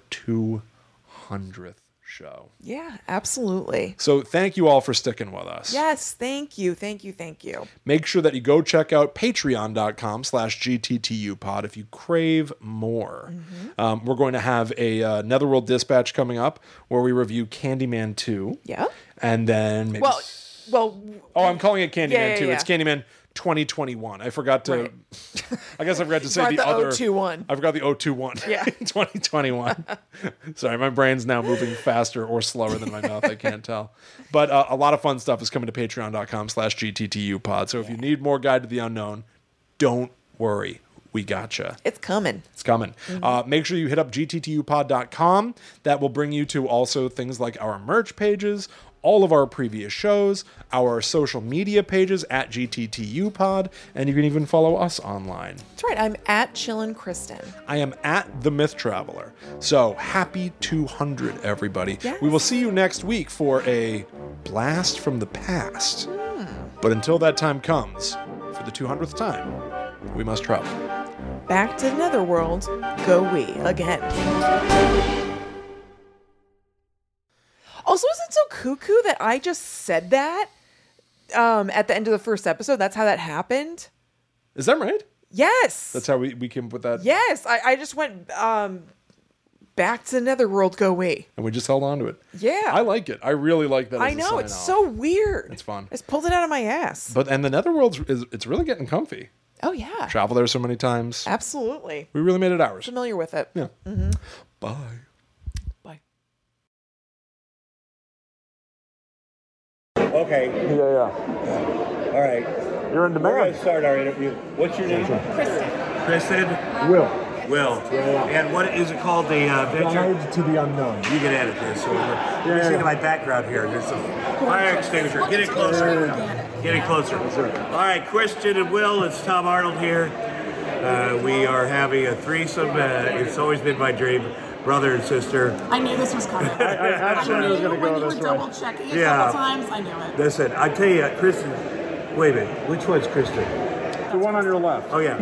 Speaker 4: 200th show.
Speaker 3: Yeah, absolutely.
Speaker 4: So thank you all for sticking with us.
Speaker 3: Yes, thank you. Thank you. Thank you.
Speaker 4: make sure that you go check out patreon.com slash gttupod if you crave more
Speaker 3: Mm-hmm.
Speaker 4: um, we're going to have a uh, netherworld dispatch coming up where we review candyman 2
Speaker 3: Yeah.
Speaker 4: and then maybe
Speaker 3: Well,
Speaker 4: s-
Speaker 3: well,
Speaker 4: oh i'm calling it candyman
Speaker 3: Yeah, yeah,
Speaker 4: 2 it's
Speaker 3: yeah.
Speaker 4: candyman 2021 i forgot to
Speaker 3: Right.
Speaker 4: i guess i forgot to say
Speaker 3: Not
Speaker 4: the,
Speaker 3: the
Speaker 4: other
Speaker 3: 021.
Speaker 4: i forgot the 021
Speaker 3: Yeah.
Speaker 4: 2021 sorry my brain's now moving faster or slower than my mouth i can't tell but uh, a lot of fun stuff is coming to patreon.com slash gttu pod so if you need more guide to the unknown don't worry we gotcha
Speaker 3: it's coming.
Speaker 4: it's coming. Uh, make sure you hit up gttupod.com. That will bring you to also things like our merch pages, all of our previous shows, our social media pages at gttupod, and you can even follow us online.
Speaker 3: That's right. I'm at Chillin' Kristen.
Speaker 4: I am at the Myth Traveler. So happy 200, everybody.
Speaker 3: Yes.
Speaker 4: We will see you next week for a blast from the past. But until that time comes, for the 200th time, we must travel.
Speaker 3: Back to another world. Go we again. Also, isn't it so cuckoo that I just said that um, at the end of the first episode? That's how that happened.
Speaker 4: Is that right?
Speaker 3: Yes.
Speaker 4: That's how we, we came up with that.
Speaker 3: yes. I, I just went um, back to another world. Go we.
Speaker 4: and we just held on to it.
Speaker 3: Yeah.
Speaker 4: I like it. I really like that.
Speaker 3: I
Speaker 4: as a
Speaker 3: know it's
Speaker 4: sign-off.
Speaker 3: so weird.
Speaker 4: It's fun.
Speaker 3: I just pulled it out of my ass.
Speaker 4: But and the Netherworld's is it's really getting comfy.
Speaker 3: Oh yeah.
Speaker 4: Travel there so many times.
Speaker 3: Absolutely.
Speaker 4: We really made it ours.
Speaker 3: Familiar with it.
Speaker 4: Yeah. Bye.
Speaker 3: Bye.
Speaker 6: Okay,
Speaker 2: Yeah, yeah.
Speaker 6: all right.
Speaker 2: You're in
Speaker 6: We're going
Speaker 2: demand.
Speaker 6: to start our interview. What's your name? Kristen. Kristen?
Speaker 2: Will.
Speaker 6: Will. And what is it called? The uh, venture?
Speaker 2: to the unknown.
Speaker 6: You can edit this. So we're, we're
Speaker 2: yeah.
Speaker 6: seeing my background here. There's a fire extinguisher. Get it closer. Get it closer. All right, Kristen and Will, it's Tom Arnold here. Uh, we are having a threesome. Uh, it's always been my dream. Brother and sister.
Speaker 5: I knew this was coming. I,
Speaker 2: absolutely was
Speaker 5: knew
Speaker 2: gonna
Speaker 5: when
Speaker 2: go
Speaker 5: you
Speaker 2: this
Speaker 5: were
Speaker 2: way.
Speaker 5: double checking it
Speaker 6: Yeah.
Speaker 5: a couple times. I knew it.
Speaker 6: Listen, I tell you, Kristen. Wait a minute. Which one's Kristen?
Speaker 2: The one on your left.
Speaker 6: Oh yeah.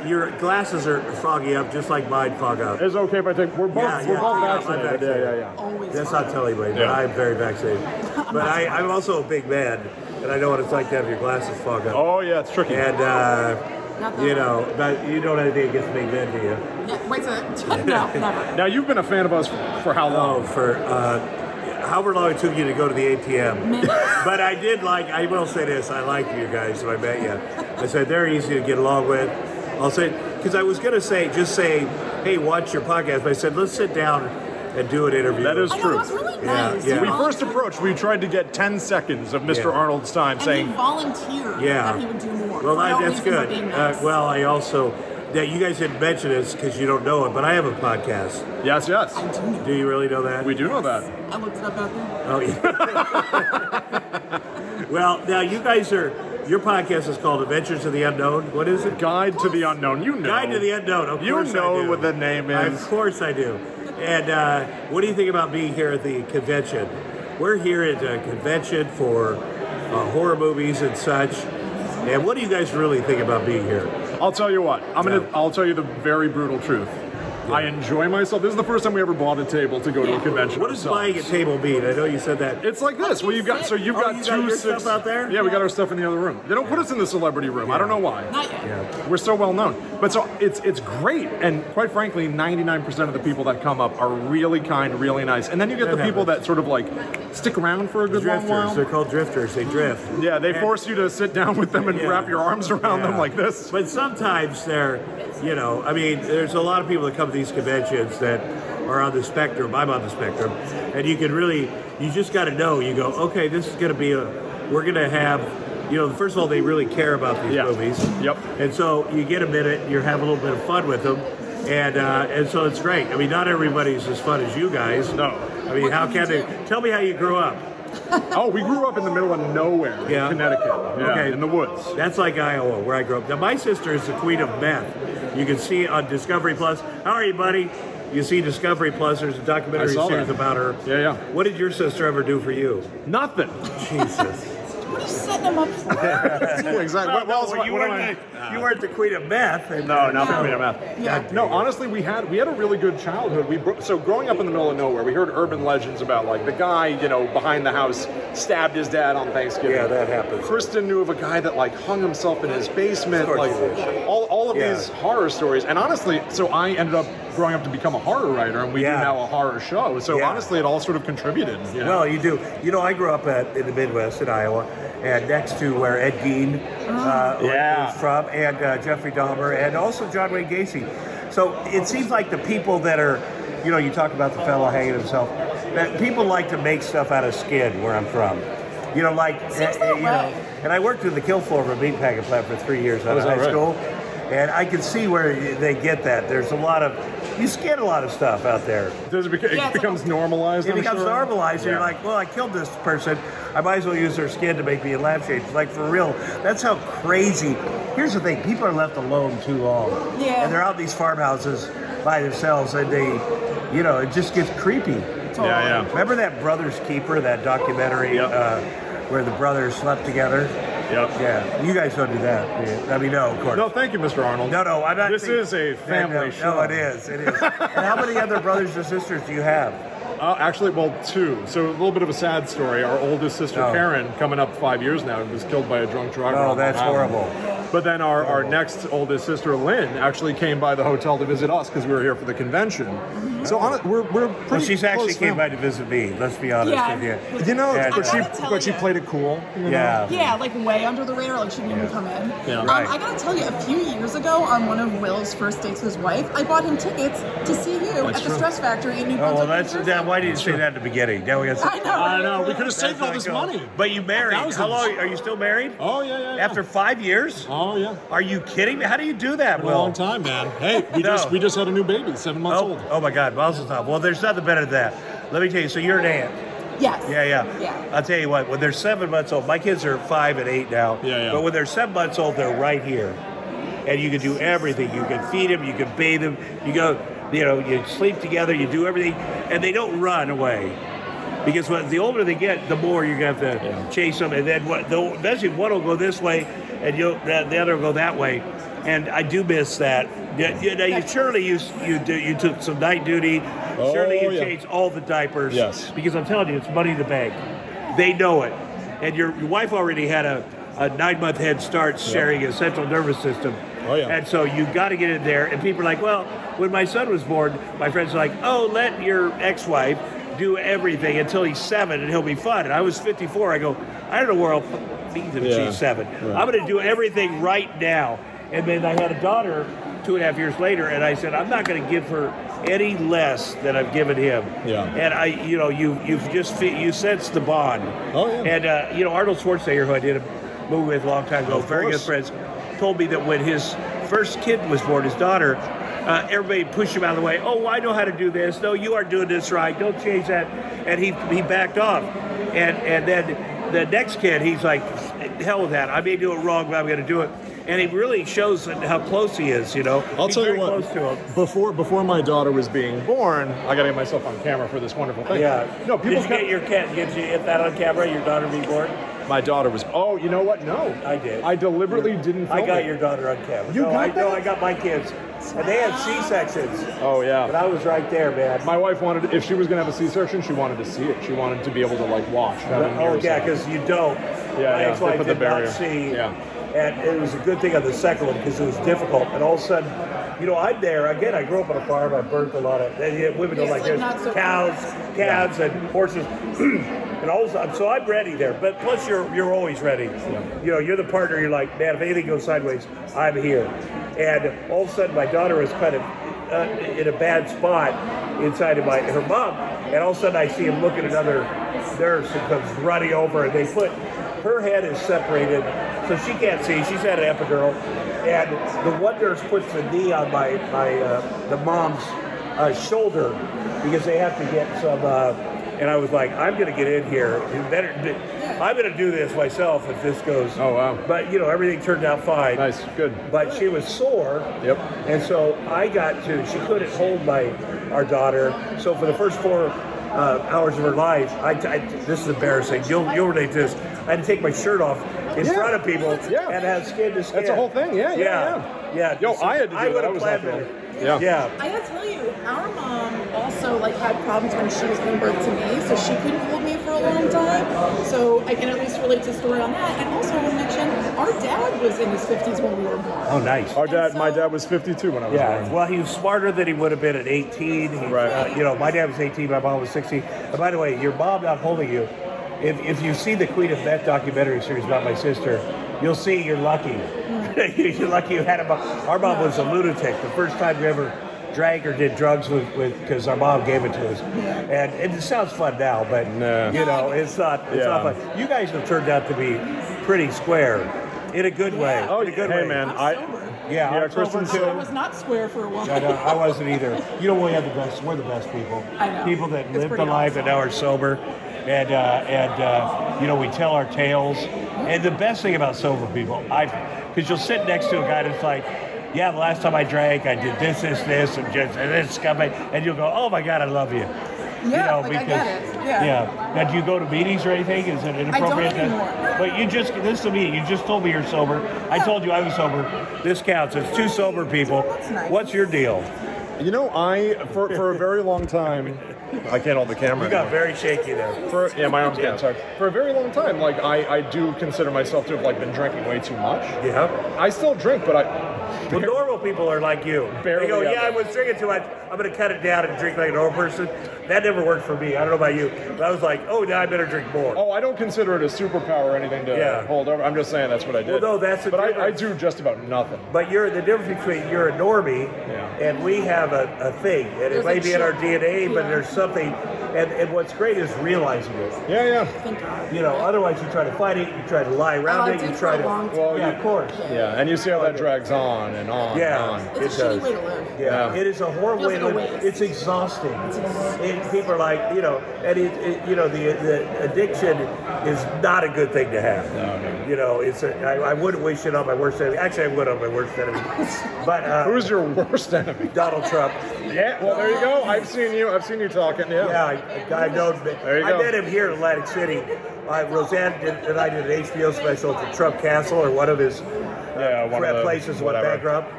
Speaker 6: uh, your glasses are foggy up, just like mine fog up.
Speaker 2: It's okay if I take. We're both.
Speaker 6: Yeah,
Speaker 2: we're
Speaker 6: yeah,
Speaker 2: both
Speaker 6: yeah, I'm
Speaker 2: vaccinated.
Speaker 6: vaccinated.
Speaker 2: Yeah, yeah, yeah.
Speaker 5: Always.
Speaker 6: That's
Speaker 5: fun.
Speaker 6: not telling me, but
Speaker 7: Yeah.
Speaker 6: I'm very vaccinated. But I, I'm also a big man, and I know what it's like to have your glasses fog up.
Speaker 7: Oh yeah, it's tricky.
Speaker 6: And uh,
Speaker 5: Not that
Speaker 6: you know, but you don't have anything against big men, do you?
Speaker 5: Yeah, wait a No, never.
Speaker 7: Now you've been a fan of us for, for how long?
Speaker 6: Oh, for uh, however long it took you to go to the ATM. but I did like. I will say this: I liked you guys when I met you. I said they're easy to get along with. I'll say because I was gonna say just say, hey, watch your podcast. But I said let's sit down and do an interview.
Speaker 7: That is
Speaker 5: I know,
Speaker 7: true.
Speaker 5: it was really
Speaker 6: Yeah,
Speaker 5: nice.
Speaker 6: yeah.
Speaker 5: You
Speaker 7: we
Speaker 5: volunteered-
Speaker 7: first approached. We tried to get 10 seconds of Mr.
Speaker 6: Yeah.
Speaker 7: Arnold's time,
Speaker 5: and
Speaker 7: saying
Speaker 5: he volunteered
Speaker 6: Yeah.
Speaker 5: that he would do more.
Speaker 6: Well,
Speaker 5: for
Speaker 6: I,
Speaker 5: no
Speaker 6: that's
Speaker 5: reason but
Speaker 6: good.
Speaker 5: being
Speaker 6: Uh,
Speaker 5: nice.
Speaker 6: well, I also that you guys didn't mention this because you don't know it, but I have a podcast.
Speaker 7: yes, yes.
Speaker 5: I do know.
Speaker 6: Do you really know that?
Speaker 7: We do know that.
Speaker 5: I looked it up out there.
Speaker 6: Oh, yeah. well, now you guys are your podcast is called Adventures of the Unknown. What is it?
Speaker 7: Guide to the unknown. You know.
Speaker 6: Guide to the Unknown. Of
Speaker 7: You
Speaker 6: course I
Speaker 7: know
Speaker 6: do.
Speaker 7: what the name is.
Speaker 6: Of course I do. And uh, what do you think about being here at the convention? We're here at a convention for uh, horror movies and such. And what do you guys really think about being here?
Speaker 7: I'll tell you what. I'm gonna. I'll tell you the very brutal truth. I enjoy myself. This is the first time we ever bought a table to go to a convention.
Speaker 6: What does
Speaker 7: ourselves.
Speaker 6: buying a table mean? I know you said that.
Speaker 7: It's like this. Well, you've got so you've
Speaker 6: Oh,
Speaker 7: got
Speaker 6: you got
Speaker 7: two
Speaker 6: your
Speaker 7: six-
Speaker 6: stuff out there?
Speaker 7: Yeah, we got our stuff in the other room. They don't put us in the celebrity room. I don't know why.
Speaker 5: Not yet.
Speaker 6: Yeah.
Speaker 7: We're so well known, but so it's it's great, and quite frankly, ninety nine percent of the people that come up are really kind, really nice, and then you get
Speaker 6: That
Speaker 7: the people
Speaker 6: happens.
Speaker 7: that sort of like stick around for a good long
Speaker 6: Drifters. They're
Speaker 7: while.
Speaker 6: called drifters. They drift.
Speaker 7: Yeah, they
Speaker 6: And-
Speaker 7: force you to sit down with them and
Speaker 6: Yeah.
Speaker 7: wrap your arms around
Speaker 6: Yeah.
Speaker 7: them like this.
Speaker 6: But sometimes they're, you know, I mean, there's a lot of people that come to these conventions that are on the spectrum. I'm on the spectrum, and you can really, you just got to know. You go, okay, this is going to be a, we're going to have, you know, first of all, they really care about these
Speaker 7: Yeah.
Speaker 6: movies.
Speaker 7: Yep.
Speaker 6: And so you get a minute, you have a little bit of fun with them, and uh, and so it's great. I mean, not everybody's as fun as you guys.
Speaker 7: No.
Speaker 6: I mean,
Speaker 5: What
Speaker 6: how
Speaker 5: can you
Speaker 6: can they?
Speaker 5: do?
Speaker 6: Tell me how you grew up.
Speaker 7: Oh, we grew up in the middle of nowhere, in
Speaker 6: Yeah.
Speaker 7: Connecticut, yeah,
Speaker 6: Okay.
Speaker 7: in the woods.
Speaker 6: That's like Iowa, where I grew up. Now, my sister is the queen of meth. You can see it on Discovery Plus. How are you, buddy? You see Discovery Plus. There's a documentary
Speaker 7: I saw
Speaker 6: series
Speaker 7: that.
Speaker 6: about her.
Speaker 7: Yeah, yeah.
Speaker 6: What did your sister ever do for you?
Speaker 7: Nothing.
Speaker 6: Jesus.
Speaker 5: What are you setting him up for?
Speaker 2: Yeah, exactly. What- what else-
Speaker 6: you,
Speaker 2: what am I-
Speaker 6: weren't the, you weren't the queen of meth. and-
Speaker 7: Ah. No, not the Queen of Meth.
Speaker 5: Yeah.
Speaker 7: No, honestly, we had we had a really good childhood. We bro- so growing up in the middle of nowhere, we heard urban legends about like the guy you know behind the house stabbed his dad on Thanksgiving.
Speaker 6: Yeah, that happens.
Speaker 7: Kristen knew of a guy that like hung himself in his basement.
Speaker 6: Of course
Speaker 7: Like
Speaker 6: he did.
Speaker 7: all, all of
Speaker 6: Yeah.
Speaker 7: these horror stories. And honestly, so I ended up growing up to become a horror writer, and we
Speaker 6: Yeah.
Speaker 7: do now a horror show. So
Speaker 6: Yeah.
Speaker 7: honestly, it all sort of contributed. You know?
Speaker 6: Well, you do. You know, I grew up at, in the Midwest in Iowa, and next to where Ed Gein
Speaker 5: Oh.
Speaker 6: uh,
Speaker 7: Yeah.
Speaker 6: was from, and uh, Jeffrey Dahmer, and also John Wayne Gacy. So it seems like the people that are, you know, you talk about the fellow hanging himself. That people like to make stuff out of skin where I'm from. You know, like
Speaker 5: Seems
Speaker 6: uh,
Speaker 5: that
Speaker 6: you
Speaker 5: way.
Speaker 6: know, and I worked in the kill floor of a meatpacking plant for three years out
Speaker 7: Oh,
Speaker 6: of
Speaker 7: is that
Speaker 6: high
Speaker 7: right?
Speaker 6: school, and I can see where they get that. There's a lot of you skin a lot of stuff out there.
Speaker 7: Does it, beca-
Speaker 5: Yeah,
Speaker 7: it
Speaker 5: it's
Speaker 7: becomes normalized.
Speaker 6: It
Speaker 7: I'm
Speaker 6: becomes
Speaker 7: sure.
Speaker 6: normalized, and you're
Speaker 7: Yeah.
Speaker 6: like, well, I killed this person. I might as well use their skin to make me in lab shapes. Like, for real, that's how crazy. Here's the thing people are left alone too long.
Speaker 5: Yeah.
Speaker 6: And they're out in these farmhouses by themselves, and they, you know, it just gets creepy.
Speaker 7: yeah, yeah.
Speaker 6: Remember that Brothers Keeper, that documentary
Speaker 7: Yep.
Speaker 6: uh, where the brothers slept together?
Speaker 7: Yep.
Speaker 6: Yeah. You guys don't do that. do you? I mean, no, of course.
Speaker 7: No, thank you, Mr. Arnold.
Speaker 6: No, no, I'm not.
Speaker 7: This
Speaker 6: thinking-
Speaker 7: is a
Speaker 6: No,
Speaker 7: family
Speaker 6: no,
Speaker 7: show.
Speaker 6: No, it is. It is. and how many other brothers and sisters do you have?
Speaker 7: Uh, actually, well, two. So a little bit of a sad story. Our oldest sister
Speaker 6: Oh.
Speaker 7: Karen, coming up five years now, was killed by a drunk driver.
Speaker 6: Oh,
Speaker 7: on Long
Speaker 6: that's
Speaker 7: Island.
Speaker 6: horrible.
Speaker 7: But then our, our next oldest sister Lynn actually came by the hotel to visit us because we were here for the convention,
Speaker 2: So on, we're we're pretty
Speaker 6: Well, she's actually
Speaker 2: close
Speaker 6: came
Speaker 2: now.
Speaker 6: by to visit me. Let's be honest
Speaker 5: Yeah.
Speaker 6: with you.
Speaker 2: You know,
Speaker 6: Yeah,
Speaker 2: but
Speaker 6: I
Speaker 2: she
Speaker 5: gotta tell
Speaker 2: but she
Speaker 5: you.
Speaker 2: played it cool. you know?
Speaker 6: Yeah.
Speaker 5: Yeah, like way under the radar, like she didn't even
Speaker 6: Yeah.
Speaker 5: come in.
Speaker 6: Yeah.
Speaker 5: um,
Speaker 6: Right.
Speaker 5: I gotta tell you, a few years ago, on one of Will's first dates with his wife, I bought him tickets to see you at the Stress Factory in New
Speaker 6: Oh well,
Speaker 5: Brunswick,
Speaker 6: that's
Speaker 5: New Jersey.
Speaker 6: that. Why did you say that at the beginning? Now we got.
Speaker 5: I know. I know.
Speaker 2: We could have saved all this money.
Speaker 6: But you married. How long are you still married?
Speaker 2: Oh yeah, yeah.
Speaker 6: After five years?
Speaker 2: oh yeah,
Speaker 6: Are you kidding me? How do you do that, Will?
Speaker 2: time, man. Hey, we
Speaker 6: No. just- we
Speaker 2: just had a new baby, seven months
Speaker 6: Oh, oh my God, Mazel Tov. Well, there's nothing better than that. Let me tell you. So you're an aunt.
Speaker 5: Yes.
Speaker 6: Yeah, yeah.
Speaker 5: Yeah.
Speaker 6: I'll tell you what. When they're seven months old, my kids are five and eight now.
Speaker 2: Yeah, yeah.
Speaker 6: But when they're seven months old, they're right here, and you can do everything. You can feed them. You can bathe them. You go. You know. You sleep together. You do everything, and they don't run away. Because when, the older they get, the more you're gonna have to chase them, and then what? They'll, eventually, one will go this way, and you'll the, the other will go that way. And I do miss that. Yeah, you, now you surely you s- you do you took some night duty. surely
Speaker 7: Oh,
Speaker 6: you
Speaker 7: yeah.
Speaker 6: changed all the diapers.
Speaker 7: Yes.
Speaker 6: Because I'm telling you, it's money in the bank. They know it, and your, your wife already had a, a nine month head start sharing a central nervous system.
Speaker 7: Oh, yeah.
Speaker 6: And so you got to get in there. And people are like, well, when my son was born, my friends are like, oh, let your ex wife do everything until he's seven and he'll be fun. And I was 54. I go, I don't know where I'll be until
Speaker 7: Yeah.
Speaker 6: she's seven.
Speaker 7: Right.
Speaker 6: I'm going to do everything right now. And then I had a daughter two and a half years later, and I said, I'm not going to give her any less than I've given him.
Speaker 7: Yeah.
Speaker 6: And I, you know, you you've just fe- you sense the bond.
Speaker 7: Oh, yeah.
Speaker 6: And uh, you know, Arnold Schwarzenegger, who I did a movie with a long time ago, very good
Speaker 7: course.
Speaker 6: friends, told me that when his first kid was born, his daughter, uh, everybody pushed him out of the way. Oh, I know how to do this. No, you are doing this right. Don't change that. And he he backed off. And and then the next kid, he's like, hell with that. I may do it wrong, but I'm going to do it. And it really shows how close he is. You know,
Speaker 7: I'll
Speaker 6: he's
Speaker 7: tell you
Speaker 6: very
Speaker 7: what.
Speaker 6: Close to him.
Speaker 7: Before before my daughter was being born, I got to get myself on camera for this wonderful thing.
Speaker 6: Yeah.
Speaker 7: No, people
Speaker 6: Did
Speaker 7: kept-
Speaker 6: you get your cat? Did you get that on camera? Your daughter be born?
Speaker 7: My daughter was. Oh, you know what? No,
Speaker 6: I did.
Speaker 7: I deliberately didn't. Film
Speaker 6: I got
Speaker 7: it.
Speaker 6: your daughter on camera.
Speaker 7: You
Speaker 6: no,
Speaker 7: got
Speaker 6: I no,
Speaker 7: that?
Speaker 6: I got my kids, and they had C sections,
Speaker 7: Oh
Speaker 6: but
Speaker 7: yeah.
Speaker 6: I was right there, man.
Speaker 7: My wife wanted if she was gonna have a C-section, she wanted to see it. She wanted to be able to like watch. not
Speaker 6: oh
Speaker 7: hear
Speaker 6: yeah,
Speaker 7: something.
Speaker 6: because you don't.
Speaker 7: Yeah,
Speaker 6: my
Speaker 7: yeah,
Speaker 6: ex-wife
Speaker 7: they put the
Speaker 6: did not
Speaker 7: barrier.
Speaker 6: see,
Speaker 7: Yeah.
Speaker 6: and it was a good thing on the second one because it was difficult. And all of a sudden, you know, I'm there again. I grew up on a farm. I burnt a lot of and, yeah, women don't
Speaker 5: Yes,
Speaker 6: like
Speaker 5: like
Speaker 6: this.
Speaker 5: not so-
Speaker 6: cows, calves, and horses. And all, of a sudden- so I'm ready there, but plus you're you're always ready. You know, you're the partner. You're like, man, if anything goes sideways, I'm here. And all of a sudden, my daughter was kind of uh, in a bad spot inside of my her mom, and all of a sudden I see him look at another nurse and comes running over, and they put her head is separated, so she can't see. She's had an epidural, and the one nurse puts the knee on my my uh, the mom's uh, shoulder because they have to get some. Uh, and I was like, I'm going to get in here. You better. Do, I'm going to do this myself if this goes.
Speaker 7: Oh, wow.
Speaker 6: But you know, everything turned out fine.
Speaker 7: Nice, good.
Speaker 6: But she was sore.
Speaker 7: Yep.
Speaker 6: And so I got to. She couldn't hold my our daughter. So for the first four. Uh, hours of her life. I, I- this is embarrassing. You'll you'll relate to this. I had to take my shirt off in
Speaker 7: Yeah.
Speaker 6: front of people
Speaker 7: Yeah.
Speaker 6: and have skin to skin.
Speaker 7: That's the whole thing. Yeah, yeah,
Speaker 6: yeah. yeah.
Speaker 7: Yo, I had to do
Speaker 6: I
Speaker 7: that.
Speaker 6: would
Speaker 7: I
Speaker 6: have
Speaker 7: was
Speaker 6: planned
Speaker 7: not
Speaker 6: better.
Speaker 7: Yeah.
Speaker 6: yeah.
Speaker 5: I gotta tell you, our mom also like had problems when she was giving birth to me, so she couldn't hold me for a long time. So I can at least relate to the story on that. And also, I want to mention our dad was in his fifties when we were born.
Speaker 6: Oh, nice.
Speaker 7: Our dad,
Speaker 5: And so-
Speaker 7: my dad was 52 when I was
Speaker 6: Yeah,
Speaker 7: born.
Speaker 6: well, he was smarter than he would have been at 18. He,
Speaker 7: Right.
Speaker 6: uh, you know, my dad was 18, my mom was 16. And by the way, your mom not holding you, if, if you see the Queen of Meth documentary series about my sister, you'll see you're lucky.
Speaker 7: Mm.
Speaker 6: you're lucky you had a mom. Our mom was a lunatic. The first time we ever drank or did drugs with because our mom gave it to us. And, and it sounds fun now, but,
Speaker 7: No.
Speaker 6: you know, it's not, it's not
Speaker 7: Yeah.
Speaker 6: fun. You guys have turned out to be pretty square in a good way.
Speaker 7: Oh,
Speaker 6: in a good
Speaker 7: hey
Speaker 6: way.
Speaker 7: man,
Speaker 5: I'm
Speaker 7: I
Speaker 5: sober.
Speaker 6: Yeah,
Speaker 7: yeah,
Speaker 6: I'm sober
Speaker 7: Kristen
Speaker 5: I
Speaker 7: too.
Speaker 5: was not square for a while.
Speaker 6: I, know, I wasn't either. You know, we have the best. We're the best people.
Speaker 5: I know.
Speaker 6: People that
Speaker 5: It's
Speaker 6: live the
Speaker 5: pretty
Speaker 6: life
Speaker 5: awesome.
Speaker 6: and now are sober, and uh, and uh, you know we tell our tales. And the best thing about sober people, I, because you'll sit next to a guy that's like, yeah, the last time I drank, I did this, this, this, and just and this scumbag, and you'll go, oh my god, I love you.
Speaker 5: Yeah,
Speaker 6: you know,
Speaker 5: like, I
Speaker 6: because
Speaker 5: get it. Yeah.
Speaker 6: Now, do you go to meetings or anything? Is it inappropriate? to-
Speaker 5: anymore.
Speaker 6: But you just this to me. You just told me you're sober. I told you I was sober. This counts. It's two sober people.
Speaker 5: That's nice.
Speaker 6: What's your deal?
Speaker 7: You know, I for for a very long time, I can't hold the camera.
Speaker 6: You got very shaky there.
Speaker 7: For, yeah, my arms getting tired. For a very long time, like I, I do consider myself to have like been drinking way too much.
Speaker 6: Yeah.
Speaker 7: I still drink, but I
Speaker 6: Well, normal people are like you.
Speaker 7: Barely
Speaker 6: they go, yeah,
Speaker 7: ever.
Speaker 6: I was drinking too much. I'm going to cut it down and drink like a normal person. That never worked for me. I don't know about you. But I was like, oh, now I better drink more.
Speaker 7: Oh, I don't consider it a superpower or anything to
Speaker 6: Yeah.
Speaker 7: hold over. I'm just saying that's what I did.
Speaker 6: Well, no, that's the
Speaker 7: but I, I
Speaker 6: difference.
Speaker 7: do just about nothing.
Speaker 6: But you're the difference between you're a normie
Speaker 7: Yeah.
Speaker 6: and we have a, a thing. And it
Speaker 5: There's
Speaker 6: may
Speaker 5: a
Speaker 6: be in our
Speaker 5: chip.
Speaker 6: DNA, but
Speaker 5: Yeah.
Speaker 6: there's something. And, and what's great is realizing it.
Speaker 7: Yeah, yeah,
Speaker 5: Thank God.
Speaker 6: You know, otherwise you try to fight it, you try to lie around
Speaker 5: Oh, I
Speaker 6: it,
Speaker 5: did
Speaker 6: you
Speaker 5: for
Speaker 6: try
Speaker 5: a
Speaker 6: to.
Speaker 5: long time.
Speaker 7: Well,
Speaker 6: yeah,
Speaker 7: you-
Speaker 6: of course.
Speaker 7: yeah. And you see how that drags on and on.
Speaker 6: Yeah.
Speaker 7: And on.
Speaker 5: It's
Speaker 6: It
Speaker 5: a
Speaker 6: does.
Speaker 5: shitty way to live.
Speaker 6: Yeah,
Speaker 7: Yeah.
Speaker 6: it is a horrible way
Speaker 5: Feels
Speaker 6: to
Speaker 5: like a
Speaker 6: live.
Speaker 5: waste.
Speaker 6: It's exhausting.
Speaker 5: exhausting.
Speaker 6: It, people are like, you know, and it, it you know, the, the addiction is not a good thing to have. You know, it's a, I, I wouldn't wish it on my worst enemy. Actually, I would on my worst enemy. but uh,
Speaker 7: Who's your worst enemy?
Speaker 6: Donald Trump?
Speaker 7: Yeah. Well, there you go. I've seen you. I've seen you talking. Yeah.
Speaker 6: Yeah, I, I know.
Speaker 7: There you
Speaker 6: I
Speaker 7: go.
Speaker 6: met him here in Atlantic City. I, Roseanne did, and I did an HBO special at the Trump Castle or one of his
Speaker 7: Yeah, uh, one of
Speaker 6: Fred
Speaker 7: the-
Speaker 6: Places went
Speaker 7: whatever.
Speaker 6: bankrupt,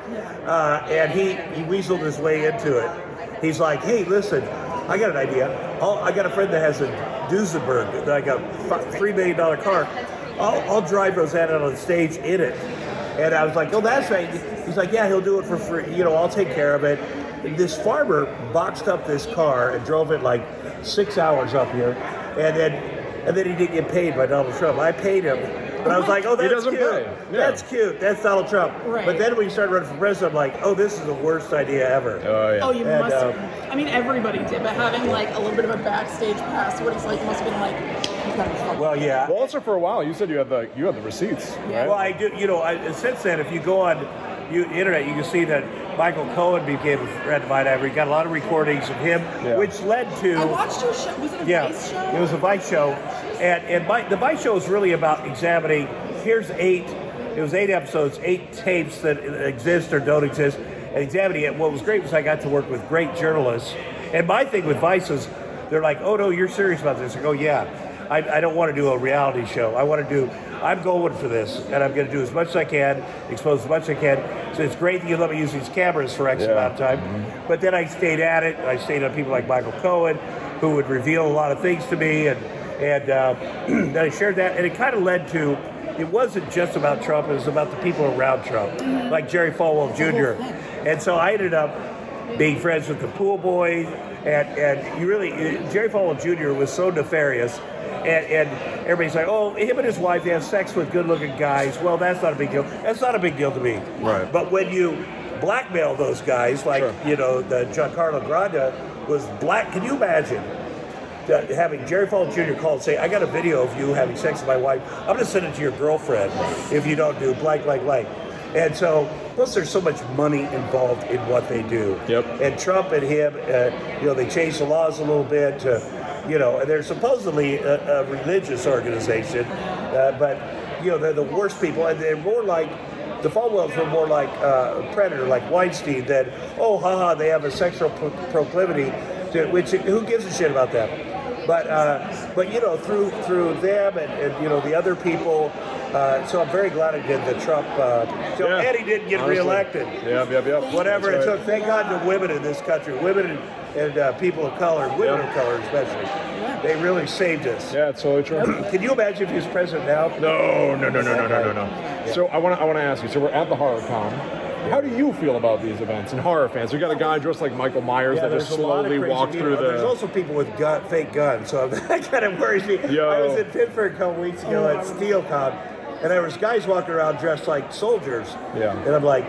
Speaker 6: uh, and he he weaseled his way into it. He's like, "Hey, listen, I got an idea. I'll, I got a friend that has a Duesenberg, like a fi- three million dollar car. I'll, I'll drive Rosanna on stage in it." And I was like, "Oh, that's right." He's like, "Yeah, he'll do it for free. You know, I'll take care of it." This farmer boxed up this car and drove it like six hours up here, and then and then he didn't get paid by Donald Trump. I paid him, but I was like, "Oh, that's
Speaker 7: doesn't
Speaker 6: cute.
Speaker 7: pay. Yeah.
Speaker 6: That's cute. That's Donald Trump.
Speaker 5: Right.
Speaker 6: But then when you started running for president, I'm like, oh, this is the worst idea ever.
Speaker 7: Oh yeah.
Speaker 5: Oh, you
Speaker 6: And,
Speaker 5: must.
Speaker 6: uh,
Speaker 5: I mean, everybody did, but having like a little bit of a backstage pass, what it's like must have been like. you gotta be fucked.
Speaker 6: Well, yeah.
Speaker 7: Well, also for a while, you said you had the you had the receipts, right?
Speaker 6: Well, I do. You know, I, since then, if you go on you, internet, you can see that Michael Cohen became a friend of mine. I got a lot of recordings of him,
Speaker 7: Yeah.
Speaker 6: which led to.
Speaker 5: I watched your show. Was it a
Speaker 6: Yeah,
Speaker 5: Vice show?
Speaker 6: it was a Vice show, and and Vi- the Vice show is really about examining. Here's eight. It was eight episodes, eight tapes that exist or don't exist, and examining it. What was great was I got to work with great journalists. And my thing with Vice is, they're like, "Oh no, you're serious about this?" I go, "Yeah." I, I don't want to do a reality show. I want to do. I'm going for this, and I'm going to do as much as I can, expose as much as I can. So it's great that you let me use these cameras for X
Speaker 7: Yeah.
Speaker 6: amount of time. But then I stayed at it. I stayed on people like Michael Cohen, who would reveal a lot of things to me, and and uh, then I shared that, and it kind of led to. It wasn't just about Trump; it was about the people around Trump, like Jerry Falwell Jr. And so I ended up being friends with the pool boy, and and you really Jerry Falwell Jr. was so nefarious, and and everybody's like, oh, him and his wife they have sex with good-looking guys. Well, that's not a big deal. That's not a big deal to me.
Speaker 7: Right.
Speaker 6: But when you blackmail those guys, like
Speaker 7: Sure.
Speaker 6: you know the Giancarlo Granda was black. Can you imagine? that Having Jerry Falwell Jr. call and say, "I got a video of you having sex with my wife. I'm going to send it to your girlfriend if you don't do blank, blank, blank." And so, plus, there's so much money involved in what they do.
Speaker 7: Yep.
Speaker 6: And Trump and him, uh, you know, they changed the laws a little bit. To, you know, and they're supposedly a, a religious organization, uh, but you know they're the worst people, and they're more like the Falwells were more like uh, a predator, like Weinstein. That oh, haha, they have a sexual pro- proclivity, to, which who gives a shit about that? But uh, but you know through through them and, and you know the other people. Uh, so I'm very glad I did the Trump. Uh, so,
Speaker 7: Yeah.
Speaker 6: and he didn't get
Speaker 7: Honestly.
Speaker 6: reelected
Speaker 7: Yep, yep, yep.
Speaker 6: whatever
Speaker 7: That's
Speaker 6: it
Speaker 7: right.
Speaker 6: took. Thank God to women in this country, women and, and uh, people of color, women
Speaker 7: Yeah.
Speaker 6: of color especially. They really saved us.
Speaker 7: Yeah, it's totally true.
Speaker 6: Can you imagine if he was president now?
Speaker 7: No, no, no, no, no, no, no, no. So I want to I want to ask you. So we're at the horror con. How do you feel about these events and horror fans? We got a guy dressed like Michael Myers that just
Speaker 6: there's a lot of
Speaker 7: slowly
Speaker 6: crazy
Speaker 7: walked
Speaker 6: people.
Speaker 7: through the.
Speaker 6: There's also people with gun, fake guns, so that kind of worries me.
Speaker 7: Yo.
Speaker 6: I was in Pittsburgh a couple weeks ago at SteelCon, and there was guys walking around dressed like soldiers.
Speaker 7: Yeah.
Speaker 6: And I'm like,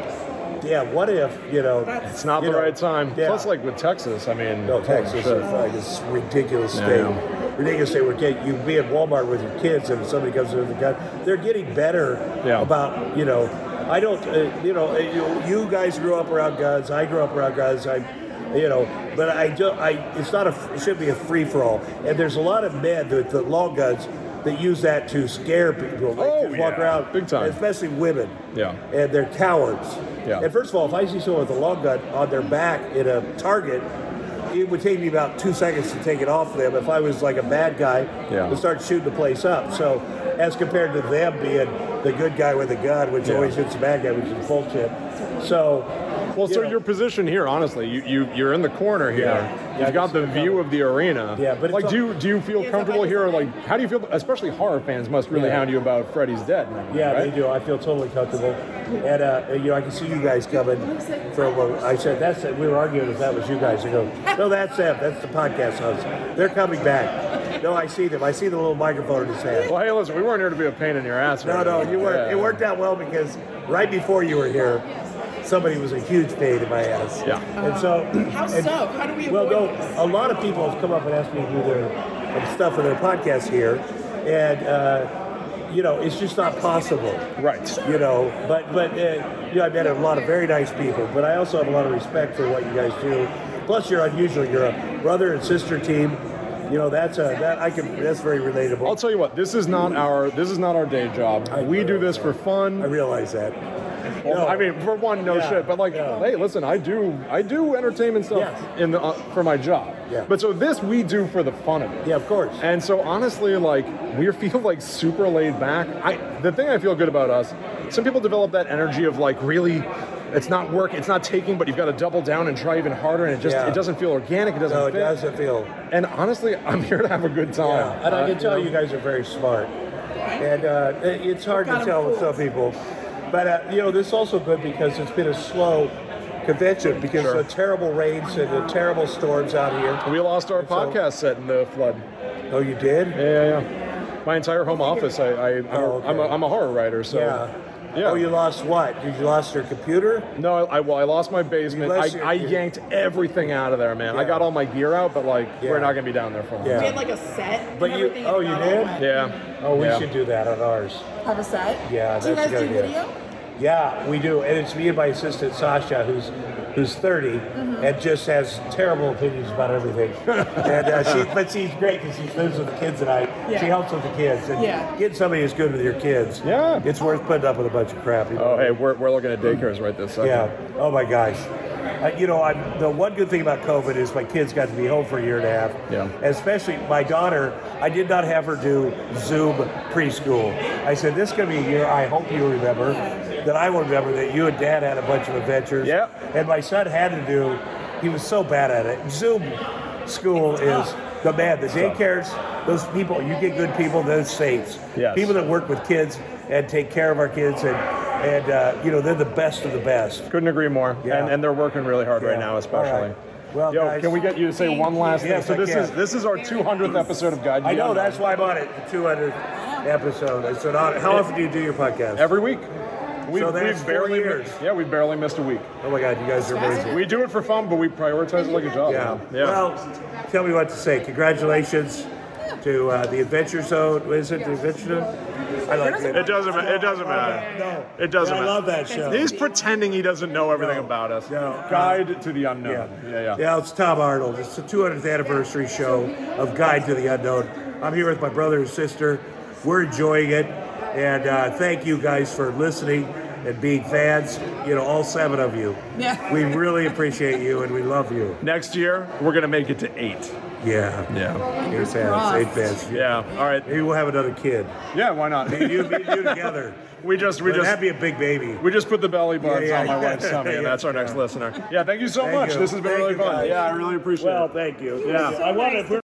Speaker 6: yeah, what if you know?
Speaker 7: it's not the
Speaker 6: you know,
Speaker 7: right time.
Speaker 6: Yeah.
Speaker 7: Plus, like with Texas, I mean,
Speaker 6: No,
Speaker 7: holy
Speaker 6: Texas
Speaker 7: shit.
Speaker 6: is uh, like this ridiculous
Speaker 7: Yeah.
Speaker 6: state. Ridiculous state where kid- you be at Walmart with your kids and if somebody comes in with a gun. They're getting better
Speaker 7: Yeah.
Speaker 6: about, you know, I don't, uh, you know, uh, you- you guys grew up around guns. I grew up around guns. I, you know, but I do, I, it's not a, it should be a free for all. And there's a lot of men that, that long guns that use that to scare people. They
Speaker 7: Oh,
Speaker 6: just walk
Speaker 7: yeah.
Speaker 6: around,
Speaker 7: Big time.
Speaker 6: Especially women.
Speaker 7: Yeah.
Speaker 6: And they're cowards.
Speaker 7: Yeah.
Speaker 6: And first of all, if I see someone with a long gun on their back in a target, it would take me about two seconds to take it off them if I was like a bad guy
Speaker 7: Yeah.
Speaker 6: to start shooting the place up. So, as compared to them being the good guy with a gun, which always hits the bad guy, which is bullshit. So,
Speaker 7: Well, so
Speaker 6: you know.
Speaker 7: your position here, honestly, you, you you're in the corner here.
Speaker 6: Yeah. Yeah, I
Speaker 7: You've got
Speaker 6: just
Speaker 7: the
Speaker 6: feel
Speaker 7: view of the arena.
Speaker 6: Yeah, but it's
Speaker 7: like,
Speaker 6: all-
Speaker 7: do you, do you feel
Speaker 5: It's
Speaker 7: comfortable
Speaker 5: all-
Speaker 7: here? Like, how do you feel? Especially horror fans must really
Speaker 6: Yeah.
Speaker 7: hound you about Freddy's dead. now,
Speaker 6: Yeah,
Speaker 7: right?
Speaker 6: they do. I feel totally comfortable. And, uh, you know, I can see you guys coming from, uh, I said, that's it. We were arguing if that was you guys. They go, no, that's them. That's the podcast host. They're coming back. No, I see them. I see the little microphone in his hand.
Speaker 7: Well, hey, listen, we weren't here to be a pain in your ass.
Speaker 6: No,
Speaker 7: right?
Speaker 6: no, you weren't.
Speaker 7: Yeah.
Speaker 6: It worked out well because right before you were here, somebody was a huge pain in my ass.
Speaker 7: Yeah.
Speaker 6: And so,
Speaker 5: How
Speaker 6: and-
Speaker 5: so? How do we
Speaker 6: well,
Speaker 5: avoid
Speaker 6: no,
Speaker 5: this?
Speaker 6: a lot of people have come up and asked me to do their um, stuff for their podcast here, and uh, you know, it's just not possible.
Speaker 7: Right.
Speaker 6: You know, but but uh, you know, I met a lot of very nice people, but I also have a lot of respect for what you guys do. Plus, you're unusual. You're a brother and sister team. You know, that's a that I can that's very relatable.
Speaker 7: I'll tell you what. This is not our this is not our day job.
Speaker 6: I-
Speaker 7: we do this for
Speaker 6: I
Speaker 7: fun.
Speaker 6: realize that.
Speaker 7: Well,
Speaker 6: No.
Speaker 7: I mean, for one, no
Speaker 6: Yeah,
Speaker 7: shit. But like,
Speaker 6: yeah.
Speaker 7: hey, listen, I do I do entertainment stuff
Speaker 6: Yes.
Speaker 7: in the uh, for my job.
Speaker 6: Yeah.
Speaker 7: But so this we do for the fun of it.
Speaker 6: Yeah, of course.
Speaker 7: And so honestly, like we feel like super laid back. I the thing I feel good about us, some people develop that energy of like really it's not work, it's not taking, but you've got to double down and try even harder and it just
Speaker 6: Yeah.
Speaker 7: it doesn't feel organic, it doesn't
Speaker 6: No, it
Speaker 7: fit.
Speaker 6: doesn't feel.
Speaker 7: And honestly, I'm here to have a good time.
Speaker 6: Yeah, and I can
Speaker 7: Uh,
Speaker 6: tell
Speaker 7: know?
Speaker 6: you guys are very smart, and uh, it- it's hard
Speaker 5: Got
Speaker 6: to
Speaker 5: 'em
Speaker 6: tell with some
Speaker 5: fooled.
Speaker 6: people. But uh, you know, this is also good because it's been a slow convention because
Speaker 7: Sure.
Speaker 6: of the terrible rains and the terrible storms out here.
Speaker 7: We lost our
Speaker 6: So-
Speaker 7: podcast set in the flood.
Speaker 6: Oh, you did?
Speaker 7: Yeah, yeah, yeah. My entire home office. I, I I'm,
Speaker 6: Oh, okay.
Speaker 7: a, I'm, a, I'm a horror writer, so
Speaker 6: yeah.
Speaker 7: yeah.
Speaker 6: Oh, you lost what? Did you lost your computer?
Speaker 7: No, I, I well, I lost my basement.
Speaker 6: lost your-
Speaker 7: I, I yanked everything out of there, man. I
Speaker 6: Yeah.
Speaker 7: got all my gear out, but like
Speaker 6: Yeah.
Speaker 7: we're not gonna be down there for long.
Speaker 6: Yeah.
Speaker 5: We had like a set. and
Speaker 6: But you-
Speaker 5: everything and
Speaker 6: oh,
Speaker 5: it
Speaker 6: you
Speaker 5: got
Speaker 6: did?
Speaker 5: all wet.
Speaker 7: Yeah.
Speaker 6: Oh, we
Speaker 7: Yeah.
Speaker 6: should do that on ours.
Speaker 5: Have a set.
Speaker 6: Yeah,
Speaker 5: Do you
Speaker 6: that's
Speaker 5: guys
Speaker 6: a
Speaker 5: do
Speaker 6: good idea.
Speaker 5: video?
Speaker 6: Yeah, we do, and it's me and my assistant Sasha, who's who's 30
Speaker 5: Mm-hmm.
Speaker 6: and just has terrible opinions about everything. and uh, she, but she's great because she lives with the kids and I.
Speaker 5: Yeah.
Speaker 6: She helps with the kids. And
Speaker 5: Yeah.
Speaker 6: getting somebody who's good with your kids,
Speaker 7: Yeah.
Speaker 6: it's worth putting up with a bunch of crap. You know?
Speaker 7: Oh, hey, we're, we're looking at daycares right this second.
Speaker 6: Yeah. Oh my gosh. Uh, you know, I'm, the one good thing about COVID is my kids got to be home for a year and a half.
Speaker 7: Yeah.
Speaker 6: Especially my daughter, I did not have her do Zoom preschool. I said, this is going to be a year I hope you remember, that I will remember that you and dad had a bunch of adventures.
Speaker 7: Yeah.
Speaker 6: And my son had to do, he was so bad at it. Zoom school is the man. The daycares, those people, you get good people, those saints.
Speaker 7: Yes.
Speaker 6: People that work with kids and take care of our kids and, and uh, you know, they're the best of the best.
Speaker 7: Couldn't agree more.
Speaker 6: Yeah.
Speaker 7: And, and they're working really hard
Speaker 6: Yeah.
Speaker 7: right now,
Speaker 6: All
Speaker 7: especially.
Speaker 6: right. Well,
Speaker 7: Yo,
Speaker 6: guys-
Speaker 7: can we get you to say one last
Speaker 6: Yes,
Speaker 7: thing?
Speaker 6: I
Speaker 7: So this
Speaker 6: can.
Speaker 7: is this is our 200th episode of Guide.
Speaker 6: I know
Speaker 7: Beyond.
Speaker 6: that's why I'm on it. The 200th episode. It's an honor. How often do you do your podcast?
Speaker 7: every week. We've,
Speaker 6: So that's
Speaker 7: we've
Speaker 6: four
Speaker 7: barely
Speaker 6: years.
Speaker 7: yeah, we've barely missed a week.
Speaker 6: oh my God, you guys are amazing.
Speaker 7: We do it for fun, but we prioritize it like a job.
Speaker 6: Yeah.
Speaker 7: man. yeah.
Speaker 6: Well, tell me what to say. Congratulations to uh, the Adventure Zone. What is it? The Adventure Zone. I like it.
Speaker 7: it doesn't. ma- It doesn't matter.
Speaker 6: No,
Speaker 7: It doesn't
Speaker 6: I
Speaker 7: matter.
Speaker 6: love that show.
Speaker 7: He's pretending he doesn't know everything about us.
Speaker 6: No.
Speaker 7: Guide to the unknown.
Speaker 6: Yeah.
Speaker 7: Yeah, yeah.
Speaker 6: it's Tom Arnold. It's the 200th anniversary show of Guide to the Unknown. I'm here with my brother and sister. We're enjoying it. And uh, thank you guys for listening and being fans. You know, all seven of you.
Speaker 5: Yeah.
Speaker 6: We really appreciate you and we love you.
Speaker 7: Next year we're gonna make it to eight.
Speaker 6: Yeah.
Speaker 7: Yeah.
Speaker 6: You're fans.
Speaker 5: crossed.
Speaker 6: Eight fans.
Speaker 7: Yeah. All right.
Speaker 6: Maybe we'll have another kid.
Speaker 7: Yeah. Why not?
Speaker 6: Me and you, me and you together.
Speaker 7: We just we
Speaker 6: But
Speaker 7: just
Speaker 6: That'd be a big baby.
Speaker 7: we just put the belly buttons
Speaker 6: Yeah, yeah.
Speaker 7: on my wife's tummy, and that's our next listener. Yeah. Thank you so
Speaker 6: Thank
Speaker 7: much.
Speaker 6: you.
Speaker 7: This has been
Speaker 6: Thank
Speaker 7: really
Speaker 6: you,
Speaker 7: fun.
Speaker 6: guys.
Speaker 7: Yeah, I really appreciate it.
Speaker 6: Well, thank you. Yeah. I wanted,